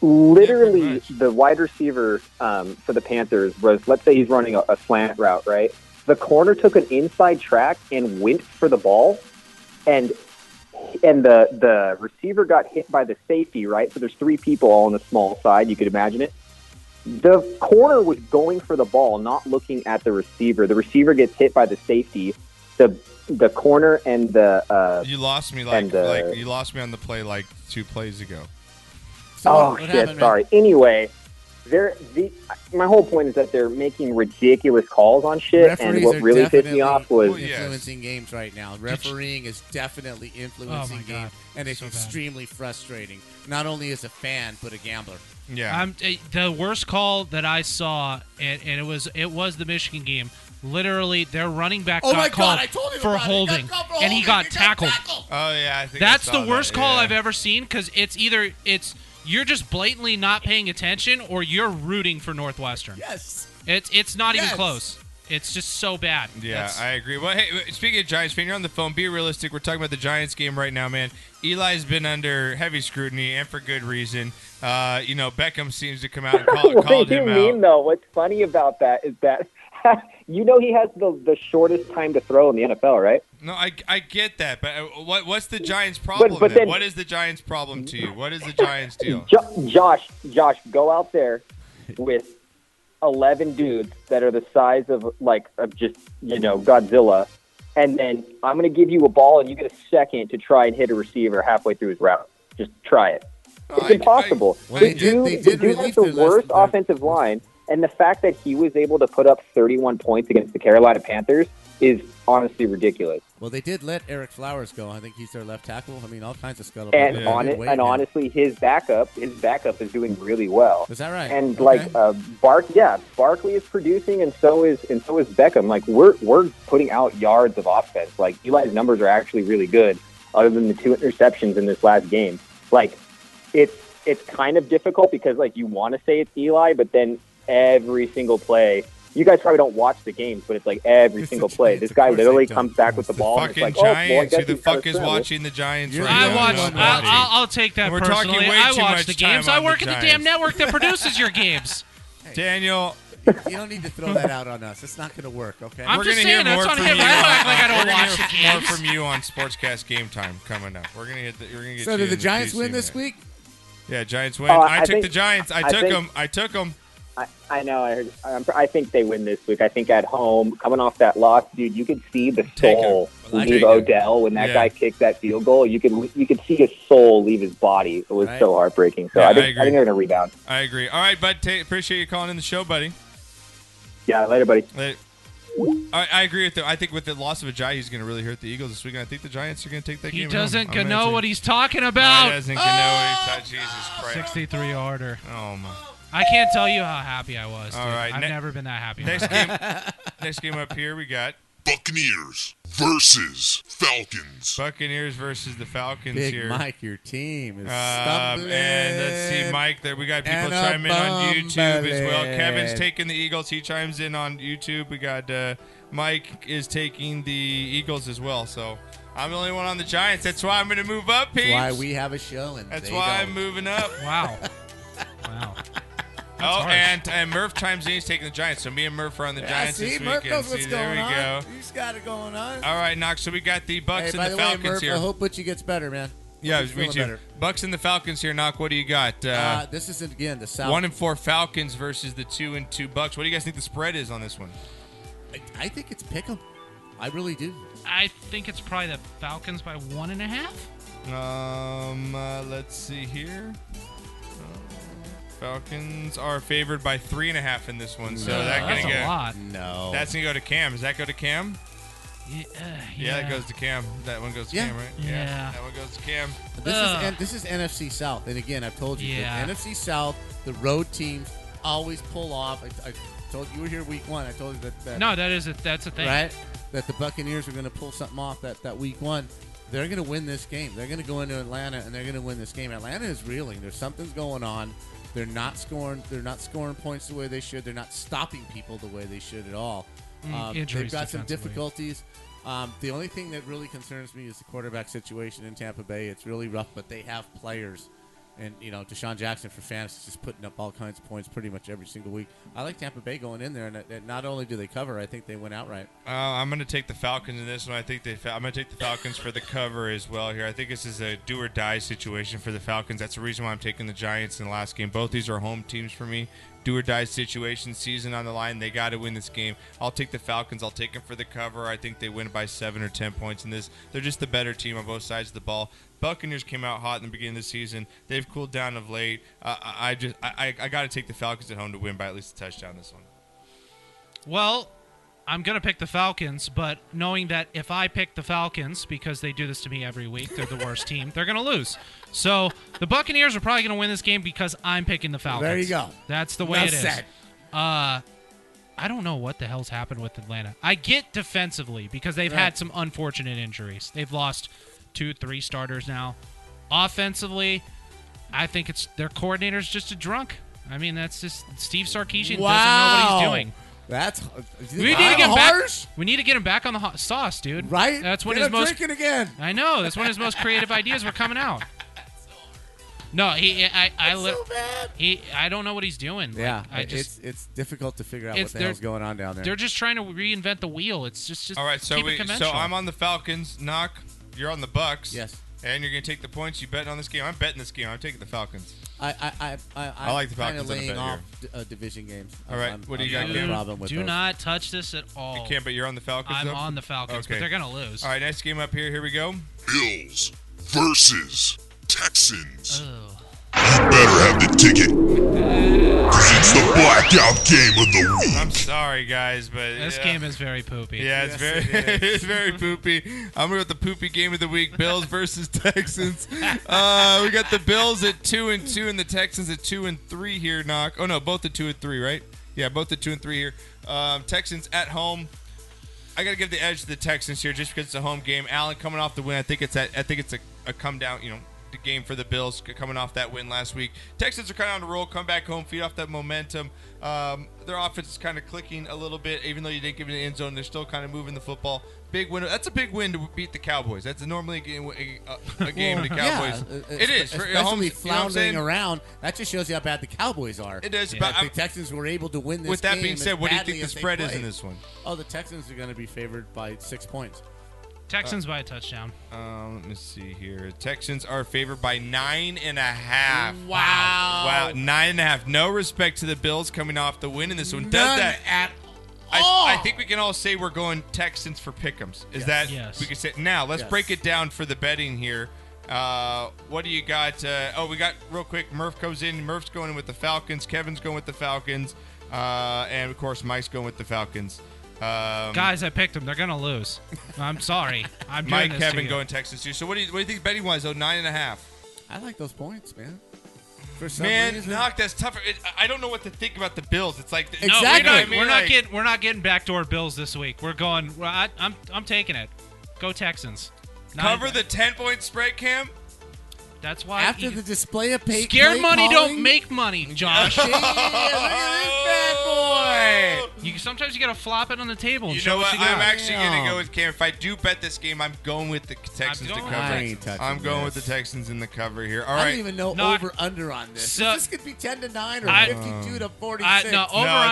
O: literally the wide receiver um, for the Panthers was, let's say he's running a, a slant route, right? The corner took an inside track and went for the ball, and and the the receiver got hit by the safety, right? So there's three people all on the small side. You could imagine it. The corner was going for the ball, not looking at the receiver. The receiver gets hit by the safety. The the corner and the uh,
B: You lost me like
O: And, uh,
B: like you lost me on the play like two plays ago.
O: oh
B: what
O: shit,
B: happened, man?
O: sorry. Anyway, they're the my whole point is that they're making ridiculous calls on shit, and
C: Referees
O: what
C: are
O: really pissed me
C: definitely
O: off was
C: influencing games right now. Refereeing is definitely influencing
I: God.
C: games, and it's extremely frustrating. Not only as a fan, but a gambler.
I: I'm, eh, the worst call that I saw, and, and it was it was the Michigan game. Literally, their running back
C: Oh
I: got
C: my God,
I: called
C: I told you
I: for
C: about it. He got
I: holding,
C: called for
I: and he
C: holding.
I: got
C: He got
I: tackled.
B: Oh yeah, I think I
I: That's
B: saw
I: the worst
B: that,
I: call
B: yeah.
I: I've ever seen because it's either it's you're just blatantly not paying attention or you're rooting for Northwestern.
C: Yes,
I: it's it's not
B: Yes.
I: even close. It's just so bad.
B: Yeah,
I: That's-
B: I agree. Well, hey, speaking of Giants fan, you're on the phone. Be realistic. We're talking about the Giants game right now, man. Eli's been under heavy scrutiny, and for good reason. Uh, you know, Beckham seems to come
O: *laughs*
B: out and call,
O: what
B: called
O: do you
B: him
O: mean,
B: out.
O: though? What's funny about that is that *laughs* you know he has the the shortest time to throw in the NFL, right?
B: No, I, I get that, but uh, what what's the Giants' problem?
O: but
B: then?
O: then-
B: what is the Giants' problem to you? What
O: *laughs*
B: is the Giants' deal?
O: Jo- Josh, Josh, go out there with eleven dudes that are the size of like of just you know Godzilla, and then I'm going to give you a ball and you get a second to try and hit a receiver halfway through his route. Just try it. It's
R: I-
O: impossible.
R: I- Well,
O: the
R: they did-
O: dude,
R: they
O: the
R: did
O: dude has
R: release
O: the
R: their list
O: worst offensive line, and the fact that he was able to put up 31 points against the Carolina Panthers is honestly ridiculous.
C: Well, they did let Eric Flowers go. I think he's their left tackle. I mean, all kinds of scuttlebutt.
O: And
C: They've
O: on
C: been
O: it,
C: waiting
O: and
C: now.
O: honestly, his backup, his backup is doing really well.
C: Is that right?
O: And
C: Okay.
O: like uh, Bark, yeah, Barkley is producing, and so is and so is Beckham. Like we're we're putting out yards of offense. Like Eli's numbers are actually really good, other than the two interceptions in this last game. Like it's it's kind of difficult because like you want to say it's Eli, but then every single play. You guys probably don't watch the games, but it's like every single play. This guy literally comes back with the ball. and it's
B: Fucking
O: like, oh, well, I
B: Giants.
O: guess
B: Who the
O: he's got a
B: fuck is
O: scramble.
B: watching the Giants
O: You're
B: right
O: the
B: now?
O: only one
B: Nobody.
O: watching. I'll-
I: I'll take that
B: We're
I: personally.
B: talking way
I: I
B: too
I: watch
B: much
I: the
B: time
I: games.
B: on
I: I
B: the
I: work at the damn
B: Giants.
I: network
C: *laughs*
I: that produces your games.
B: Daniel,
C: You don't need to throw that out on us. It's not going to work, okay?
I: I'm
B: we're
I: just
B: gonna
I: saying,
B: hear
I: that's
B: more
I: on
B: from
I: him.
B: you.
I: I don't act like I don't
B: We're gonna
I: watch
B: hear
I: the
B: more
I: games.
B: from you on Sportscast Game Time coming up. We're gonna get. The, we're gonna get.
C: So
B: you
C: did
B: in
C: the Giants
B: DC
C: win
B: there.
C: this week?
B: Yeah, Giants win.
O: Oh,
B: I,
O: I
B: took
O: think-
B: the Giants. I,
O: I
B: took
O: think-
B: them. I took them.
O: I, I know. I, heard, I'm, I think they win this week. I think at home, coming off that loss, dude, you could see the soul
B: Take
O: leave
B: it.
O: Odell when that
B: Yeah.
O: guy kicked that field goal. You could you could see his soul leave his body. It was
B: Right.
O: so heartbreaking. So
B: Yeah,
O: I, think,
B: I
O: I,
B: agree.
O: think they're gonna rebound.
B: I agree. All right, bud. ta appreciate you calling in the show, buddy.
O: Yeah, later, buddy.
B: Later. I, I agree with them. I think with the loss of Ajayi, he's going to really hurt the Eagles this week. And I think the Giants are going to take that
I: He
B: game.
I: doesn't
B: home. I'm
I: know
B: into-
I: what he's talking about.
B: He doesn't know what he's talking. Jesus Christ.
I: 63 yarder.
B: Oh my.
I: I can't tell you how happy I was.
B: All
I: dude.
B: right,
I: I've
B: ne-
I: never been that happy. in my
B: Next
I: life.
C: *laughs*
B: game. next game up here, we got
J: Buccaneers versus Falcons.
B: Buccaneers versus the Falcons
C: Big
B: here.
C: Mike, your team is
B: Um,
C: stumbling.
B: and let's see, Mike. There we got people
C: and a
B: chiming on YouTube as well.
C: bumbling.
B: Kevin's taking the Eagles. He chimes in on YouTube. We got uh, Mike is taking the Eagles as well. So I'm the only one on the Giants. That's why I'm going to move up, peeps.
C: That's why we have a show, and
B: That's
C: they
B: why
C: don't.
B: I'm moving up.
I: *laughs* Wow. Wow.
B: oh, and and Murph chimes in. He's taking the Giants. So me and Murph are on the
C: Yeah,
B: Giants
C: see,
B: this
C: Murph
B: weekend.
C: knows what's
B: see, there
C: going
B: we
C: on.
B: go.
C: He's got it going on.
B: All right, Knox. So we got the Bucks
C: hey,
B: and
C: by
B: the,
C: the, way,
B: Falcons
C: Murph,
B: here.
C: I hope Butchie gets better, man.
B: yeah,
C: He's
B: me
C: feeling
B: too.
C: better.
B: Bucks and the Falcons here. Knock. What do you got?
C: Uh, this is again the South.
B: One and four Falcons versus the two and two Bucks. What do you guys think the spread is on this one?
C: I think it's pick 'em. I really do.
I: I think it's probably the Falcons by one and a half.
B: Um, uh, let's see here. Falcons are favored by three and a half in this one, so
I: No.
B: that
I: That's
B: gonna
I: a
B: go.
I: lot.
C: No.
B: that's gonna go to Cam. Does that go to Cam?
I: Yeah, uh,
B: Yeah,
I: yeah.
B: that goes to Cam. That one goes to
C: Yeah.
B: Cam, right?
I: Yeah.
B: that one goes to Cam.
C: This is and this is NFC South, and again, I've told you,
B: Yeah.
C: the NFC South, the road teams always pull off. I, I told you were here week one. I told you that. that
I: No, that is a, that's a thing.
C: right? That the Buccaneers are going to pull something off that, that week one. They're going to win this game. They're going to go into Atlanta and they're going to win this game. Atlanta is reeling. There's something's going on. They're not scoring. They're not scoring points the way they should. They're not stopping people the way they should at all.
I: Mm,
C: Um,
I: injuries
C: they've got some
I: defensively.
C: difficulties. Um, the only thing that really concerns me is the quarterback situation in Tampa Bay. It's really rough, but they have players. And you know, Deshaun Jackson for fantasy is just putting up all kinds of points pretty much every single week. I like Tampa Bay going in there, and, and not only do they cover, I think they win outright.
B: Uh, I'm going to take the Falcons in this one. I think they. I'm going to take the Falcons for the cover as well here. I think this is a do or die situation for the Falcons. That's the reason why I'm taking the Giants in the last game. Both these are home teams for me. Do or die situation. Season on the line. They got to win this game. I'll take the Falcons. I'll take them for the cover. I think they win by seven or ten points in this. They're just the better team on both sides of the ball. Buccaneers came out hot in the beginning of the season. They've cooled down of late. Uh, I I just I, I, I got to take the Falcons at home to win by at least a touchdown this one.
I: Well, I'm going to pick the Falcons, but knowing that if I pick the Falcons, because they do this to me every week, they're the worst team, they're going to lose. So the Buccaneers are probably going to win this game because I'm picking the Falcons.
C: There you go.
I: That's the way
C: Well
I: it is.
C: said.
I: Uh, I don't know what the hell's happened with Atlanta. I get defensively because they've
C: Right.
I: had some unfortunate injuries. They've lost two, three starters now. Offensively, I think it's their coordinator's just a drunk. I mean, that's just Steve Sarkisian doesn't know what he's doing.
C: That's
I: We need to get him back.
C: harsh?
I: We need to get him back on the hot sauce, dude.
C: Right?
I: That's when
C: Get
I: his
C: him
I: most
C: drinking again.
I: I know. That's when his most creative ideas were coming out. No, he. I. I, li- He. I don't know what he's doing. Like,
C: Yeah,
I: I just.
C: it's it's difficult to figure out
I: it's-
C: what the
I: they're-
C: hell's going on down there.
I: They're just trying to reinvent the wheel. It's just. just
B: All right, so
I: keep it
B: we, so
I: conventional.
B: I'm on the Falcons. Knock, you're on the Bucks.
C: Yes.
B: And you're gonna take the points you bet on this game. I'm betting this game. I'm taking the Falcons.
C: I I I I,
B: I like the
C: kinda
B: Falcons on the
C: laying
B: bet
C: off d-
B: here.
C: uh, division games.
B: All right,
C: I'm-
B: what do you
C: I'm
B: got,
C: having a
B: Cam?
C: problem with
I: Do
C: those.
I: not touch this at all.
B: You can't, but you're on the Falcons.
I: I'm
B: though?
I: on the Falcons, but they're gonna lose.
B: All right, next game up here. Here we go.
J: Bills versus Texans. You better have the ticket. Because it's the blackout game of the week.
B: I'm sorry, guys, but
I: This
B: yeah.
I: game is very poopy.
B: Yeah, it's very, *laughs* it's very poopy. I'm going with the poopy game of the week: Bills versus *laughs* Texans. Uh, we got the Bills at two and two, and the Texans at two and three here. Knock. Oh no, both the two and three, right? Yeah, both the two and three here. Um, Texans at home. I gotta give the edge to the Texans here, just because it's a home game. Allen coming off the win, I think it's that. I think it's a, a come down. You know, the game for the Bills c- coming off that win last week. Texans are kind of on a roll. Come back home, feed off that momentum. Um, their offense is kind of clicking a little bit, even though you didn't give it an end zone. They're still kind of moving the football. Big win. That's a big win to beat the Cowboys. That's normally a game, a, a game to
C: Well,
B: Cowboys.
C: *laughs* Yeah, uh,
B: it is. For-
C: especially
B: home- you know what I'm
C: floundering
B: saying?
C: around. That just shows you how bad the Cowboys are.
B: It is,
C: If
B: but I'm-
C: the Texans were able to win this.
B: With that
C: game
B: being
C: as
B: said, what do you
C: badly
B: think the
C: as they
B: spread is in
C: played-
B: this one?
C: Oh, the Texans are going to be favored by six points.
B: Uh,
I: Texans by a touchdown.
B: Um, let me see here. Texans are favored by nine and a half.
I: Wow.
B: Wow. Nine and a half. No respect to the Bills coming off the win in this one. Does
I: None
B: that
I: at
B: all? I, I think we can all say we're going Texans for pickums. Is
I: Yes.
B: that
I: Yes.
B: we can say now? Let's
I: Yes.
B: break it down for the betting here. Uh, what do you got? Uh, oh, we got real quick. Murph goes in. Murph's going in with the Falcons. Kevin's going with the Falcons. Uh, and of course, Mike's going with the Falcons. Um,
I: Guys, I picked them. They're gonna lose. I'm sorry. I'm doing
B: Mike,
I: this to
B: Kevin
I: you.
B: going Texans too. So what do you what do you think betting wise though? Nine and a half.
C: I like those points, man. For some
B: Man,
C: reason.
B: knock that's tougher. It, I don't know what to think about the Bills. It's like
I: No, we're not-
B: I
I: we're not,
B: mean? Like,
I: getting we're not getting backdoor bills this week. We're going. well, I, I'm I'm taking it. Go Texans. Not-
B: cover the ten point spread, Cam.
I: That's why
C: After the display of pay,
I: scared
C: play
I: money
C: calling,
I: don't make money, Josh.
C: Yeah, look at
I: boy. You sometimes you gotta flop it on the table. And
B: You
I: show
B: know what?
I: you got.
B: I'm actually going to go with Cam. If I do bet this game, I'm going with the Texans to
I: going
B: cover.
I: with the I ain't
C: Texans. touching
B: I'm going
C: this.
B: with the Texans in the cover here. All
C: I
B: right.
C: don't even know
B: Knock.
C: over under on this.
B: So-
C: this could be ten to nine or
B: I-
C: fifty-two to
B: Um,
C: forty-six.
B: no,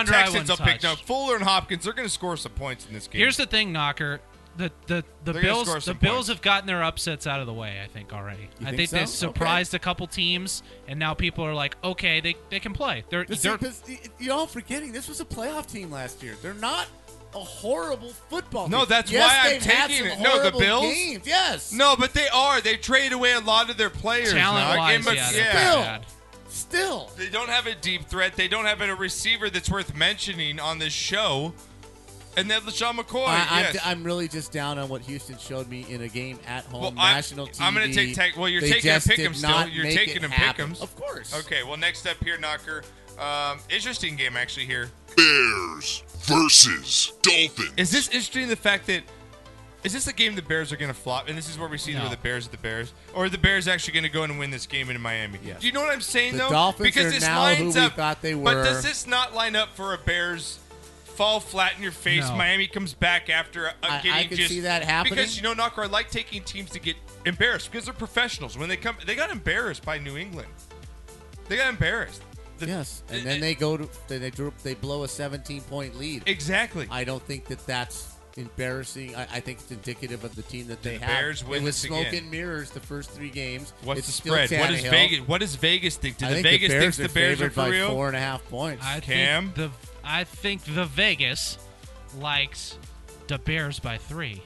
B: Texans will pick. No, Fuller and Hopkins, they're going to score some points in this game.
I: Here's the thing, Knocker. The the, the
B: They're gonna
I: Bills
B: score
I: the
B: some
I: Bills have gotten their upsets out of the way. I think already.
B: You
I: I
B: think
I: think, they
B: so? Okay.
I: surprised a couple teams, and now people are like, okay, they, they can play. They're,
C: This
I: they're
C: is, y- y'all forgetting this was a playoff team last year. They're not a horrible football.
B: No,
C: team.
B: that's
C: Yes,
B: why I'm
C: they've had
B: taking
C: some
B: it. No, the
C: horrible
B: Bills.
C: games, Yes.
B: No, but they are. They trade away a lot of their players.
I: Talent-wise,
B: Nog, and- but-
I: yeah, they're
B: yeah.
I: pretty bad.
C: Still,
B: they don't have a deep threat. They don't have a receiver that's worth mentioning on this show. And then LaShawn McCoy.
C: I, I'm,
B: yes.
C: I'm really just down on what Houston showed me in a game at home,
B: Well, I-
C: national TV.
B: I'm gonna take tech. Well, you're
C: They
B: taking a
C: just
B: pick'em
C: did
B: still.
C: not
B: You're
C: make
B: taking
C: it
B: a
C: happen.
B: pick'ems.
C: Of course.
B: Okay. Well, next up here, Knocker. Um, interesting game actually here.
J: Bears versus Dolphins.
B: Is this interesting? The fact that is this a game the Bears are going to flop, and this is where we see
J: No.
B: where the Bears are the Bears, or are the Bears actually going to go in and win this game in Miami? Do you know what I'm saying
C: The
B: though?
C: Dolphins
B: because
C: are
B: this
C: now who
B: lines
C: we
B: up.
C: thought they
B: But
C: were.
B: does this not line up for a Bears? Fall flat in your face.
C: No.
B: Miami comes back after uh,
C: I- I
B: getting
C: could
B: just
C: see that happening.
B: because you know Knocker. I like taking teams to get embarrassed because they're professionals. When they come, they got embarrassed by New England. They got embarrassed. eh
C: yes, and then they go to they they, drew, they blow a 17 point lead.
B: Exactly.
C: I don't think that that's embarrassing. I, I think it's indicative of the team that they
B: the
C: have.
B: Bears win
C: it was
B: this
C: smoke
B: again.
C: and mirrors the first three games.
B: What's
C: It's
B: the
C: still
B: spread? What does
C: Tannehill.
B: Vegas? What does Vegas think? Do
C: I
B: the
C: think
B: Vegas
C: the Bears
B: thinks the Bears are
C: favored
B: for
C: by
B: real?
C: four and a half points.
I: I
B: Cam?
I: think the I think the Vegas likes the Bears by three.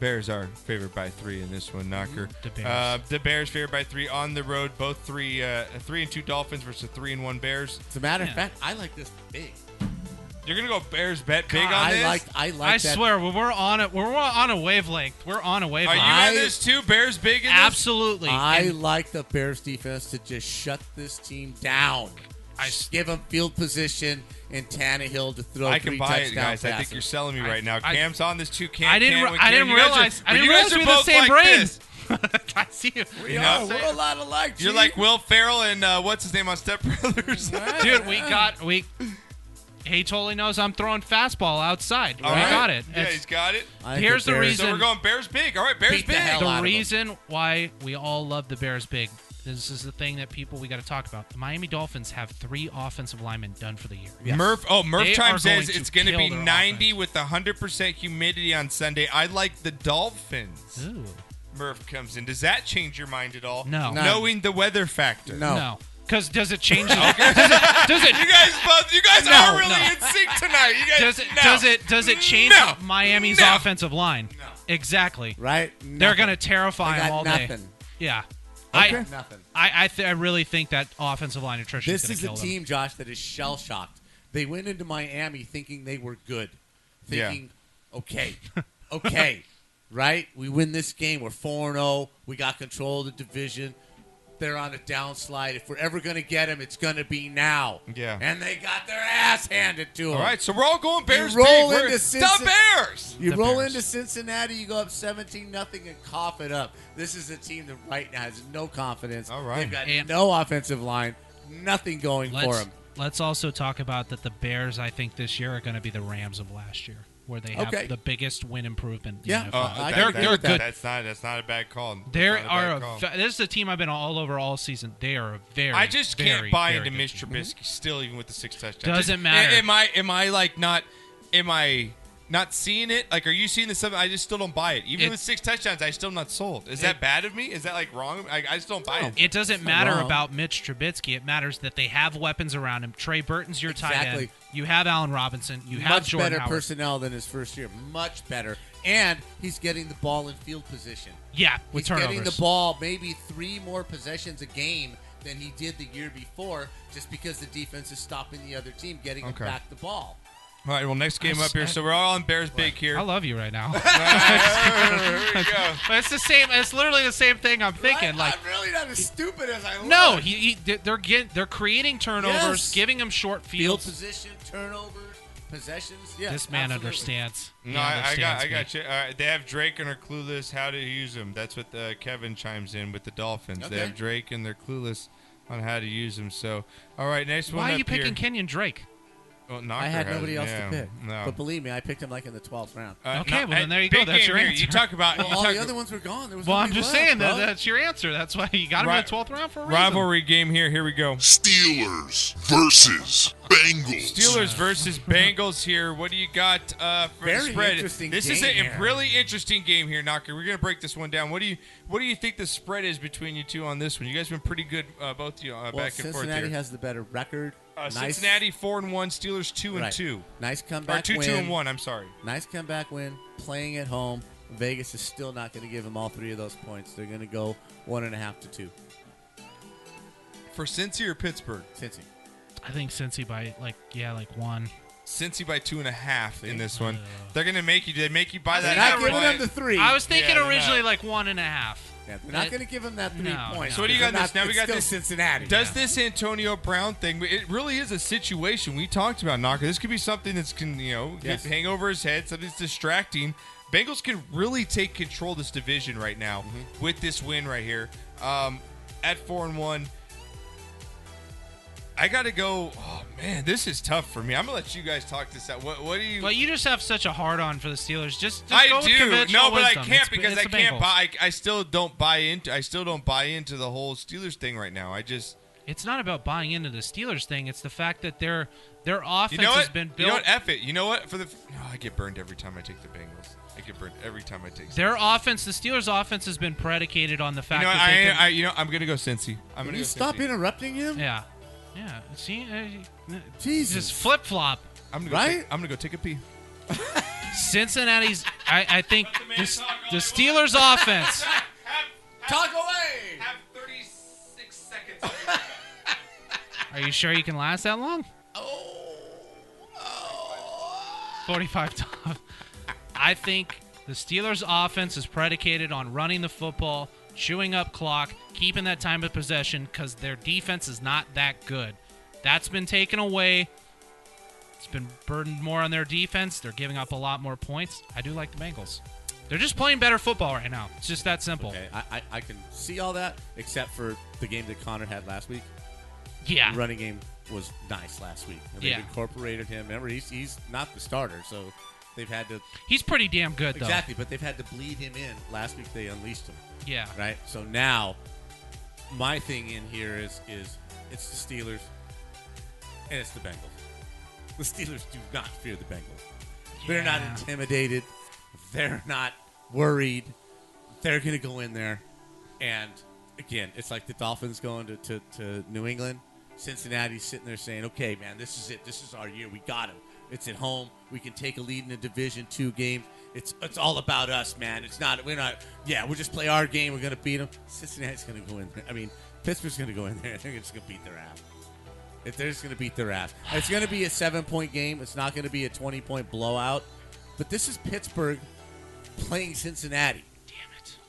B: Bears are favored by three in this one, Knocker.
I: The Bears.
B: Uh, the Bears favored by three on the road. Both three, uh, three and two Dolphins versus three and one Bears.
C: As a matter of fact, I like this big.
B: you're gonna go Bears bet big
I: God,
B: on
I: I
B: this.
I: like-
C: I
I: I swear, when we're on it, we're on a wavelength. We're on a
B: Are
I: wavelength.
B: you in this too? Bears big in this?
I: Absolutely.
C: I
I: And-
C: like the Bears defense to just shut this team down. I give them field position and Tannehill to throw
B: I
C: three
B: can buy it,
C: touchdown
B: guys. I
C: Passes.
B: think you're selling me
C: I-
B: right now.
C: I-
B: Cam's on this too. Cam,
I: I didn't.
B: Cam
I: re-
B: with
I: I
B: Cam.
I: didn't
B: You guys are-
I: realize. I
B: but
I: didn't
B: you guys
I: realize
B: are
I: we had the
B: both
I: same
B: like
I: brain.
B: this.
I: I *laughs* see you.
B: We You know? are. We're a
C: lot alike.
B: You're like Will Farrell and uh, what's his name on Step Brothers,
I: dude. We got we. He totally knows I'm throwing fastball outside.
B: All
I: we
B: right.
I: got it.
B: Yeah,
I: It's-
B: he's got it.
I: Here's the reason.
B: So we're going Bears big. All right, Bears big.
I: the reason why we all love the Bears big. This is the thing that people we got to talk about. The Miami Dolphins have three offensive linemen done for the year.
B: Murph, oh Murph
I: They
B: Time
I: are
B: says
I: going
B: it's going to
I: kill
B: be
I: their
B: 90 with 100 percent humidity on Sunday. I like the Dolphins.
I: Ooh.
B: Murph comes in. Does that change your mind at all?
I: No. None.
B: Knowing the weather factor.
I: No. Because does
B: *laughs*
I: it change? The, does it? Does it?
B: You guys both. You guys
I: No,
B: are really
I: no.
B: in sync tonight. You guys.
I: Does it?
B: no.
I: Does it? Does it change
B: No.
I: Miami's
B: No.
I: offensive line? No. Exactly.
C: Right.
I: They're
C: Nothing.
I: gonna terrify
C: They
I: them
C: got
I: all day.
C: nothing.
I: Yeah. I nothing. I I, th- I really think that offensive line attrition.
C: This
I: is,
C: is
I: gonna
C: a
I: kill them.
C: team, Josh, that is shell shocked. They went into Miami thinking they were good,
I: Yeah.
C: thinking, okay, *laughs* okay, right? We win this game. We're 4 0. We got control of the division. They're on a downslide. If we're ever going to get them, it's going to be now.
B: Yeah.
C: And they got their ass handed to them.
B: All right, so we're all going Bears.
C: You roll
B: big. We're-
C: into
B: the Bears.
C: You
B: The
C: roll
B: Bears.
C: into Cincinnati, you go up 17 nothing and cough it up. This is a team that right now has no confidence. All right. They've got
I: And-
C: no offensive line, nothing going for
I: Let's,
C: them.
I: let's also talk about that the Bears. I think this year are going to be the Rams of last year, where they have
B: Okay.
I: the biggest win improvement. in the
B: Oh,
I: NFL.
B: that-
I: they're
B: that-
I: they're good.
B: That's not that's not a bad call.
I: There
B: That's not
I: are
B: a
I: a
B: bad call.
I: ve- this is a team I've been all over all season. They are a very
B: I just
I: very,
B: can't buy
I: very
B: into
I: good
B: Mitch
I: team.
B: Trubisky still, even with the six touchdowns.
I: Doesn't
B: Just-
I: matter.
B: Am I? Am I like not? Am I not seeing it? Like, are you seeing this? Something I just still don't buy it. Even
I: It-
B: with six touchdowns, I still not sold. Is that bad of me? Is that like wrong? I, I just don't buy it.
I: Oh, It doesn't matter about Mitch Trubisky. It matters that they have weapons around him. Trey Burton's your tight end.
C: Exactly.
I: You have Allen Robinson. You have
C: Much
I: Jordan
C: better
I: Howard. *laughs*
B: *laughs*
C: personnel than his first year. Much better. And he's getting the ball in field position.
I: Yeah, with
C: he's getting
I: turnovers.
C: the ball maybe three more possessions a game than he did the year before just because the defense is stopping the other team getting
B: Okay.
C: them back the ball.
B: All right, well, next game up here. So we're all on Bears big here.
I: I love you
B: *laughs*
I: right now. *laughs*
B: here we go.
I: But it's the same. It's literally the same thing I'm thinking. Like
C: I'm really not as stupid as I
I: no, he, he they're- they're getting they're creating turnovers,
C: Yes.
I: giving him short
C: Field
I: fields.
C: position, turnovers, possessions. Yeah,
I: this man
C: absolutely.
I: understands. He
B: No, I, I got,
I: understands
B: I
I: me.
B: got you. All right, they have Drake and are clueless. How to use them? That's what uh, Kevin chimes in with the Dolphins. They
I: Okay.
B: have Drake and they're clueless on how to use them. So, all right, next one.
I: Why are you
B: up here.
I: picking Kenyon Drake?
B: Well, Knocker
C: I had
B: has
C: nobody
B: him,
C: else
B: yeah.
C: to pick,
B: No.
C: but believe me, I picked him like in the 12th round.
B: Uh, Okay, no, well, then hey, there you go. big That's game your here. answer. You talk about-
C: Well,
B: you
C: all
B: talk-
C: the other ones were gone. There was
I: Well, I'm
C: nobody
I: just
C: left,
I: saying that
C: bro.
I: that's your answer. That's why you got him in
B: Right.
I: the 12th round for a reason.
B: Rivalry game here. Here we go.
J: Steelers versus Bengals.
B: Steelers versus Bengals here. What do you got uh, for the
J: Very
B: spread?
J: interesting
B: this is a
J: game here.
B: really interesting game here, Knocker. We're gonna break this one down. What do you What do you think the spread is between you two on this one? You guys been pretty good, uh, both of you, uh,
C: well,
B: back and forth
C: Cincinnati
B: here.
C: has the better record.
B: Uh,
C: nice,
B: Cincinnati four and one, Steelers two and
C: right.
B: two.
C: Nice comeback.
B: Or two
C: win.
B: two and one. I'm sorry.
C: Nice comeback win. Playing at home, Vegas is still not going to give them all three of those points. They're going to go one and a half to two.
B: For Cincy or Pittsburgh?
C: Cincy.
I: I think Cincy by like yeah, like one.
B: Cincy by two and a half in this one.
C: uh,
B: They're gonna make you. They make you buy that. half point.
I: I was thinking
B: Yeah, they're
I: originally
B: not.
I: like one and a half.
C: Yeah, they're not going to give them that three
I: No,
C: points.
B: So what do you got
C: They're
B: this?
C: not-
B: Now we
C: it's
B: got
C: still
B: this
C: Cincinnati.
B: Does this Antonio Brown thing? It really is a situation we talked about, Knocker. This could be something that's can you know
C: Yes.
B: hang over his head, something that's distracting. Bengals can really take control of this division right now with this win right here. Um, at four and one, I got to go. Oh man, this is tough for me. I'm gonna let you guys talk this out. What, what do you?
I: But you just have such a hard on for the Steelers. Just, just
B: I
I: go with
B: do.
I: conventional
B: No, but I
I: wisdom.
B: can't
I: It's-
B: because
I: it's
B: I
I: the
B: can't
I: Bengals.
B: buy. I, I still don't buy into. I still don't buy into the whole Steelers thing right now. I just.
I: It's not about buying into the Steelers thing. It's the fact that their their offense
B: you know what?
I: has been
B: You
I: built.
B: know what? F it. You know what? For the oh, I get burned every time I take the Bengals. I get burned every time I take.
I: their offense, the Steelers' offense, has been predicated on the
B: you
I: fact
B: know, what?
I: that they
B: I,
I: can.
B: I, you know, I'm gonna go Cincy.
C: Will
B: I'm
C: you
B: gonna go
C: stop
B: Cincy.
C: interrupting him?
I: yeah, yeah. See, uh,
C: Jesus.
I: just flip flop.
B: I'm gonna Go take, I'm gonna go take a pee.
I: Cincinnati's. I, I think the, S-
B: *laughs*
I: the Steelers' offense. *laughs*
C: Talk away.
B: Have 36 seconds.
C: *laughs*
B: *laughs*
I: Are you sure you can last that long? Oh. 45 times. I think the Steelers' offense is predicated on running the football, chewing up clock, keeping that time of possession because their defense is not that good. That's been taken away. It's been burdened more on their defense. They're giving up a lot more points. I do like the Bengals. They're just playing better football right now. It's just that simple.
C: Okay, I, I, I can see all that except for the game that Connor had last week.
I: Yeah.
C: running game was nice last week. And they've
I: Yeah.
C: incorporated him. Remember, he's he's not the starter, so they've had to.
I: He's pretty damn good, though.
C: Exactly, but they've had to bleed him in. Last week they unleashed him.
I: Yeah.
C: Right. So now, my thing in here is is it's the Steelers, and it's the Bengals. The Steelers do not fear the Bengals. They're not
I: Yeah.
C: intimidated. They're not worried. They're going to go in there. And again, it's like the Dolphins going to, to, to New England. Cincinnati's sitting there saying, okay, man, this is it. This is our year. We got him. It's at home. We can take a lead in a Division Two game. It's it's all about us, man. It's not we're not. *laughs* Yeah, we'll just play our game. We're gonna beat them. Cincinnati's gonna go in there. I mean, Pittsburgh's gonna go in there. They're just gonna beat their ass. If they're just gonna beat their ass, it's gonna be a seven point game. It's not gonna be a twenty point blowout. But this is Pittsburgh playing Cincinnati.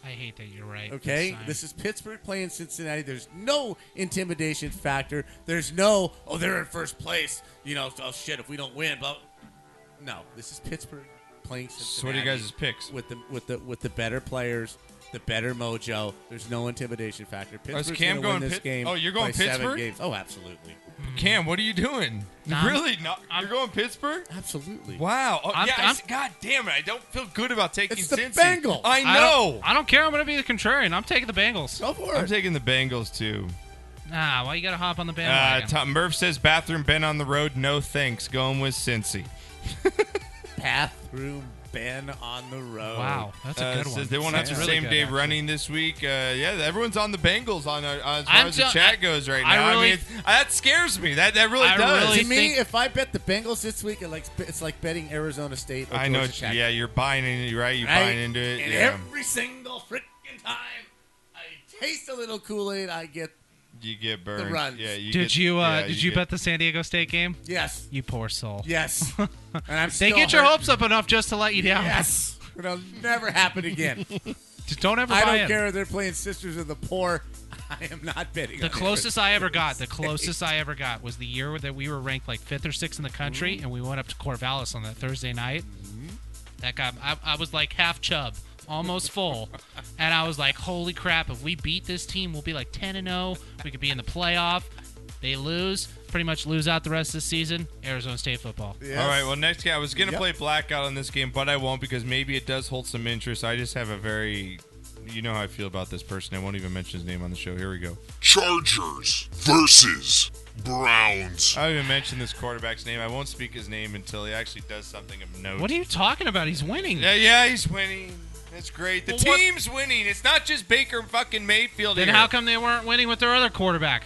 I: I hate that you're right.
C: Okay, this is Pittsburgh playing Cincinnati. There's no intimidation factor. There's no oh they're in first place. You know oh shit if we don't win. But no, this is Pittsburgh playing Cincinnati.
B: So what are you guys' picks
C: with the with the with the better players, the better mojo? There's no intimidation factor. Pittsburgh's
B: Oh, Cam
C: gonna
B: going
C: win this
B: Pit-
C: game.
B: Oh, you're going
C: by seven
B: Pittsburgh?
C: games. Oh, absolutely.
B: Cam, what are you doing?
C: Nah, I'm-
B: really? Not, you're going Pittsburgh?
C: Absolutely.
B: Wow. Oh,
I: I'm-
B: yeah, I
I: I'm-
B: s- God damn it. I don't feel good about taking
I: It's the
B: Cincy.
I: Bengals.
B: I
I: I
B: know.
I: don't- I don't care. I'm going to be the contrarian. I'm taking the Bengals.
C: Go
B: I'm taking the Bengals too.
I: Nah, why you got to hop on the
B: Uh,
I: bandwagon?
B: Tom Murph says bathroom Ben on the road. No thanks. Going with Cincy.
C: Bathroom Ben on the road.
I: Wow, that's a
B: Uh,
I: good
B: says
I: one.
B: They won't have the
I: That's really
B: same
I: good,
B: day
I: actually.
B: running this week. Uh, yeah, everyone's on the Bengals on our, as far
C: I'm
B: as the
C: tell-
B: chat goes right now.
C: I
B: I,
C: really-
B: mean, it's- that scares me. That that really does.
C: to me, if I bet the Bengals this week, it like it's like betting Arizona State. Or
B: I know.
C: Georgia
B: it's-
C: Tech.
B: Yeah, you're buying into it, right? You're
C: Right?
B: buying into it.
C: And
B: yeah.
C: every single freaking time I taste a little Kool Aid, I get
B: you get burned.
C: runs.
B: Yeah. You
I: did
B: get-
I: you uh,
B: yeah,
I: did you
B: get-
I: bet the San Diego State game?
C: Yes.
I: You poor soul. *laughs*
C: Yes. and I'm
I: They
C: still
I: get your
C: hurt.
I: hopes up enough just to let you down.
C: Yes. It'll never happen again.
I: Just *laughs* don't ever
C: I
I: buy
C: don't
I: in.
C: care if they're playing Sisters of the Poor. *laughs* I am not betting.
I: The
C: on
I: closest
C: Arizona
I: I ever got,
C: *laughs*
I: the
C: State.
I: closest I ever got was the year that we were ranked like fifth or sixth in the country,
C: Mm-hmm.
I: and we went up to Corvallis on that Thursday night.
C: *laughs* Hmm?
I: That got I, I was like half chub, almost full, and I was like, "Holy crap! If we beat this team, we'll be like ten and zero. We could be in the playoff." They lose, pretty much lose out the rest of the season. Arizona State football.
B: All right. Well, next guy. I was gonna
I: Yep.
B: play blackout on this game, but I won't because maybe it does hold some interest. I just have a very, you know how I feel about this person. I won't even mention his name on the show. Here we go.
J: Chargers versus Browns.
B: I haven't mentioned this quarterback's name. I won't speak his name until he actually does something of note.
I: What are you talking about? He's winning.
B: Yeah, yeah, he's winning. That's great. The
I: Well, what-
B: team's winning. It's not just Baker and fucking Mayfield.
I: Then
B: here.
I: how come they weren't winning with their other quarterback?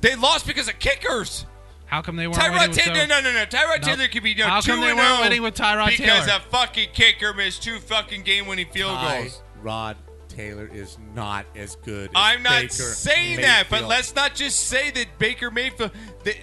B: They lost because of kickers.
I: How come they weren't winning
B: Tyrod
I: with
B: Taylor?
I: their-
B: No, no, no. Tyrod
I: Nope.
B: Taylor could be no,
I: How
B: two
I: come they
B: and
I: weren't
B: oh
I: winning with Tyrod
B: because
I: Taylor?
B: a fucking kicker missed two fucking game-winning field
C: Ty
B: goals.
C: Rod Taylor is not as good. as
B: I'm not
C: Baker
B: saying that, but
C: Mayfield.
B: let's not just say that Baker Mayfield, that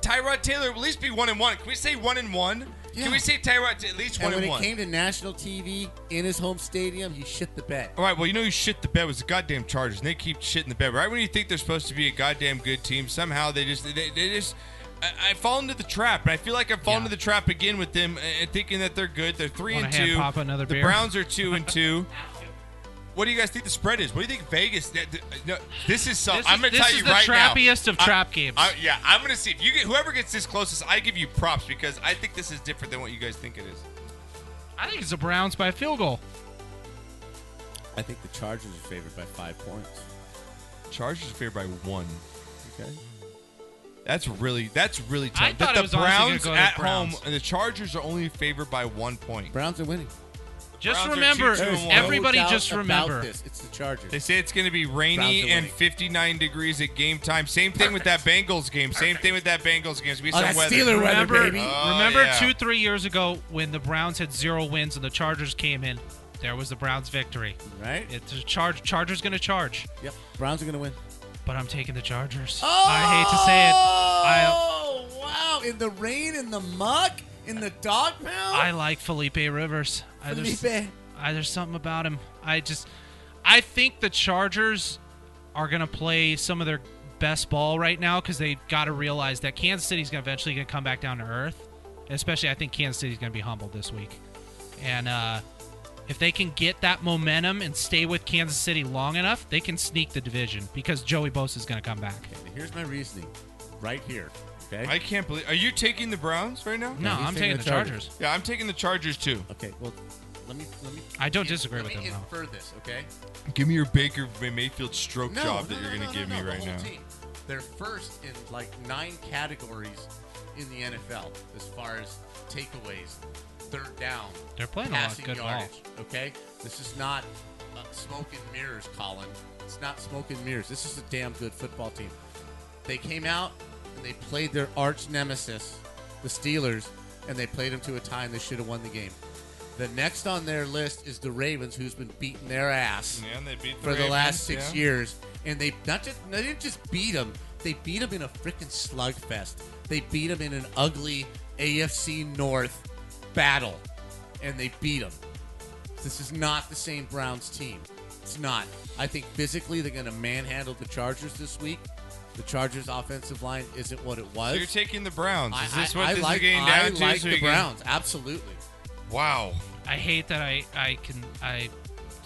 B: Tyrod Taylor will at least be one and one. Can we say one and one? Can we say Tyrod Ta- at least
C: And
B: one
C: when
B: and
C: it
B: one?
C: came to national TV in his home stadium, you shit the bed.
B: All right, well, you know who shit the bed was the goddamn Chargers, and they keep shitting the bed. Right when you think they're supposed to be a goddamn good team, somehow they just they, they just I, I fall into the trap, and I feel like I fall into the trap again with them, uh, thinking that they're good. They're 3
I: Wanna
B: and
I: hand
B: two.
I: Papa another
B: the
I: beer?
B: Browns are two
I: *laughs*
B: and two. What do you guys think the spread is? What do you think Vegas? that- that- no, this is something.
I: This is-
B: I'm going to
I: this
B: tell
I: is
B: you
I: the
B: right now.
I: trappiest of
B: I-
I: trap games.
B: I- yeah, I'm going to see if you get whoever gets this closest. I give you props because I think this is different than what you guys think it is.
I: I think it's the Browns by a field goal.
C: I think the Chargers are favored by five points.
B: Chargers are favored by one.
C: Okay.
B: That's really that's really tough.
I: I
B: That
I: thought
B: the
I: it was honestly gonna
B: Browns
I: go to
B: at
I: Browns.
B: home and the Chargers are only favored by one point.
C: Browns are winning.
I: Just
B: Browns are
I: remember,
B: two, two, and one.
I: everybody, just remember.
C: It's the Chargers.
B: They say it's going to be
C: Browns are
B: rainy
C: winning.
B: and 59 degrees at game time. Same thing with that Bengals game. Same thing with that Bengals game. It's gonna be
C: Oh,
B: some
C: that
B: weather.
C: Steeler weather,
I: Remember,
C: baby.
B: Oh,
I: remember
B: yeah.
I: two, three years ago when the Browns had zero wins and the Chargers came in. There was the Browns' victory.
C: Right.
I: It's a charge. Chargers going to charge.
C: Yep. Browns are going to win.
I: But I'm taking the Chargers. I hate to say it. I
C: Oh wow! In the rain, in the muck, in the dog pound.
I: I like Felipe Rivers. I, there's,
C: Felipe.
I: I, there's something about him. I just, I think the Chargers are going to play some of their best ball right now because they got to realize that Kansas City's gonna eventually going to come back down to earth. Especially, I think Kansas City's going to be humbled this week, and uh, if they can get that momentum and stay with Kansas City long enough, they can sneak the division because Joey Bosa is going to come back.
C: Here's my reasoning, right here. Okay.
B: I can't believe. Are you taking the Browns right now?
I: No, No, he's I'm taking taking the the Chargers.
B: Yeah, I'm taking the Chargers too.
C: Okay, well, let me let me.
I: I don't disagree
C: let
I: with
C: me
I: him, though.
C: infer this, okay?
B: Give me your Baker Mayfield stroke
C: No,
B: job
C: no,
B: that you're
C: no,
B: going to
C: no,
B: give
C: no,
B: me
C: the
B: right
C: whole
B: now.
C: team. They're first in like nine categories in the NFL as far as takeaways, third down.
I: They're playing a lot of
C: passing
I: good ball.
C: yardage. Okay, this is not uh, smoke and mirrors, Colin. It's not smoke and mirrors. This is a damn good football team. They came out and they played their arch nemesis, the Steelers, and they played them to a tie and they should have won the game. The next on their list is the Ravens, who's been beating their ass
B: Yeah, and they beat the
C: for the last
B: Ravens,
C: six
B: yeah.
C: years, and they not just they didn't just beat them, they beat them in a freaking slugfest. They beat them in an ugly AFC North battle, and they beat them. This is not the same Browns team. It's not. I think physically they're going to manhandle the Chargers this week. The Chargers' offensive line isn't what it was.
B: So you're taking the Browns. Is this what this is
C: like,
B: getting
C: I
B: down to?
C: like
B: So
C: the
B: you can-
C: Browns, absolutely.
B: Wow.
I: I hate that I I can I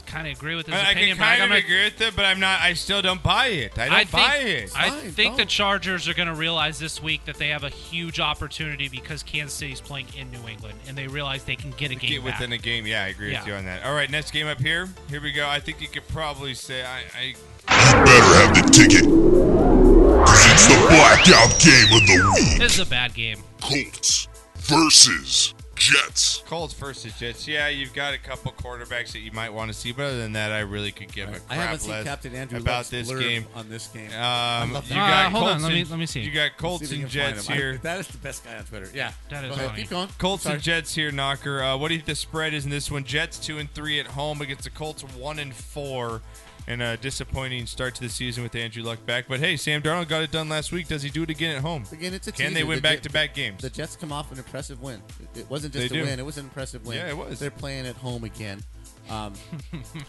I: kind of agree with his
B: I, I can
I: opinion, but
B: kind
I: I'm
B: of
I: not-
B: agree with it, but I'm not. I still don't buy it. I don't
I: think,
B: buy it.
I: I think the Chargers are going to realize this week that they have a huge opportunity because Kansas City's playing in New England, and they realize they can get a game
B: get
I: back.
B: within a game. Yeah, I agree
I: Yeah.
B: with you on that. All right, next game up here. Here we go. I think you could probably say I. I
J: Better have the ticket. Cause it's the blackout game of the week.
I: This is a bad game.
J: Colts versus Jets.
B: Colts versus Jets. Yeah, you've got a couple quarterbacks that you might want to see, but other than that, I really could give a crap
C: I haven't seen
B: less
C: Captain Andrew
B: about
C: Luck's
B: this
C: blurb
B: game.
C: on this game.
B: Um,
C: I'd love to-
B: you got
I: Uh, hold on,
B: Colts
I: let me-
B: and-
I: let me see.
B: You got
I: Let's
B: Colts
I: see if we
B: and
I: can find
B: Jets
I: him. I-
B: here.
C: that is the best guy on Twitter. Yeah,
I: that
C: Go ahead, keep going.
B: Colts
C: Sorry.
B: and Jets here, Knocker. Uh, what do you think the spread is in this one? Jets two and three at home against the Colts one and four, and a disappointing start to the season with Andrew Luck back. But hey, Sam Darnold got it done last week. Does he do it again at home?
C: Again, it's a
B: can
C: teaser.
B: they win
C: The
B: back
C: Jet-
B: to back games?
C: The Jets come off an impressive win. It, it wasn't just
B: They
C: a
B: do.
C: win; it was an impressive win.
B: Yeah, it was.
C: They're playing at home again.
I: *laughs*
C: Um,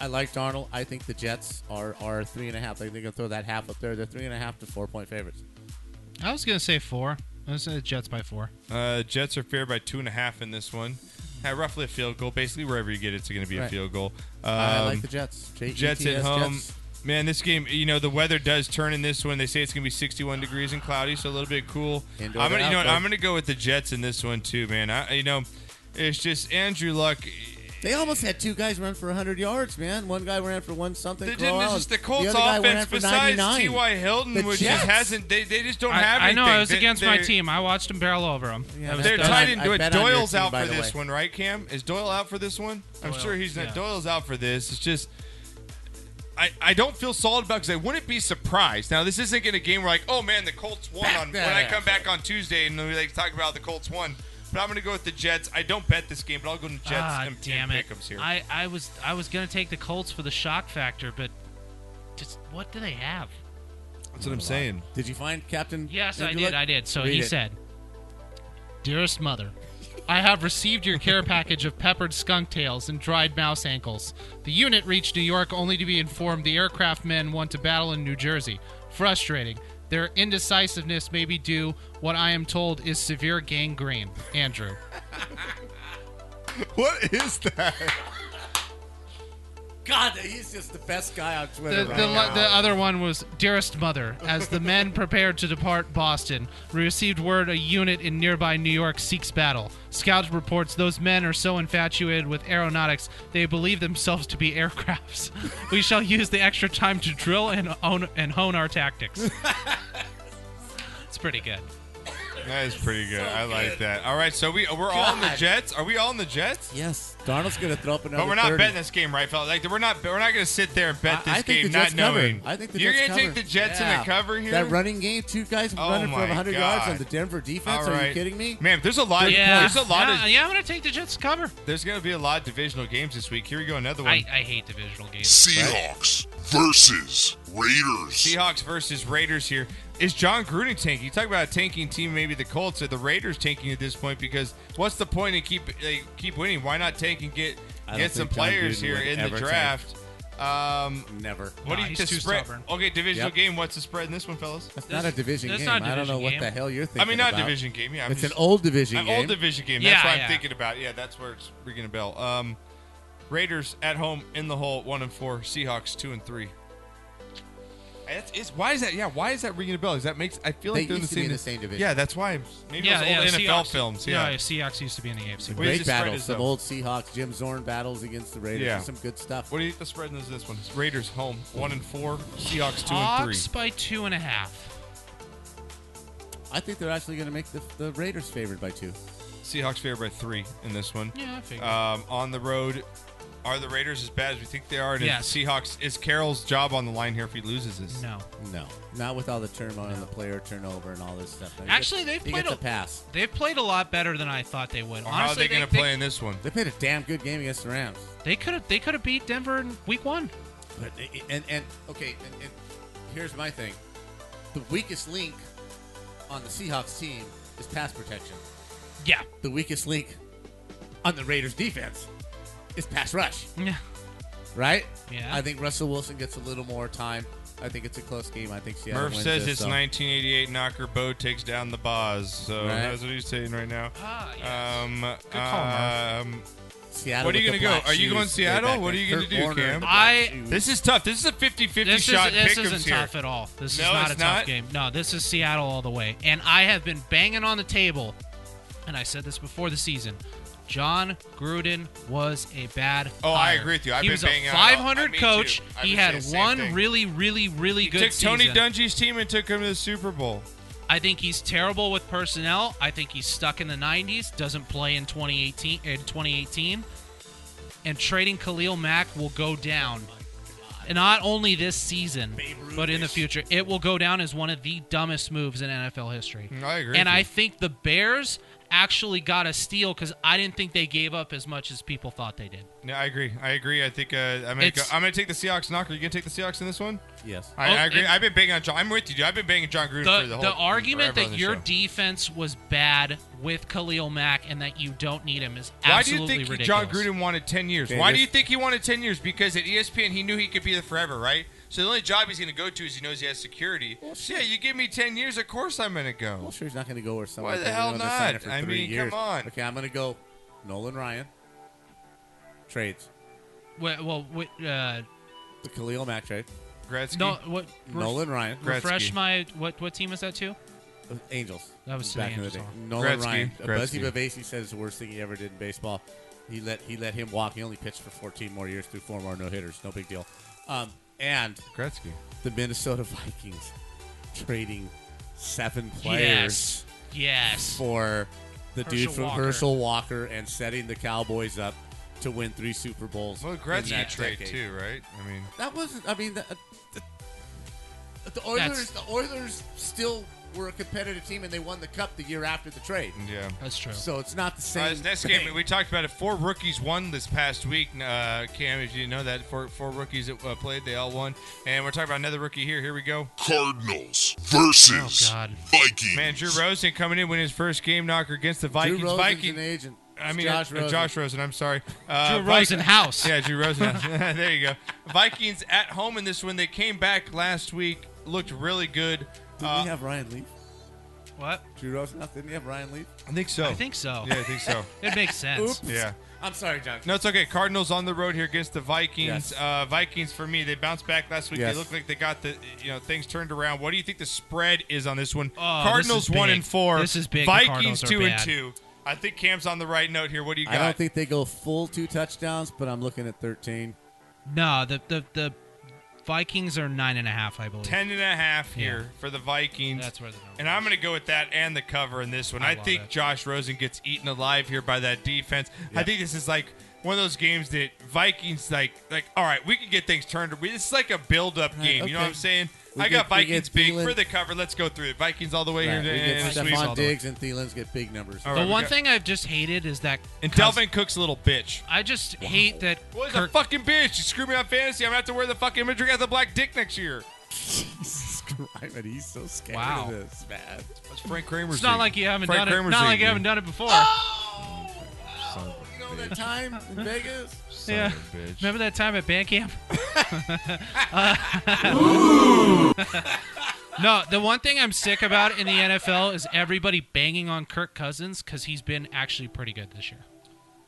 C: I like Darnold. I think the Jets are are three and a half. I think they're gonna throw that half up there. They're three and a half to four point favorites.
I: I was going to say four. I was going to Jets by four.
B: Uh, Jets are favored by two and a half in this one. At roughly a field goal, basically wherever you get it, it's going to be a
C: Right.
B: field goal.
C: I like
B: Um,
C: the Jets. J E T S,
B: Jets at home.
C: Jets.
B: Man, this game, you know, the weather does turn in this one. They say it's going to be 61 degrees and cloudy, so a little bit cool.
C: Indoor
B: I'm
C: to
B: gonna, you know, what,
C: outdoor.
B: I'm going to go with the Jets in this one too, man. I, you know, it's just Andrew Luck.
C: They almost had two guys run for 100 yards, man. One guy ran for one something.
B: They
C: Corral,
B: didn't. It's just the
C: and
B: Colts
C: other guy ran
B: offense
C: for
B: besides
C: 99.
B: T.Y. Hilton,
C: The
B: which
C: Jets.
B: just hasn't. They, they just don't
I: I,
B: have.
I: I know.
B: anything.
I: I was
B: They-
I: against my
B: they're-
I: team. I watched them barrel over them.
C: Yeah,
I: I was
B: They're
I: done.
B: tied into it. Doyle's out for this one, right, Cam? Is Doyle out for this one? I'm
I: Doyle,
B: sure he's not.
I: yeah.
B: Doyle's out for this. It's just. I, I don't feel solid about because I wouldn't be surprised. Now this isn't in a game where like oh man the Colts won on when I
C: yeah,
B: come back on Tuesday and we like talk about how the Colts won, but I'm gonna go with the Jets. I don't bet this game, but I'll go to Jets
I: Ah,
B: and,
I: damn
B: and
I: it!
B: Pickums here.
I: I, I was I was gonna take the Colts for the shock factor, but just what do they have?
B: That's what I'm saying.
C: Did you find Captain?
I: Yes, I
C: Andrew
I: did.
C: Luck?
I: I did. So
C: Read
I: he
C: it.
I: said, "Dearest mother, I have received your care package of peppered skunk tails and dried mouse ankles. The unit reached New York only to be informed the aircraft men want to battle in New Jersey. Frustrating. Their indecisiveness may be due what I am told is severe gangrene." Andrew.
B: *laughs* what is that?
C: God, he's just the best guy on Twitter.
I: The,
C: right
I: the,
C: now.
I: the uh, other one was Dearest Mother. As
B: *laughs*
I: the men prepared to depart Boston, we received word a unit in nearby New York seeks battle. Scouts reports those men are so infatuated with aeronautics they believe themselves to
B: *laughs*
I: be aircrafts. we shall use the extra time to drill and own and hone
B: *laughs*
I: our tactics. it's pretty good.
B: That is pretty good. I like that. All right, so we we're all in the
C: God.
B: Jets. Are we all in the Jets?
C: Yes. Darnold's going to throw up another.
B: But we're not
C: 30.
B: betting this game, right, fella? Like we're not we're not going to sit there and bet
C: I-
B: this
C: I think
B: game
C: the Jets
B: not knowing.
C: Cover. I think the
B: You're
C: Jets
B: gonna take
C: cover.
B: the Jets in
C: Yeah.
B: the cover here.
C: That running game, two guys
B: Oh
C: running for
B: my
C: 100 yards
B: God.
C: on the Denver defense.
B: All
C: Are
B: right.
C: you kidding me?
B: Man, there's a lot.
I: Yeah.
B: There's a lot
I: yeah,
B: of.
I: yeah, I'm gonna take the Jets cover.
B: There's going to be a lot of divisional games this week. Here we go, another one.
I: I, I hate divisional games.
B: Seahawks
J: versus Raiders.
B: Seahawks versus Raiders here. Is John Gruden tanking? You talk about a tanking team, maybe the Colts or the Raiders tanking at this point because what's the point in keep like, keep winning? Why not tank and get
C: I don't
B: get some
C: think John
B: players
C: Gruden
B: here
C: would
B: in the
C: ever
B: draft? Um,
C: Never.
B: What
C: Nah,
B: do you
C: he's
B: the
C: too
B: spread?
C: stubborn.
B: Okay, divisional
C: Yep.
B: game. What's the spread in this one, fellas?
C: It's not a division game. I don't know what the hell you're thinking.
B: I mean, not
C: about.
B: division game. Yeah, I'm
C: it's
B: just-
C: an old division
B: an
C: game.
B: old division game. That's what I'm thinking about. Yeah, that's where it's ringing a bell. Um, Raiders at home in the hole, one and four. Seahawks two and three. That's, it's, why is that? Yeah, why is that ringing a bell? Is that makes I feel
C: They
B: like they're in the
C: used to be
B: same,
C: in the same division.
B: Yeah, that's why. Maybe those old NFL films. Yeah.
I: Seahawks used to be in the AFC.
B: What is
C: Great
B: the spread
C: battles.
B: is,
C: Some
B: though?
C: old Seahawks. Jim Zorn battles against the Raiders.
B: Yeah.
C: There's Some good stuff.
B: What do you think the spread is this one? Raiders home one and four. Seahawks two and three.
I: Hawks by two and a half.
C: I think they're actually going to make the, the Raiders favored by two.
B: Seahawks favored by three in this one.
I: Yeah, I figured.
B: Um, on the road, Are the Raiders as bad as we think they are? And yes.
I: Yes.
B: the Seahawks is Carroll's job on the line here if he loses this?
I: No.
C: No, not with all the turmoil and the player turnover and all this stuff. He
I: Actually,
C: gets-
I: they've
C: he
I: played
C: gets
I: a
C: a pass.
I: They've played a lot better than I thought they would. Honestly,
B: in this one?
C: They played a damn good game against the Rams.
I: They could have. They could have beat Denver in Week One.
C: But and and okay, and, and here's my thing: the weakest link on the Seahawks team is pass protection.
I: Yeah.
C: The weakest link on the Raiders defense is pass rush.
I: Yeah.
C: Right.
I: Yeah.
C: I think Russell Wilson gets a little more time. I think it's a close game. I think Seattle
B: Murph
C: wins
B: says
C: this,
B: it's
C: so.
B: 1988 knocker Bo takes down the Boz. So
C: Right.
B: that's what he's saying right now. um,
I: Ah, Good call, Murph.
B: um,
C: Seattle
B: What are you
C: with
B: going
C: the
B: to go?
C: black
B: Are you
C: shoes
B: going
C: way
B: Seattle?
C: back
B: What are
C: when
B: you going
C: Kurt
B: to do,
C: Warner
B: Cam?
C: and the black
I: I-
C: shoes.
B: This is tough. This is a 50-50
I: This
B: shot.
I: is, this
B: pick 'em's
I: isn't
B: here.
I: tough at all. This
B: No,
I: is not
B: it's
I: a tough
B: not.
I: game. No, this is Seattle all the way. And I have been banging on the table, and I said this before the season. John Gruden was a bad.
B: Oh, I
I: hire.
B: agree with you. I've
I: he
B: been
I: was
B: banging
I: a
B: on it all-
I: 500
B: me too.
I: coach.
B: I've
I: He
B: been
I: had
B: saying the same
I: one
B: thing.
I: really, really, really
B: He
I: good
B: took Tony
I: season.
B: Dungy's team and took him to the Super Bowl.
I: I think he's terrible with personnel. I think he's stuck in the 90s, doesn't play in 2018 in 2018. And trading Khalil Mack will go down. And not only this season, but in the future, it will go down as one of the dumbest moves in NFL history.
B: Mm, I agree with
I: And I
B: you.
I: think the Bears actually got a steal because I didn't think they gave up as much as people thought they did.
B: No, I agree. I agree. I think uh, I'm gonna go,
I: It's-
B: I'm gonna take the Seahawks knocker. You gonna take the Seahawks in this one?
C: Yes.
B: I,
I: Oh,
B: I agree.
I: and-
B: I've been banging on John. I'm with you, dude. I've been banging John Gruden
I: the,
B: for the whole.
I: the argument
B: forever on
I: that
B: this
I: your
B: show.
I: defense was bad with Khalil Mack and that you don't need him is
B: Why do you
I: absolutely
B: think he-
I: ridiculous.
B: John Gruden wanted 10 years?
I: Okay,
B: Why do
I: this-
B: you think he wanted 10 years? Because at E ESPN, he knew he could be there forever, right? So the only job he's going to go to is he knows he has security. so yeah, you give me 10 years, of course I'm going to go.
C: Well, sure, he's not going to go where someone.
B: Why the
C: doesn't
B: hell
C: know they're signing
B: not?
C: for
B: I
C: three
B: mean, come
C: years.
B: on.
C: Okay, I'm going to go Nolan Ryan. Trades.
I: Well, well wait, uh,
C: The Khalil Mack trade.
B: Gretzky.
I: no, what? ref-
C: Nolan Ryan.
I: Refresh my what? What team was that to?
C: Uh, Angels.
I: That was to the
C: back in the
I: Angels,
C: day.
I: all right.
C: Nolan
I: Gretzky,
C: Ryan. Uh, Buzzy
I: Gretzky.
C: Bavasi said it's the worst thing he ever did in baseball. He let he let him walk. He only pitched for 14 more years through four more no hitters. No big deal. Um, and
B: Gretzky.
C: The Minnesota *laughs* Vikings trading seven players.
I: Yes. Yes.
C: For the dude
I: Herschel
C: from
I: Walker.
C: Herschel Walker and setting the Cowboys up to win three Super Bowls.
B: Well,
C: in
B: Gretzky
C: that
B: trade
C: decade.
B: too, right? I mean,
C: That wasn't. I mean, the, the, the Oilers. The Oilers still were a competitive team, and they won the cup the year after the trade.
B: yeah,
I: that's true.
C: So it's not the same.
B: Uh, this next
C: thing.
B: game, we talked about it. Four rookies won this past week. Uh, Cam, if you didn't know that, four, four rookies that uh, played, they all won. And we're talking about another rookie here. Here we go.
J: Cardinals
I: Oh,
J: versus Vikings.
B: Man, Drew Rosen coming in, winning his first game knocker against the Vikings.
C: Rosen's
B: Viking-
C: an agent.
B: I
C: It's
B: mean,
C: Josh
B: uh,
C: Rosen.
B: Josh Rosen. I'm sorry. Uh,
I: Drew
B: Vik-
I: Rosen House.
B: Yeah, Drew Rosen
I: *laughs*
B: House. *laughs* there you go. Vikings at home in this one. They came back last week, looked really good.
C: Did
B: Uh,
C: we have Ryan Leaf?
I: What?
C: Drew Rosen? Didn't we have Ryan Leaf?
B: I think so.
I: I think so.
B: Yeah, I think so.
I: *laughs* it makes sense.
B: Oops. Yeah.
C: I'm sorry, John.
B: No, it's okay. Cardinals on the road here against the Vikings.
C: Yes.
B: Uh, Vikings for me, they bounced back last week.
C: Yes.
B: They look like they got the you know things turned around. What do you think the spread is on this one?
I: Oh, this
B: Cardinals
I: is
B: one
I: big.
B: and four.
I: This is big. The
B: Vikings
I: Cardinals are
B: two and
I: bad.
B: two. I think Cam's on the right note here. What do you got?
C: I don't think they go full two touchdowns, but I'm looking at 13.
I: No, the the the Vikings are nine and a half, I believe.
B: Ten and a half
I: Yeah.
B: here for the Vikings.
I: That's where the number
B: And I'm going to go with that and the cover in this one.
I: I
B: I,
I: love
B: think
I: it.
B: Josh Rosen gets eaten alive here by that defense. I think this is like one of those games that Vikings like like all right, we can get things turned. We- This is like a build-up game. You know what
C: okay.
B: I'm saying?
C: We
B: I got
C: get- we get
B: Vikings big
C: Thielen-
B: for the cover. Let's go through it. Vikings all the way
C: Right,
B: here.
C: we
B: and
C: get
B: sweep.
C: Stephon Diggs and Thielen's get big numbers.
B: All
I: the
B: right, we
I: one
C: *laughs*
B: got-
I: thing I've just hated is that
B: And Delvin Cook's a little bitch.
I: I just hate that.
B: What is a fucking bitch? You screw me on fantasy. I'm going to have to wear the fucking imagery of the black dick next year.
C: Jesus Christ, man, he's so scared
I: Wow.
C: of this, man.
B: That's Frank Kramer's
I: It's not
B: thing.
I: like you haven't
B: Frank
I: done
B: Kramer's
I: it. Not
B: thing,
I: like
B: dude.
I: you
B: Oh!
I: haven't done it before.
C: You know that time in Vegas?
I: yeah.
B: of a bitch.
I: Remember that time at
B: *laughs*
I: band camp? *laughs* Uh, *laughs* no, the one thing I'm sick about in the NFL is everybody banging on Kirk Cousins because he's been actually pretty good this year.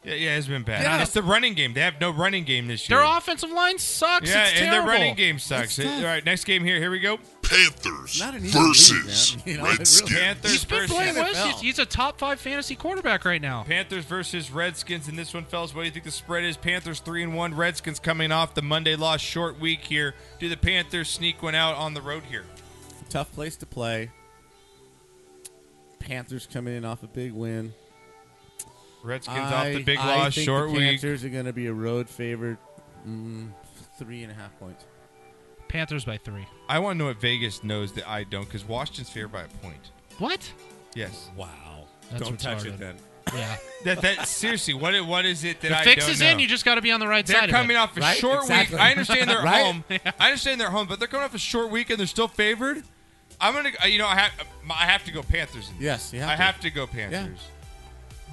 B: Yeah, yeah, it's been bad.
I: Yeah.
B: It's the running game. They have no running game this year.
I: Their offensive line sucks.
B: yeah,
I: it's
B: and
I: terrible.
B: their running game sucks.
I: It's
B: All
I: tough.
B: right, next game here. Here we go.
J: Panthers
I: Not an easy
J: versus
I: league, man. *laughs* You know, it really-
J: Redskins.
B: Panthers
I: He's been
B: versus
I: playing well.
B: NFL.
I: He's, he's a top five fantasy quarterback right now.
B: Panthers versus Redskins in this one, fellas. What do you think the spread is? Panthers three and one. Redskins coming off the Monday loss, short week here. Do the Panthers sneak one out on the road here?
C: Tough place to play. Panthers coming in off a big win.
B: Redskins off the big
C: I
B: loss,
C: think
B: short
C: the
B: week.
C: Panthers are going to be a road favorite. Mm,
I: Uh,
C: three and a half points.
I: Panthers by three.
B: I want to know what Vegas knows that I don't, because Washington's favored by a point.
I: What?
B: Yes.
I: Wow.
B: don't touch it then.
I: Yeah.
B: that that seriously, what i- what is it that
I: The
B: I
I: fix
B: don't
I: is
B: know?
I: in, you just gotta be on the right
B: they're
I: side of it.
B: coming off a
I: Right?
B: short
I: Exactly.
B: week. I understand
C: *laughs*
I: *laughs*
B: they're at
I: Right?
B: home. I understand they're at home, but they're coming off a short week and they're still favored. I'm gonna, uh, you know, I have I have to go Panthers. In this.
C: Yes, you have
B: I
C: to.
B: have to go Panthers.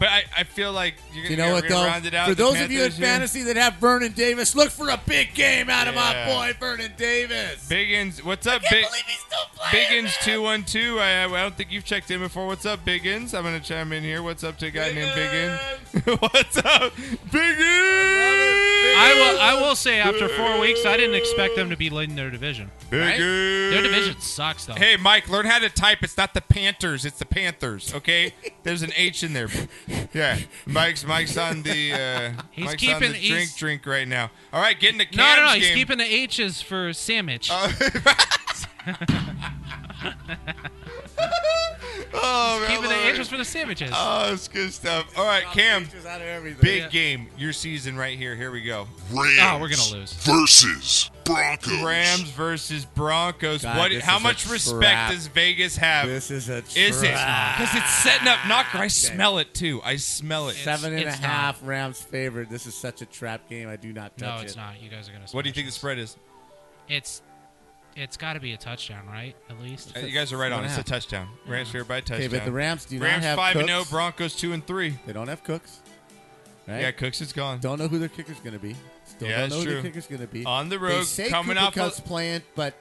B: But I, I feel like you're gonna,
C: You know
B: we're
C: what,
B: gonna
C: though?
B: round it out.
C: for
B: the
C: those of you in
B: Panthers here.
C: fantasy that have Vernon Davis, look for a big game out of my
B: Yeah.
C: boy, Vernon Davis.
B: Biggins, what's up, Big? Biggins two one two. I I don't think you've checked in before. What's up, Biggins? I'm gonna chime in here. What's up to a guy named Biggins? what's up, Biggins?
I: I will. I will say, after four weeks, I didn't expect them to be leading their division. Right?
B: Biggins.
I: Their division sucks, though.
B: Hey, Mike, learn how to type. It's not the Panthers. It's the Panthers. Okay, there's an H in there. Yeah, Mike's Mike's on the. Uh,
I: *laughs* He's
B: Mike's on
I: keeping-
B: the
I: he's-
B: drink drink right now. All right, get into Cam's
I: no, no, no. He's
B: game.
I: keeping the H's for sandwich. *laughs*
B: Oh, *laughs*
I: He's
B: my
I: keeping the
B: Lord.
I: H's for the sandwiches.
B: Oh, it's good stuff. All right, Cam.
C: out of everything.
B: Big
I: Yeah.
B: game. Your season right here. Here we go.
J: Rams
I: Oh, we're gonna lose.
J: versus Broncos.
B: Rams versus Broncos.
J: God,
B: what?
J: this
B: How
J: is a
B: much respect
J: trap.
B: does Vegas have?
C: This is a
B: Is it?
C: trap.
B: Because it's setting up knocker. I smell it too. I smell it.
C: Seven and a half Rams favored. This is such a trap game. I do not touch
I: No,
C: it.
I: it's not. You guys are gonna
B: What do you think the spread is?
I: It's. It's got to be a touchdown, right? At least.
B: Uh, You guys are right on. It's a touchdown. Rams favored by a touchdown.
C: Okay, but the Rams do not have
B: five and oh,
C: Cooks.
B: zero. Broncos two and three.
C: They don't have Cooks. Right?
B: Yeah, Cooks is gone.
C: Don't know who their kicker's going to be. Still
B: Yeah,
C: don't
B: that's
C: know who
B: true.
C: their kicker's going to be.
B: On the
C: they
B: road,
C: say
B: coming
C: Cooper
B: off a-
C: Cup's playing, but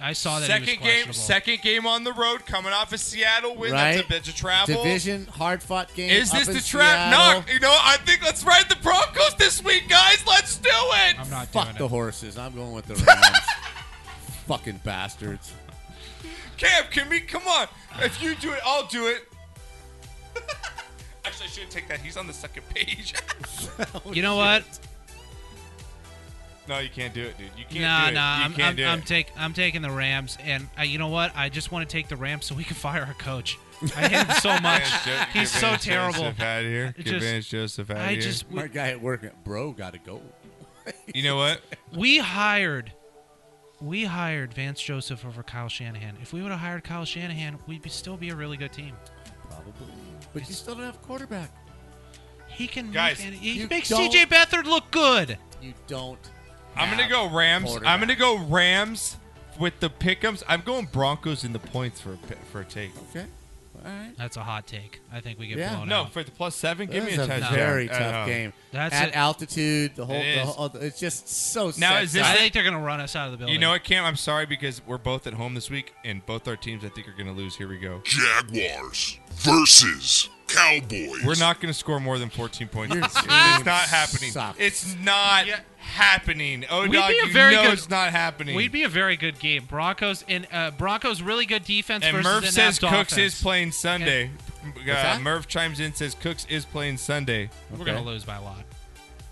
I: I saw that.
B: Second game, second game on the road, coming off a Seattle win.
C: right?
B: That's a bit of travel.
C: Division hard fought game.
B: Is this
C: up in
B: the trap?
C: Seattle.
B: Knock. You know, I think let's ride the Broncos this week, guys. Let's do it.
I: I'm not
C: Fuck the horses. I'm going with the Rams. *laughs* Fucking bastards.
B: Cam, can we? Come on. If you do it, I'll do it. Actually, I should take that. He's on the second page. *laughs*
I: You know what?
B: No, you can't do it, dude. You can't
I: Nah,
B: do it.
I: nah.
B: you
I: I'm,
B: can't
I: I'm,
B: do
I: I'm
B: it.
I: take. I'm taking the Rams, and uh, you know what? I just want to take the Rams so we can fire our coach. I hate him
B: *laughs*
I: so much.
B: Joseph-
I: He's
B: get
I: so
B: Vance
I: terrible.
B: Joseph out of here.
I: I
B: Get
I: just-
B: Vance Joseph out of
I: I
B: here.
I: just.
C: My guy at work, bro, got to go.
B: You know what?
I: *laughs* We hired, we hired Vance Joseph over Kyle Shanahan. If we would have hired Kyle Shanahan, we'd be, still be a really good team.
C: Probably. But you still don't have a quarterback.
I: He can
B: Guys,
I: make, any- he
C: you
I: makes
C: don't-
I: CJ Beathard look good.
C: You don't.
B: I'm gonna
C: have
B: go Rams. I'm
C: quarterback.
B: gonna go Rams with the pickums. I'm going Broncos in the points for a, pi- for a take.
C: Okay. All right.
I: That's a hot take. I think we get
C: Yeah.
I: blown
B: No,
I: out.
B: for the plus seven, give
C: That
B: me
C: is
B: a
C: a
B: touchdown.
C: very
B: I
C: tough
B: know.
C: game.
I: That's
C: at
I: it.
C: altitude, the whole,
B: It
C: the
B: is.
C: whole, it's just so.
B: Now,
C: set
B: is this-
I: I
C: up.
I: think they're gonna run us out of the building.
B: You know what, Cam? I'm sorry because we're both at home this week, and both our teams I think are going to lose. Here we go.
J: Jaguars versus Cowboys.
B: We're not going to score more than 14 points.
J: Your
B: this
J: team
B: season. it's not happening.
J: sucks.
B: It's not happening. Oh,
I: We'd
B: dog,
I: be a
B: you
I: very
B: know
I: good-
B: it's not happening.
I: We'd be a very good game. Broncos and uh, Broncos really good defense.
B: and
I: versus
B: Murph
I: an
B: says
I: inept
B: Cooks
I: offense.
B: is playing Sunday.
I: What's
B: Uh,
I: that?
B: Murph chimes in says Cooks is playing Sunday.
I: We're gonna lose by a lot.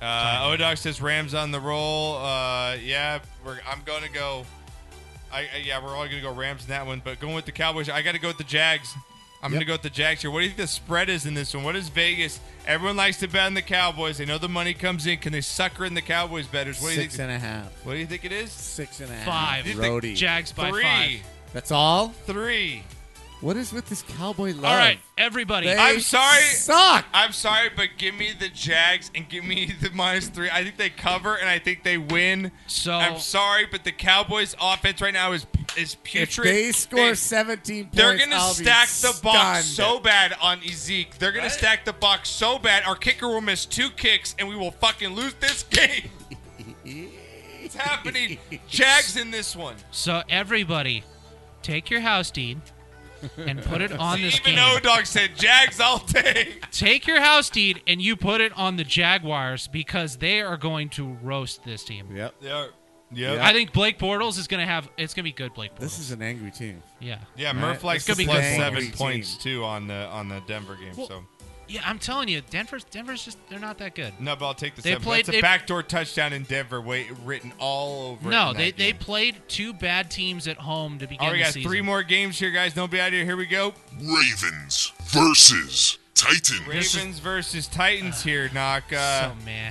B: Uh, Odog says Rams on the roll. Uh, yeah, we're, I'm going to go. I, I- yeah, we're all going to go Rams in that one. But going with the Cowboys, I got to go with the Jags. I'm going to go with the Jags here. What do you think the spread is in this one? What is Vegas? Everyone likes to bet on the Cowboys. They know the money comes in. Can they sucker in the Cowboys betters? What do you
C: Six
B: think?
C: and a half.
B: What do you think it is?
C: Six and a half.
I: Five.
B: You think
C: Brody.
I: Jags by
B: Three.
I: five.
C: That's all.
B: Three.
C: What is with this cowboy love?
B: All right,
I: everybody.
C: They
B: I'm sorry.
C: Suck.
B: I'm sorry, but give me the Jags and give me the minus three. I think they cover and I think they win.
I: So
B: I'm sorry, but the Cowboys' offense right now is is
C: If
B: putrid.
C: they score
B: They-
C: 17 points,
B: They're gonna
C: I'll be
B: stack the box
C: stunned.
B: so bad on Ezek. They're gonna stack the box so bad. Our kicker will miss two kicks, and we will fucking lose
C: *laughs*
B: this game. it's happening. Jags in this one.
I: So everybody, take your house deed and
C: *laughs*
I: put it on this
B: Even
I: game.
B: O Dog said Jags all day.
I: Take your house deed and you put it on the Jaguars because they are going to roast this team.
C: Yep.
B: Yep.
C: Yep.
I: I think Blake Bortles is going to have. It's going to be good, Blake Bortles.
C: This is an angry team.
I: Yeah.
B: Yeah,
C: Right?
B: Murph likes
C: This
B: the
C: could be
B: plus
C: an
B: seven
C: angry
B: points
C: team.
B: too on the on the Denver game.
I: Well-
B: so
I: yeah, I'm telling you, Denver's Denver's just they're not that good.
B: no, but I'll take the
I: They
B: seven.
I: played-
B: That's a
I: they-
B: backdoor touchdown in Denver, wait, written all over. it
I: No,
B: in
I: they,
B: that
I: they
B: game.
I: played two bad teams at home to begin
B: All right, we
I: the
B: got
I: season.
B: three more games here, guys. Don't be out of here. Here we go.
J: Ravens versus Titan.
B: Ravens versus Titans here, knock. Uh,
I: Ah, so meh.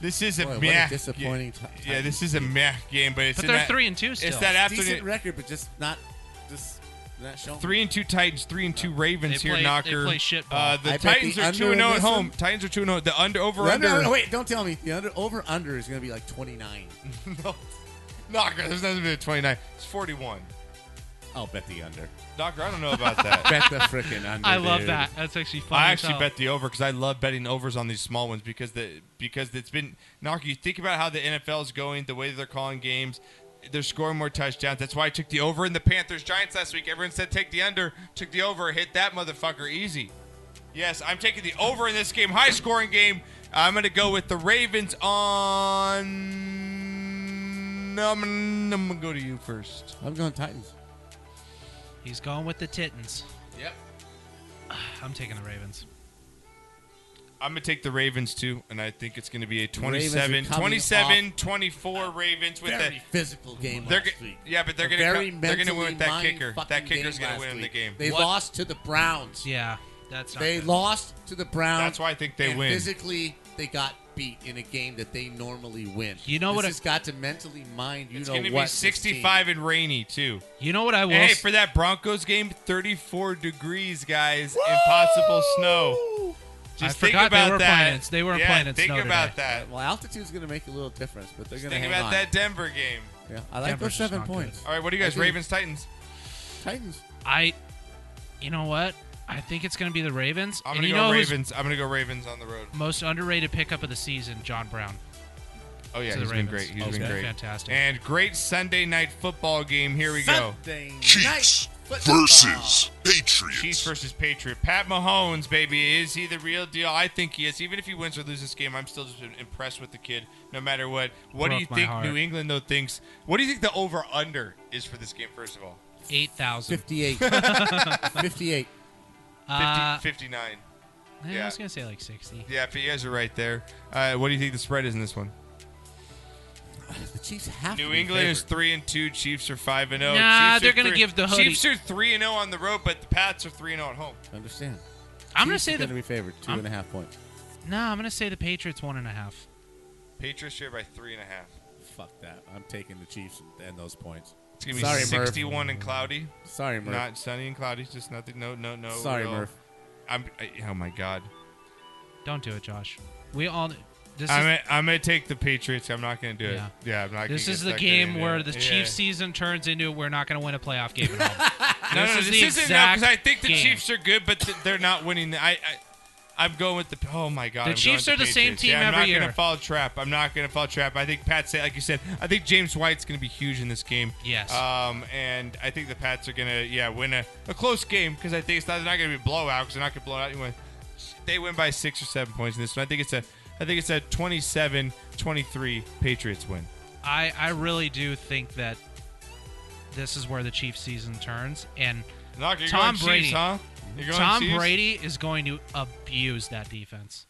B: This is a
C: Boy, what a
B: meh.
C: disappointing
B: ga- Yeah, this is a meh game, but it's
I: But
B: in
I: they're
B: that-
I: three and two
B: It's
I: still.
B: that
C: decent
B: afternoon.
C: record, but just not just not showing.
B: Three and two Titans, three and two Ravens
C: They
B: here,
C: play-
B: knocker.
C: they play shit ball.
B: uh, the
C: I bet
B: Titans
C: the
B: are
C: under
B: two and
C: in
B: zero at
C: this
B: home.
C: one?
B: Titans are two and zero. The under over
C: The
B: under.
C: under- wait, don't tell me the under over under is going to be like twenty nine.
I: *laughs*
B: no, knocker. *laughs* There's nothing to twenty nine. It's forty one.
C: I'll bet the under.
B: Knocker, I don't know about that.
C: *laughs* Bet the frickin' under,
I: I love dude. that. That's actually funny
B: I
I: as
B: actually
I: hell.
B: bet the over because I love betting overs on these small ones because the because it's been knocker. You think about how the NFL is going, the way they're calling games. They're scoring more touchdowns. That's why I took the over in the Panthers Giants last week. Everyone said take the under. Took the over. Hit that motherfucker easy. Yes, I'm taking the over in this game. High scoring game. I'm going to go with the Ravens on. No, I'm, I'm going to go to you first.
C: I'm going Titans.
I: He's going with the Titans.
B: Yep.
I: I'm taking the Ravens.
B: I'm going to take the Ravens too, and I think it's going to be a
C: Ravens are
B: 27
C: coming
B: 27 24 Ravens with
C: very
B: a
C: physical game
B: They're
C: last
B: go-
C: week.
B: yeah, but
C: A
B: they're gonna
C: very
B: come- they're gonna win
C: mentally
B: with that
C: mind
B: kicker.
C: fucking
B: That kicker's
C: game
B: gonna
C: last
B: win the
C: week.
B: game.
C: They
B: What?
C: lost to the Browns.
I: Yeah, that's not
C: they
I: good.
C: lost to the Browns.
I: That's why I think they
C: and
I: win.
C: Physically, they got beat in a game that they normally win.
I: You know
C: This
I: what I-
C: has got to mentally mind. You
B: It's
C: know
B: going to
C: what?
B: be
C: this team-
B: 65 and rainy too.
I: You know what I will
B: Hey,
I: s-
B: for that Broncos game, 34 degrees, guys. Impossible snow. Just
I: I
B: think
I: forgot
B: about
I: they were
B: that.
I: playing. it- They were
B: yeah,
I: playing. it
B: Think
I: snow
B: about
I: today.
B: that.
C: Well, altitude's going to make a little difference, but they're going to
B: think
C: hang
B: about
C: on.
B: that Denver game.
C: Yeah, I like those
I: Denver's just
C: seven
I: not good.
C: points.
B: All right, what do you guys?
C: I do.
B: Ravens, Titans.
C: Titans.
I: I, you know what? I think it's going to be the Ravens.
B: I'm
I: and
B: gonna
I: you
B: go
I: know who's
B: Ravens. I'm gonna go Ravens on the road.
I: most underrated pickup of the season, John Brown.
B: Oh yeah,
I: To the
B: he's been
I: Ravens.
B: great. He's
I: Oh,
B: been
I: okay.
B: great.
I: Fantastic.
B: And great Sunday night football game. Here we go.
C: Sunday
J: Chiefs versus Patriots.
B: Chiefs versus Patriot. Pat Mahomes, baby, is he the real deal? I think he is. Even if he wins or loses this game, I'm still just impressed with the kid, no matter what. What do
I: Broke
B: you
I: my
B: think
I: heart.
B: New England though thinks? What do you think the over under is for this game? First of all,
I: Eight thousand. *laughs*
C: 58. 58.
B: 50,
I: Uh,
B: 59.
I: I
B: Yeah.
I: was going to say like sixty.
B: *laughs* Yeah, if you guys are right there. Uh, what do you think the spread is in this one?
C: The Chiefs have to
B: New
C: be
B: England is
C: favored.
B: three and two. Chiefs are five and oh. zero.
I: Nah,
B: Chiefs are
I: Uh, they're gonna
B: three-
I: give the hoodie.
B: Chiefs are three and zero on the road, but the Pats are three and zero at home.
C: Understand.
I: I'm gonna
C: Chiefs
I: say
C: are
I: the-
C: going to be favored. Two
I: I'm-
C: and a half points.
I: No, I'm going to say the Patriots one and a half.
B: Patriots here by three and a half.
C: Fuck that. I'm taking the Chiefs and- and those points.
B: It's gonna be
C: Sorry, Murph.
B: 61 and cloudy.
C: Sorry, Murph.
B: Not sunny and cloudy. Just nothing. No, no, no.
C: Sorry,
B: real-
C: Murph.
B: I'm. I, oh my God.
I: Don't do it, Josh. We all. This
B: I'm.
I: is,
B: gonna- I'm gonna take the Patriots. I'm not gonna do it. Yeah, I'm not.
I: This
B: gonna
I: is
B: get
I: the
B: sucked
I: game
B: into
I: where
B: it.
I: the
B: Yeah.
I: Chiefs season turns into we're not going to win a playoff game at
B: *laughs*
I: all.
B: No,
I: this
B: no,
I: is
B: this
I: the
B: isn't
I: exact
B: because I think the
I: game.
B: Chiefs are good, but th- they're not winning. The, I, I, I'm going with the. Oh my God!
I: The
B: I'm going
I: Chiefs
B: with
I: are the same
B: Patriots.
I: team
B: yeah, I'm
I: every
B: not
I: year.
B: gonna fall trap. I'm not gonna fall trap. I think Pat said, like you said, I think James White's gonna be huge in this game.
I: Yes.
B: Um, and I think the Pats are gonna, yeah, win a, a close game because I think it's not, they're not gonna be a blowout because they're not gonna blow out anyone. They win by six or seven points in this one. I think it's a, I think it's a 27-23 Patriots win.
I: I, I really do think that this is where the Chiefs season turns and
B: Knock, you're
I: Tom
B: going Chiefs,
I: Brady
B: huh? You're going
I: Tom
B: Chiefs?
I: Brady is going to abuse that defense.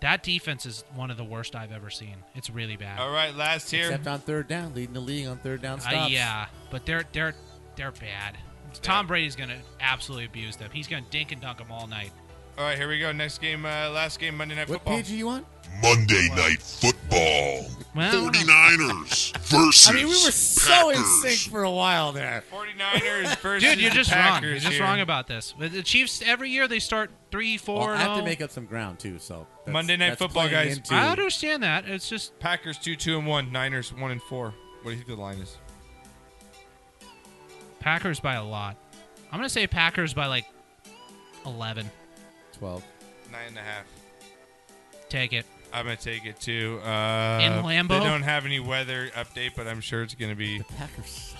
I: That defense is one of the worst I've ever seen. It's really bad.
B: All right, last here.
C: Except on third down, leading the league on third down
I: Uh,
C: stops.
I: yeah, but they're they're they're bad. Tom Brady's going to absolutely abuse them. He's going to dink and dunk them all night.
B: All right, here we go. Next game, uh, last game, Monday Night Football.
C: Page are you on?
J: Monday Night Football.
I: Well, *laughs*
J: 49ers versus
C: I mean, we were so in sync for a while there.
B: 49ers versus
I: *laughs* Dude, you're just wrong. You're
B: Packers
I: just
B: here.
I: wrong about this. But The Chiefs every year they start three,
C: Well,
I: four.
C: I have
I: and
C: to
I: oh.
C: make up some ground too. So that's-
B: Monday Night
C: that's
B: Football,
C: playing
B: guys.
C: into-
I: I understand that. It's just
B: Packers two two and one. Niners one and four. What do you think the line is?
I: Packers by a lot. I'm gonna say Packers by like eleven.
C: 12.
B: Nine and a half.
I: Take it.
B: I'm gonna take it too. Uh,
I: In Lambeau?
B: they don't have any weather update, but I'm sure it's gonna be. The
C: Packers suck.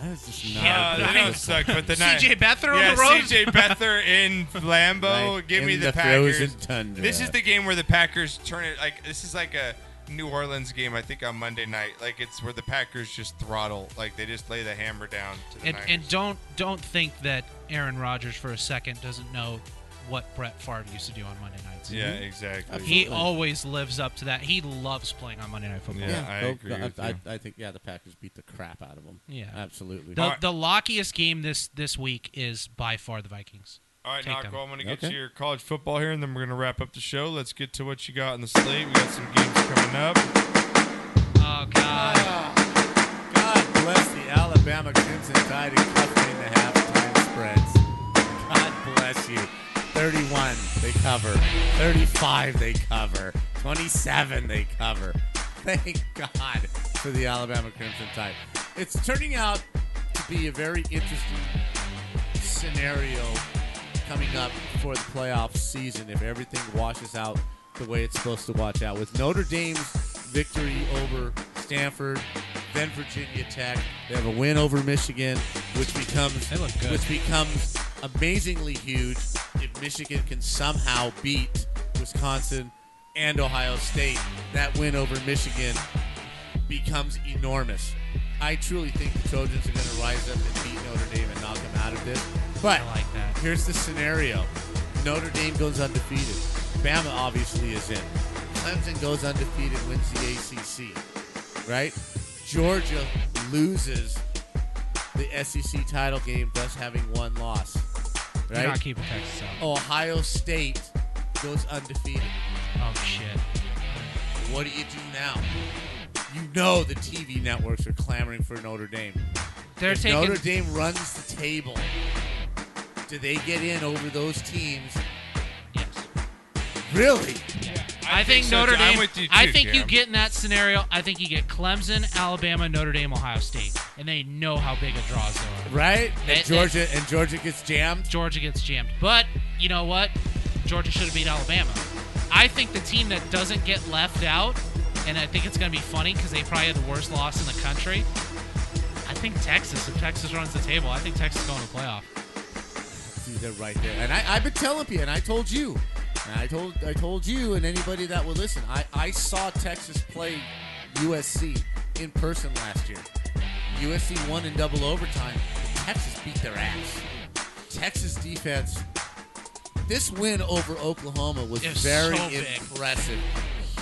C: That is just not.
B: Yeah,
C: a good
B: they don't
C: look.
B: suck, but the
I: CJ Beathard on
B: yeah,
I: the road?
B: CJ Beathard in Lambeau.
C: Right
B: Give me
C: in
B: the,
C: the
B: Packers.
C: frozen tundra.
B: This is the game where the Packers turn it like this is like a New Orleans game. I think on Monday night, like it's where the Packers just throttle, like they just lay the hammer down to the
I: And,
B: Niners.
I: and don't don't think that Aaron Rodgers for a second doesn't know what Brett Favre used to do on Monday nights.
B: Yeah, exactly.
I: He
C: Absolutely.
I: always lives up to that. He loves playing on Monday Night Football.
C: go-
B: agree
C: I,
B: with
C: I,
B: you.
C: I think yeah, the Packers beat the crap out of them.
I: Yeah.
C: absolutely.
I: The, the lockiest game this this week is by far the Vikings.
J: All right,
I: Take
J: Naco,
I: them.
J: I'm going to get
I: Okay.
J: to your college football here, and then we're going to wrap up the show. Let's get to what you got in the slate. We got some games coming up.
I: Oh God!
C: God bless the Alabama Crimson Tide and covering the halftime spreads. God bless you. 31, they cover. 35, they cover. 27, they cover. *laughs* Thank God for the Alabama Crimson Tide. It's turning out to be a very interesting scenario coming up for the playoff season if everything washes out the way it's supposed to watch out with Notre Dame's victory over Stanford, then Virginia Tech. They have a win over Michigan, which becomes
I: good.
C: which becomes amazingly huge if Michigan can somehow beat Wisconsin and Ohio State. That win over Michigan becomes enormous. I truly think the Trojans are going to rise up and beat Notre Dame and knock them out of this. But here's the scenario: Notre Dame goes undefeated. Bama obviously is in. Clemson goes undefeated, wins the ACC. Right? Georgia loses the SEC title game, thus having one loss.
I: Do
C: Right?
I: not keep Texas out.
C: Ohio State goes undefeated.
I: Oh shit!
C: What do you do now? You know the TV networks are clamoring for Notre Dame.
I: They're
C: if
I: taking-
C: Notre Dame runs the table. Do they get in over those teams? Yes. Really?
I: I, think,
C: so,
I: Notre
C: too. I'm
I: Dame.
C: with you, too,
I: I think you
C: Cam.
I: get in that scenario. I think you get Clemson, Alabama, Notre Dame, Ohio State, and they know how big a draws they are.
C: Right?
I: They- they-
C: and Georgia and Georgia gets jammed.
I: Georgia gets jammed. But you know what? Georgia should have beat Alabama. I think the team that doesn't get left out, and I think it's going to be funny because they probably had the worst loss in the country. I think Texas. If Texas runs the table, I think Texas is going to the playoff.
C: See, they're right there. And I, I've been telling you, and I told you, and I told I told you, and anybody that would listen. I, I saw Texas play USC in person last year. USC won in double overtime. Texas beat their ass. Texas defense. This win over Oklahoma was
I: It was
C: very
I: so big.
C: impressive.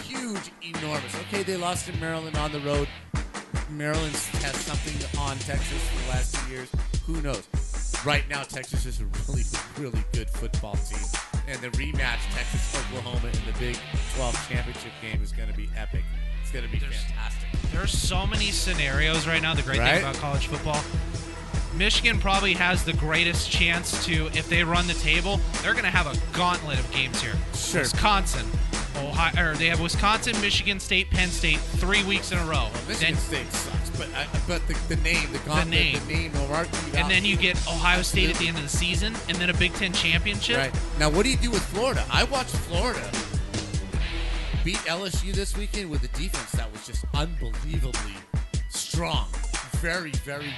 C: Huge, enormous. Okay, they lost to Maryland on the road. Maryland has something on Texas for the last two years. Who knows? Right now, Texas is a really, really good football team. And the rematch, Texas Oklahoma, in the Big 12 championship game is going to be epic. It's going to be fantastic.
I: There's so many scenarios right now. The great
C: Right?
I: thing about college football, Michigan probably has the greatest chance to, if they run the table, they're going to have a gauntlet of games here.
C: Sure.
I: Wisconsin, Ohio, or they have Wisconsin, Michigan State, Penn State, three weeks in a row.
C: Michigan State sucks, but I, but the, the name, the gauntlet, the name,
I: name.
C: the name of our
I: and then you get Ohio State at the end of the season, and then a Big Ten championship.
C: Right. Now, what do you do with Florida? I watched Florida beat LSU this weekend with a defense that was just unbelievably strong. Very, very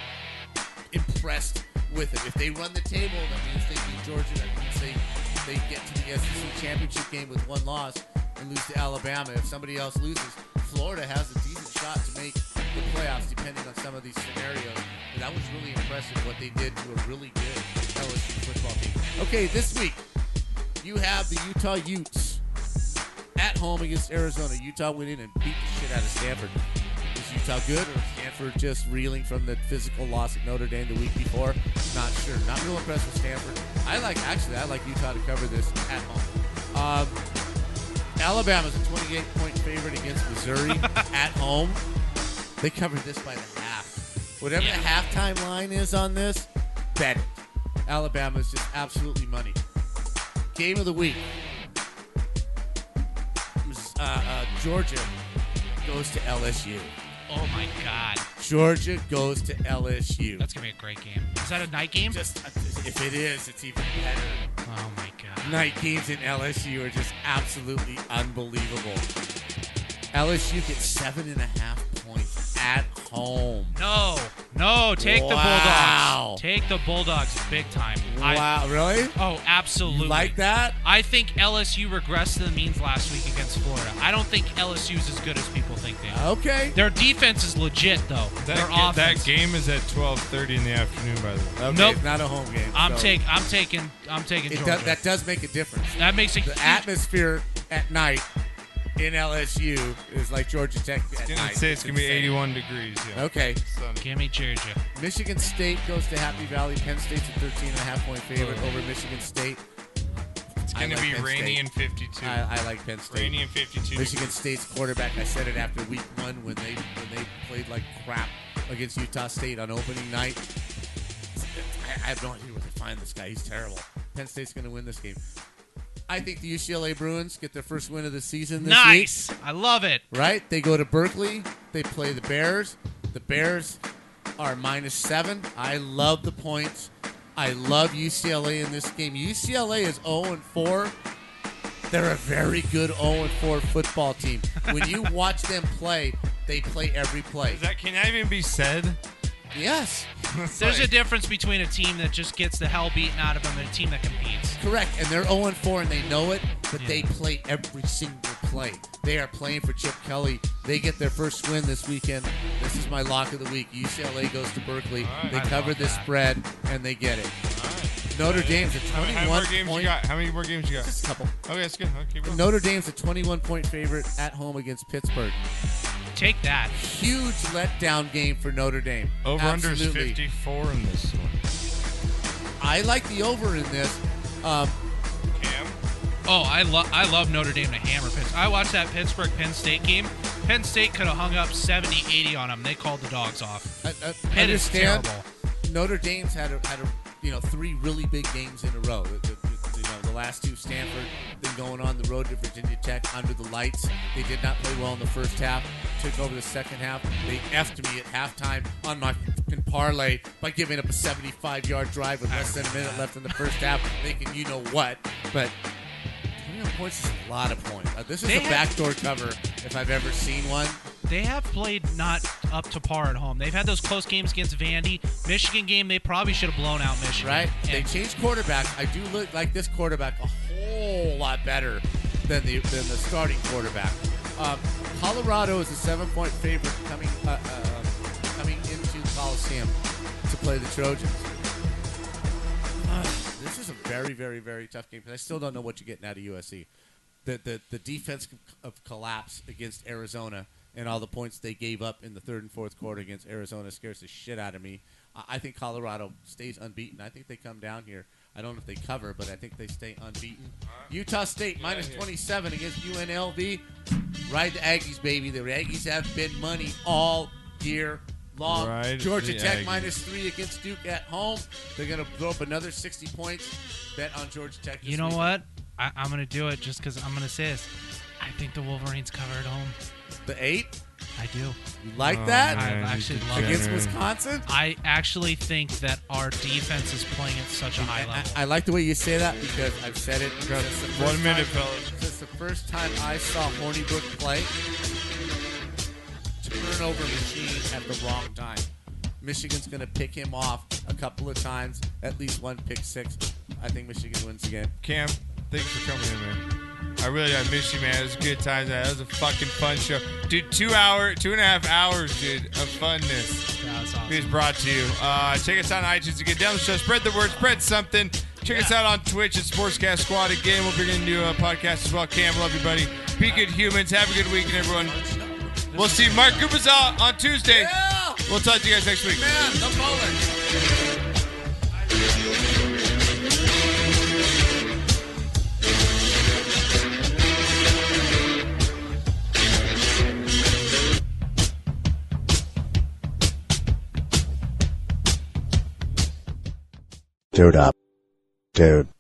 C: impressed with it. If they run the table, that means they beat Georgia. That means they, they get to the SEC championship game with one loss and lose to Alabama. If somebody else loses, Florida has a decent shot to make the playoffs, depending on some of these scenarios. And that was really impressive what they did to a really good LSU football team. Okay, this week you have the Utah Utes at home against Arizona. Utah went in and beat the shit out of Stanford. Is Utah good or is Stanford just reeling from the physical loss at Notre Dame the week before? Not sure. Not real impressed with Stanford. I like actually I like Utah to cover this at home. Um, Alabama's a 28 point favorite against Missouri at home. They covered this by the half. Whatever the halftime line is on this, bet it. Alabama's just absolutely money. Game of the week. Uh, uh, Georgia goes to LSU.
I: Oh my God,
C: Georgia goes to LSU.
I: that's going to be a great game. Is that a night game?
C: Just if it is, it's even better.
I: Oh my God.
C: Night games in LSU are just absolutely unbelievable. LSU gets seven and a half points at home.
I: No, no, take
C: Wow.
I: the Bulldogs. Take the Bulldogs big time.
C: Wow, really?
I: Oh, absolutely.
C: like that?
I: I think LSU regressed to the means last week against Florida. I don't think LSU is as good as people think they are.
C: Okay.
I: Their defense is legit, though. Their
J: That, ga- that
I: offense.
J: game is at 12:30 in the afternoon, by the way.
I: Nope.
C: not a home game.
I: I'm
C: so-
I: taking. I'm taking. I'm taking
C: It
I: Georgia.
C: does, that does make a difference.
I: That makes
C: the
I: a huge-
C: atmosphere at night in LSU is like Georgia Tech. At
B: It's gonna
C: night.
B: say it's gonna be
C: insane.
B: 81 degrees. Yeah.
C: Okay.
I: Gimme Georgia.
C: Michigan State goes to Happy Valley. Penn State's a 13 and a half point favorite over Michigan State. It's
B: gonna be rainy and 52.
C: I, I like Penn State.
B: Rainy and 52
C: Michigan State's quarterback. I said it after week one when they when they played like crap against Utah State on opening night. I, I have no idea where to find this guy. He's terrible. Penn State's going to win this game. I think the UCLA Bruins get their first win of the season this
I: Nice.
C: week.
I: I love it.
C: Right? They go to Berkeley. They play the Bears. The Bears are minus seven. I love the points. I love UCLA in this game. UCLA is 0 and 4. They're a very good 0 and 4 football team. When you *laughs* watch them play, they play every play.
B: Is that can that even be said? *laughs*
C: Yes.
I: There's a difference between a team that just gets the hell beaten out of them and a team that competes.
C: Correct, and they're 0 4 and they know it, but they play every single play. They are playing for Chip Kelly. They get their first win this weekend. This is my lock of the week. UCLA goes to Berkeley.
B: right.
C: They
B: I
C: cover
B: love
C: the
B: that.
C: spread and they get it. Notre Dame's a
B: How
C: 21
B: many, how many more games
C: point-
B: you got? How many more games you got?
C: Just a couple.
B: Okay, that's good. Okay, well.
C: Notre Dame's a 21 point favorite at home against Pittsburgh.
I: Take that.
C: Huge letdown game for Notre Dame.
B: Over under is
C: Absolutely.
B: 54 in this one.
C: I like the over in this. Um,
I: Oh, I love I love Notre Dame to hammer Pitts. I watched that Pittsburgh Penn State game. Penn State could have hung up 70, 80 on them. They called the dogs off.
C: I, I
I: Pitt is
C: understand.
I: terrible.
C: Notre Dame's had a, had a, you know three really big games in a row. The, the- the- you know, the last two Stanford, then going on the road to Virginia Tech under the lights. They did not play well in the first half. Took over the second half. They effed me at halftime on my fucking parlay by giving up a 75-yard drive with less than a minute left in the first half, thinking you know what. But 21 points is a lot of points. Uh, this is
I: They
C: a
I: have-
C: backdoor cover if I've ever seen one.
I: They have played not up to par at home. They've had those close games against Vandy. Michigan game, they probably should have blown out Michigan.
C: Right? They changed quarterbacks. I do look like this quarterback a whole lot better than the than the starting quarterback. Um, Colorado is a seven point favorite coming uh, uh, coming into the Coliseum to play the Trojans. Ah, *sighs* this is a very very very tough game because I still don't know what you're getting out of USC. The the the defense of collapse against Arizona and all the points they gave up in the third and fourth quarter against Arizona scares the shit out of me. I- I think Colorado stays unbeaten. I think they come down here. I don't know if they cover, but I think they stay unbeaten. Utah State minus
B: here.
C: 27 against UNLV. Ride the Aggies, baby. The Aggies have been money all year long.
B: Ride
C: Georgia
B: the
C: Tech
B: Aggies.
C: minus three against Duke at home. They're going to throw up another 60 points. Bet on Georgia Tech. This
I: You know
C: week.
I: what? I, I'm gonna do it just because I'm gonna say this. I think the Wolverines cover at home.
C: The eight?
I: I do.
C: You
I: Oh,
C: like that?
I: I actually love
C: against
I: it.
C: Wisconsin.
I: I actually think that our defense is playing at such a high level.
C: I like the way you say that because I've said it. since the first
I: One minute,
C: time-
I: fellas.
C: Since the first time I saw Hornibrook play, turnover machine at the wrong time. Michigan's going to pick him off a couple of times, at least one pick six. I think Michigan wins the game.
B: Cam, thanks for coming in, man. I really I miss you, man. It was a good times. That was a fucking fun show, dude. Two hour, two and a half hours, dude, of funness.
I: That was awesome.
B: It was brought to you. Uh, check us out on iTunes again. Download the show. Spread the word. Spread something. Check us out on Twitch at Sportscast Squad again. We'll be going to do a podcast as well. Cam, love you, buddy. Be good humans. Have a good weekend, everyone. We'll see Mark Gubazal on Tuesday. We'll talk to you guys next week.
S: Dude up. Dude.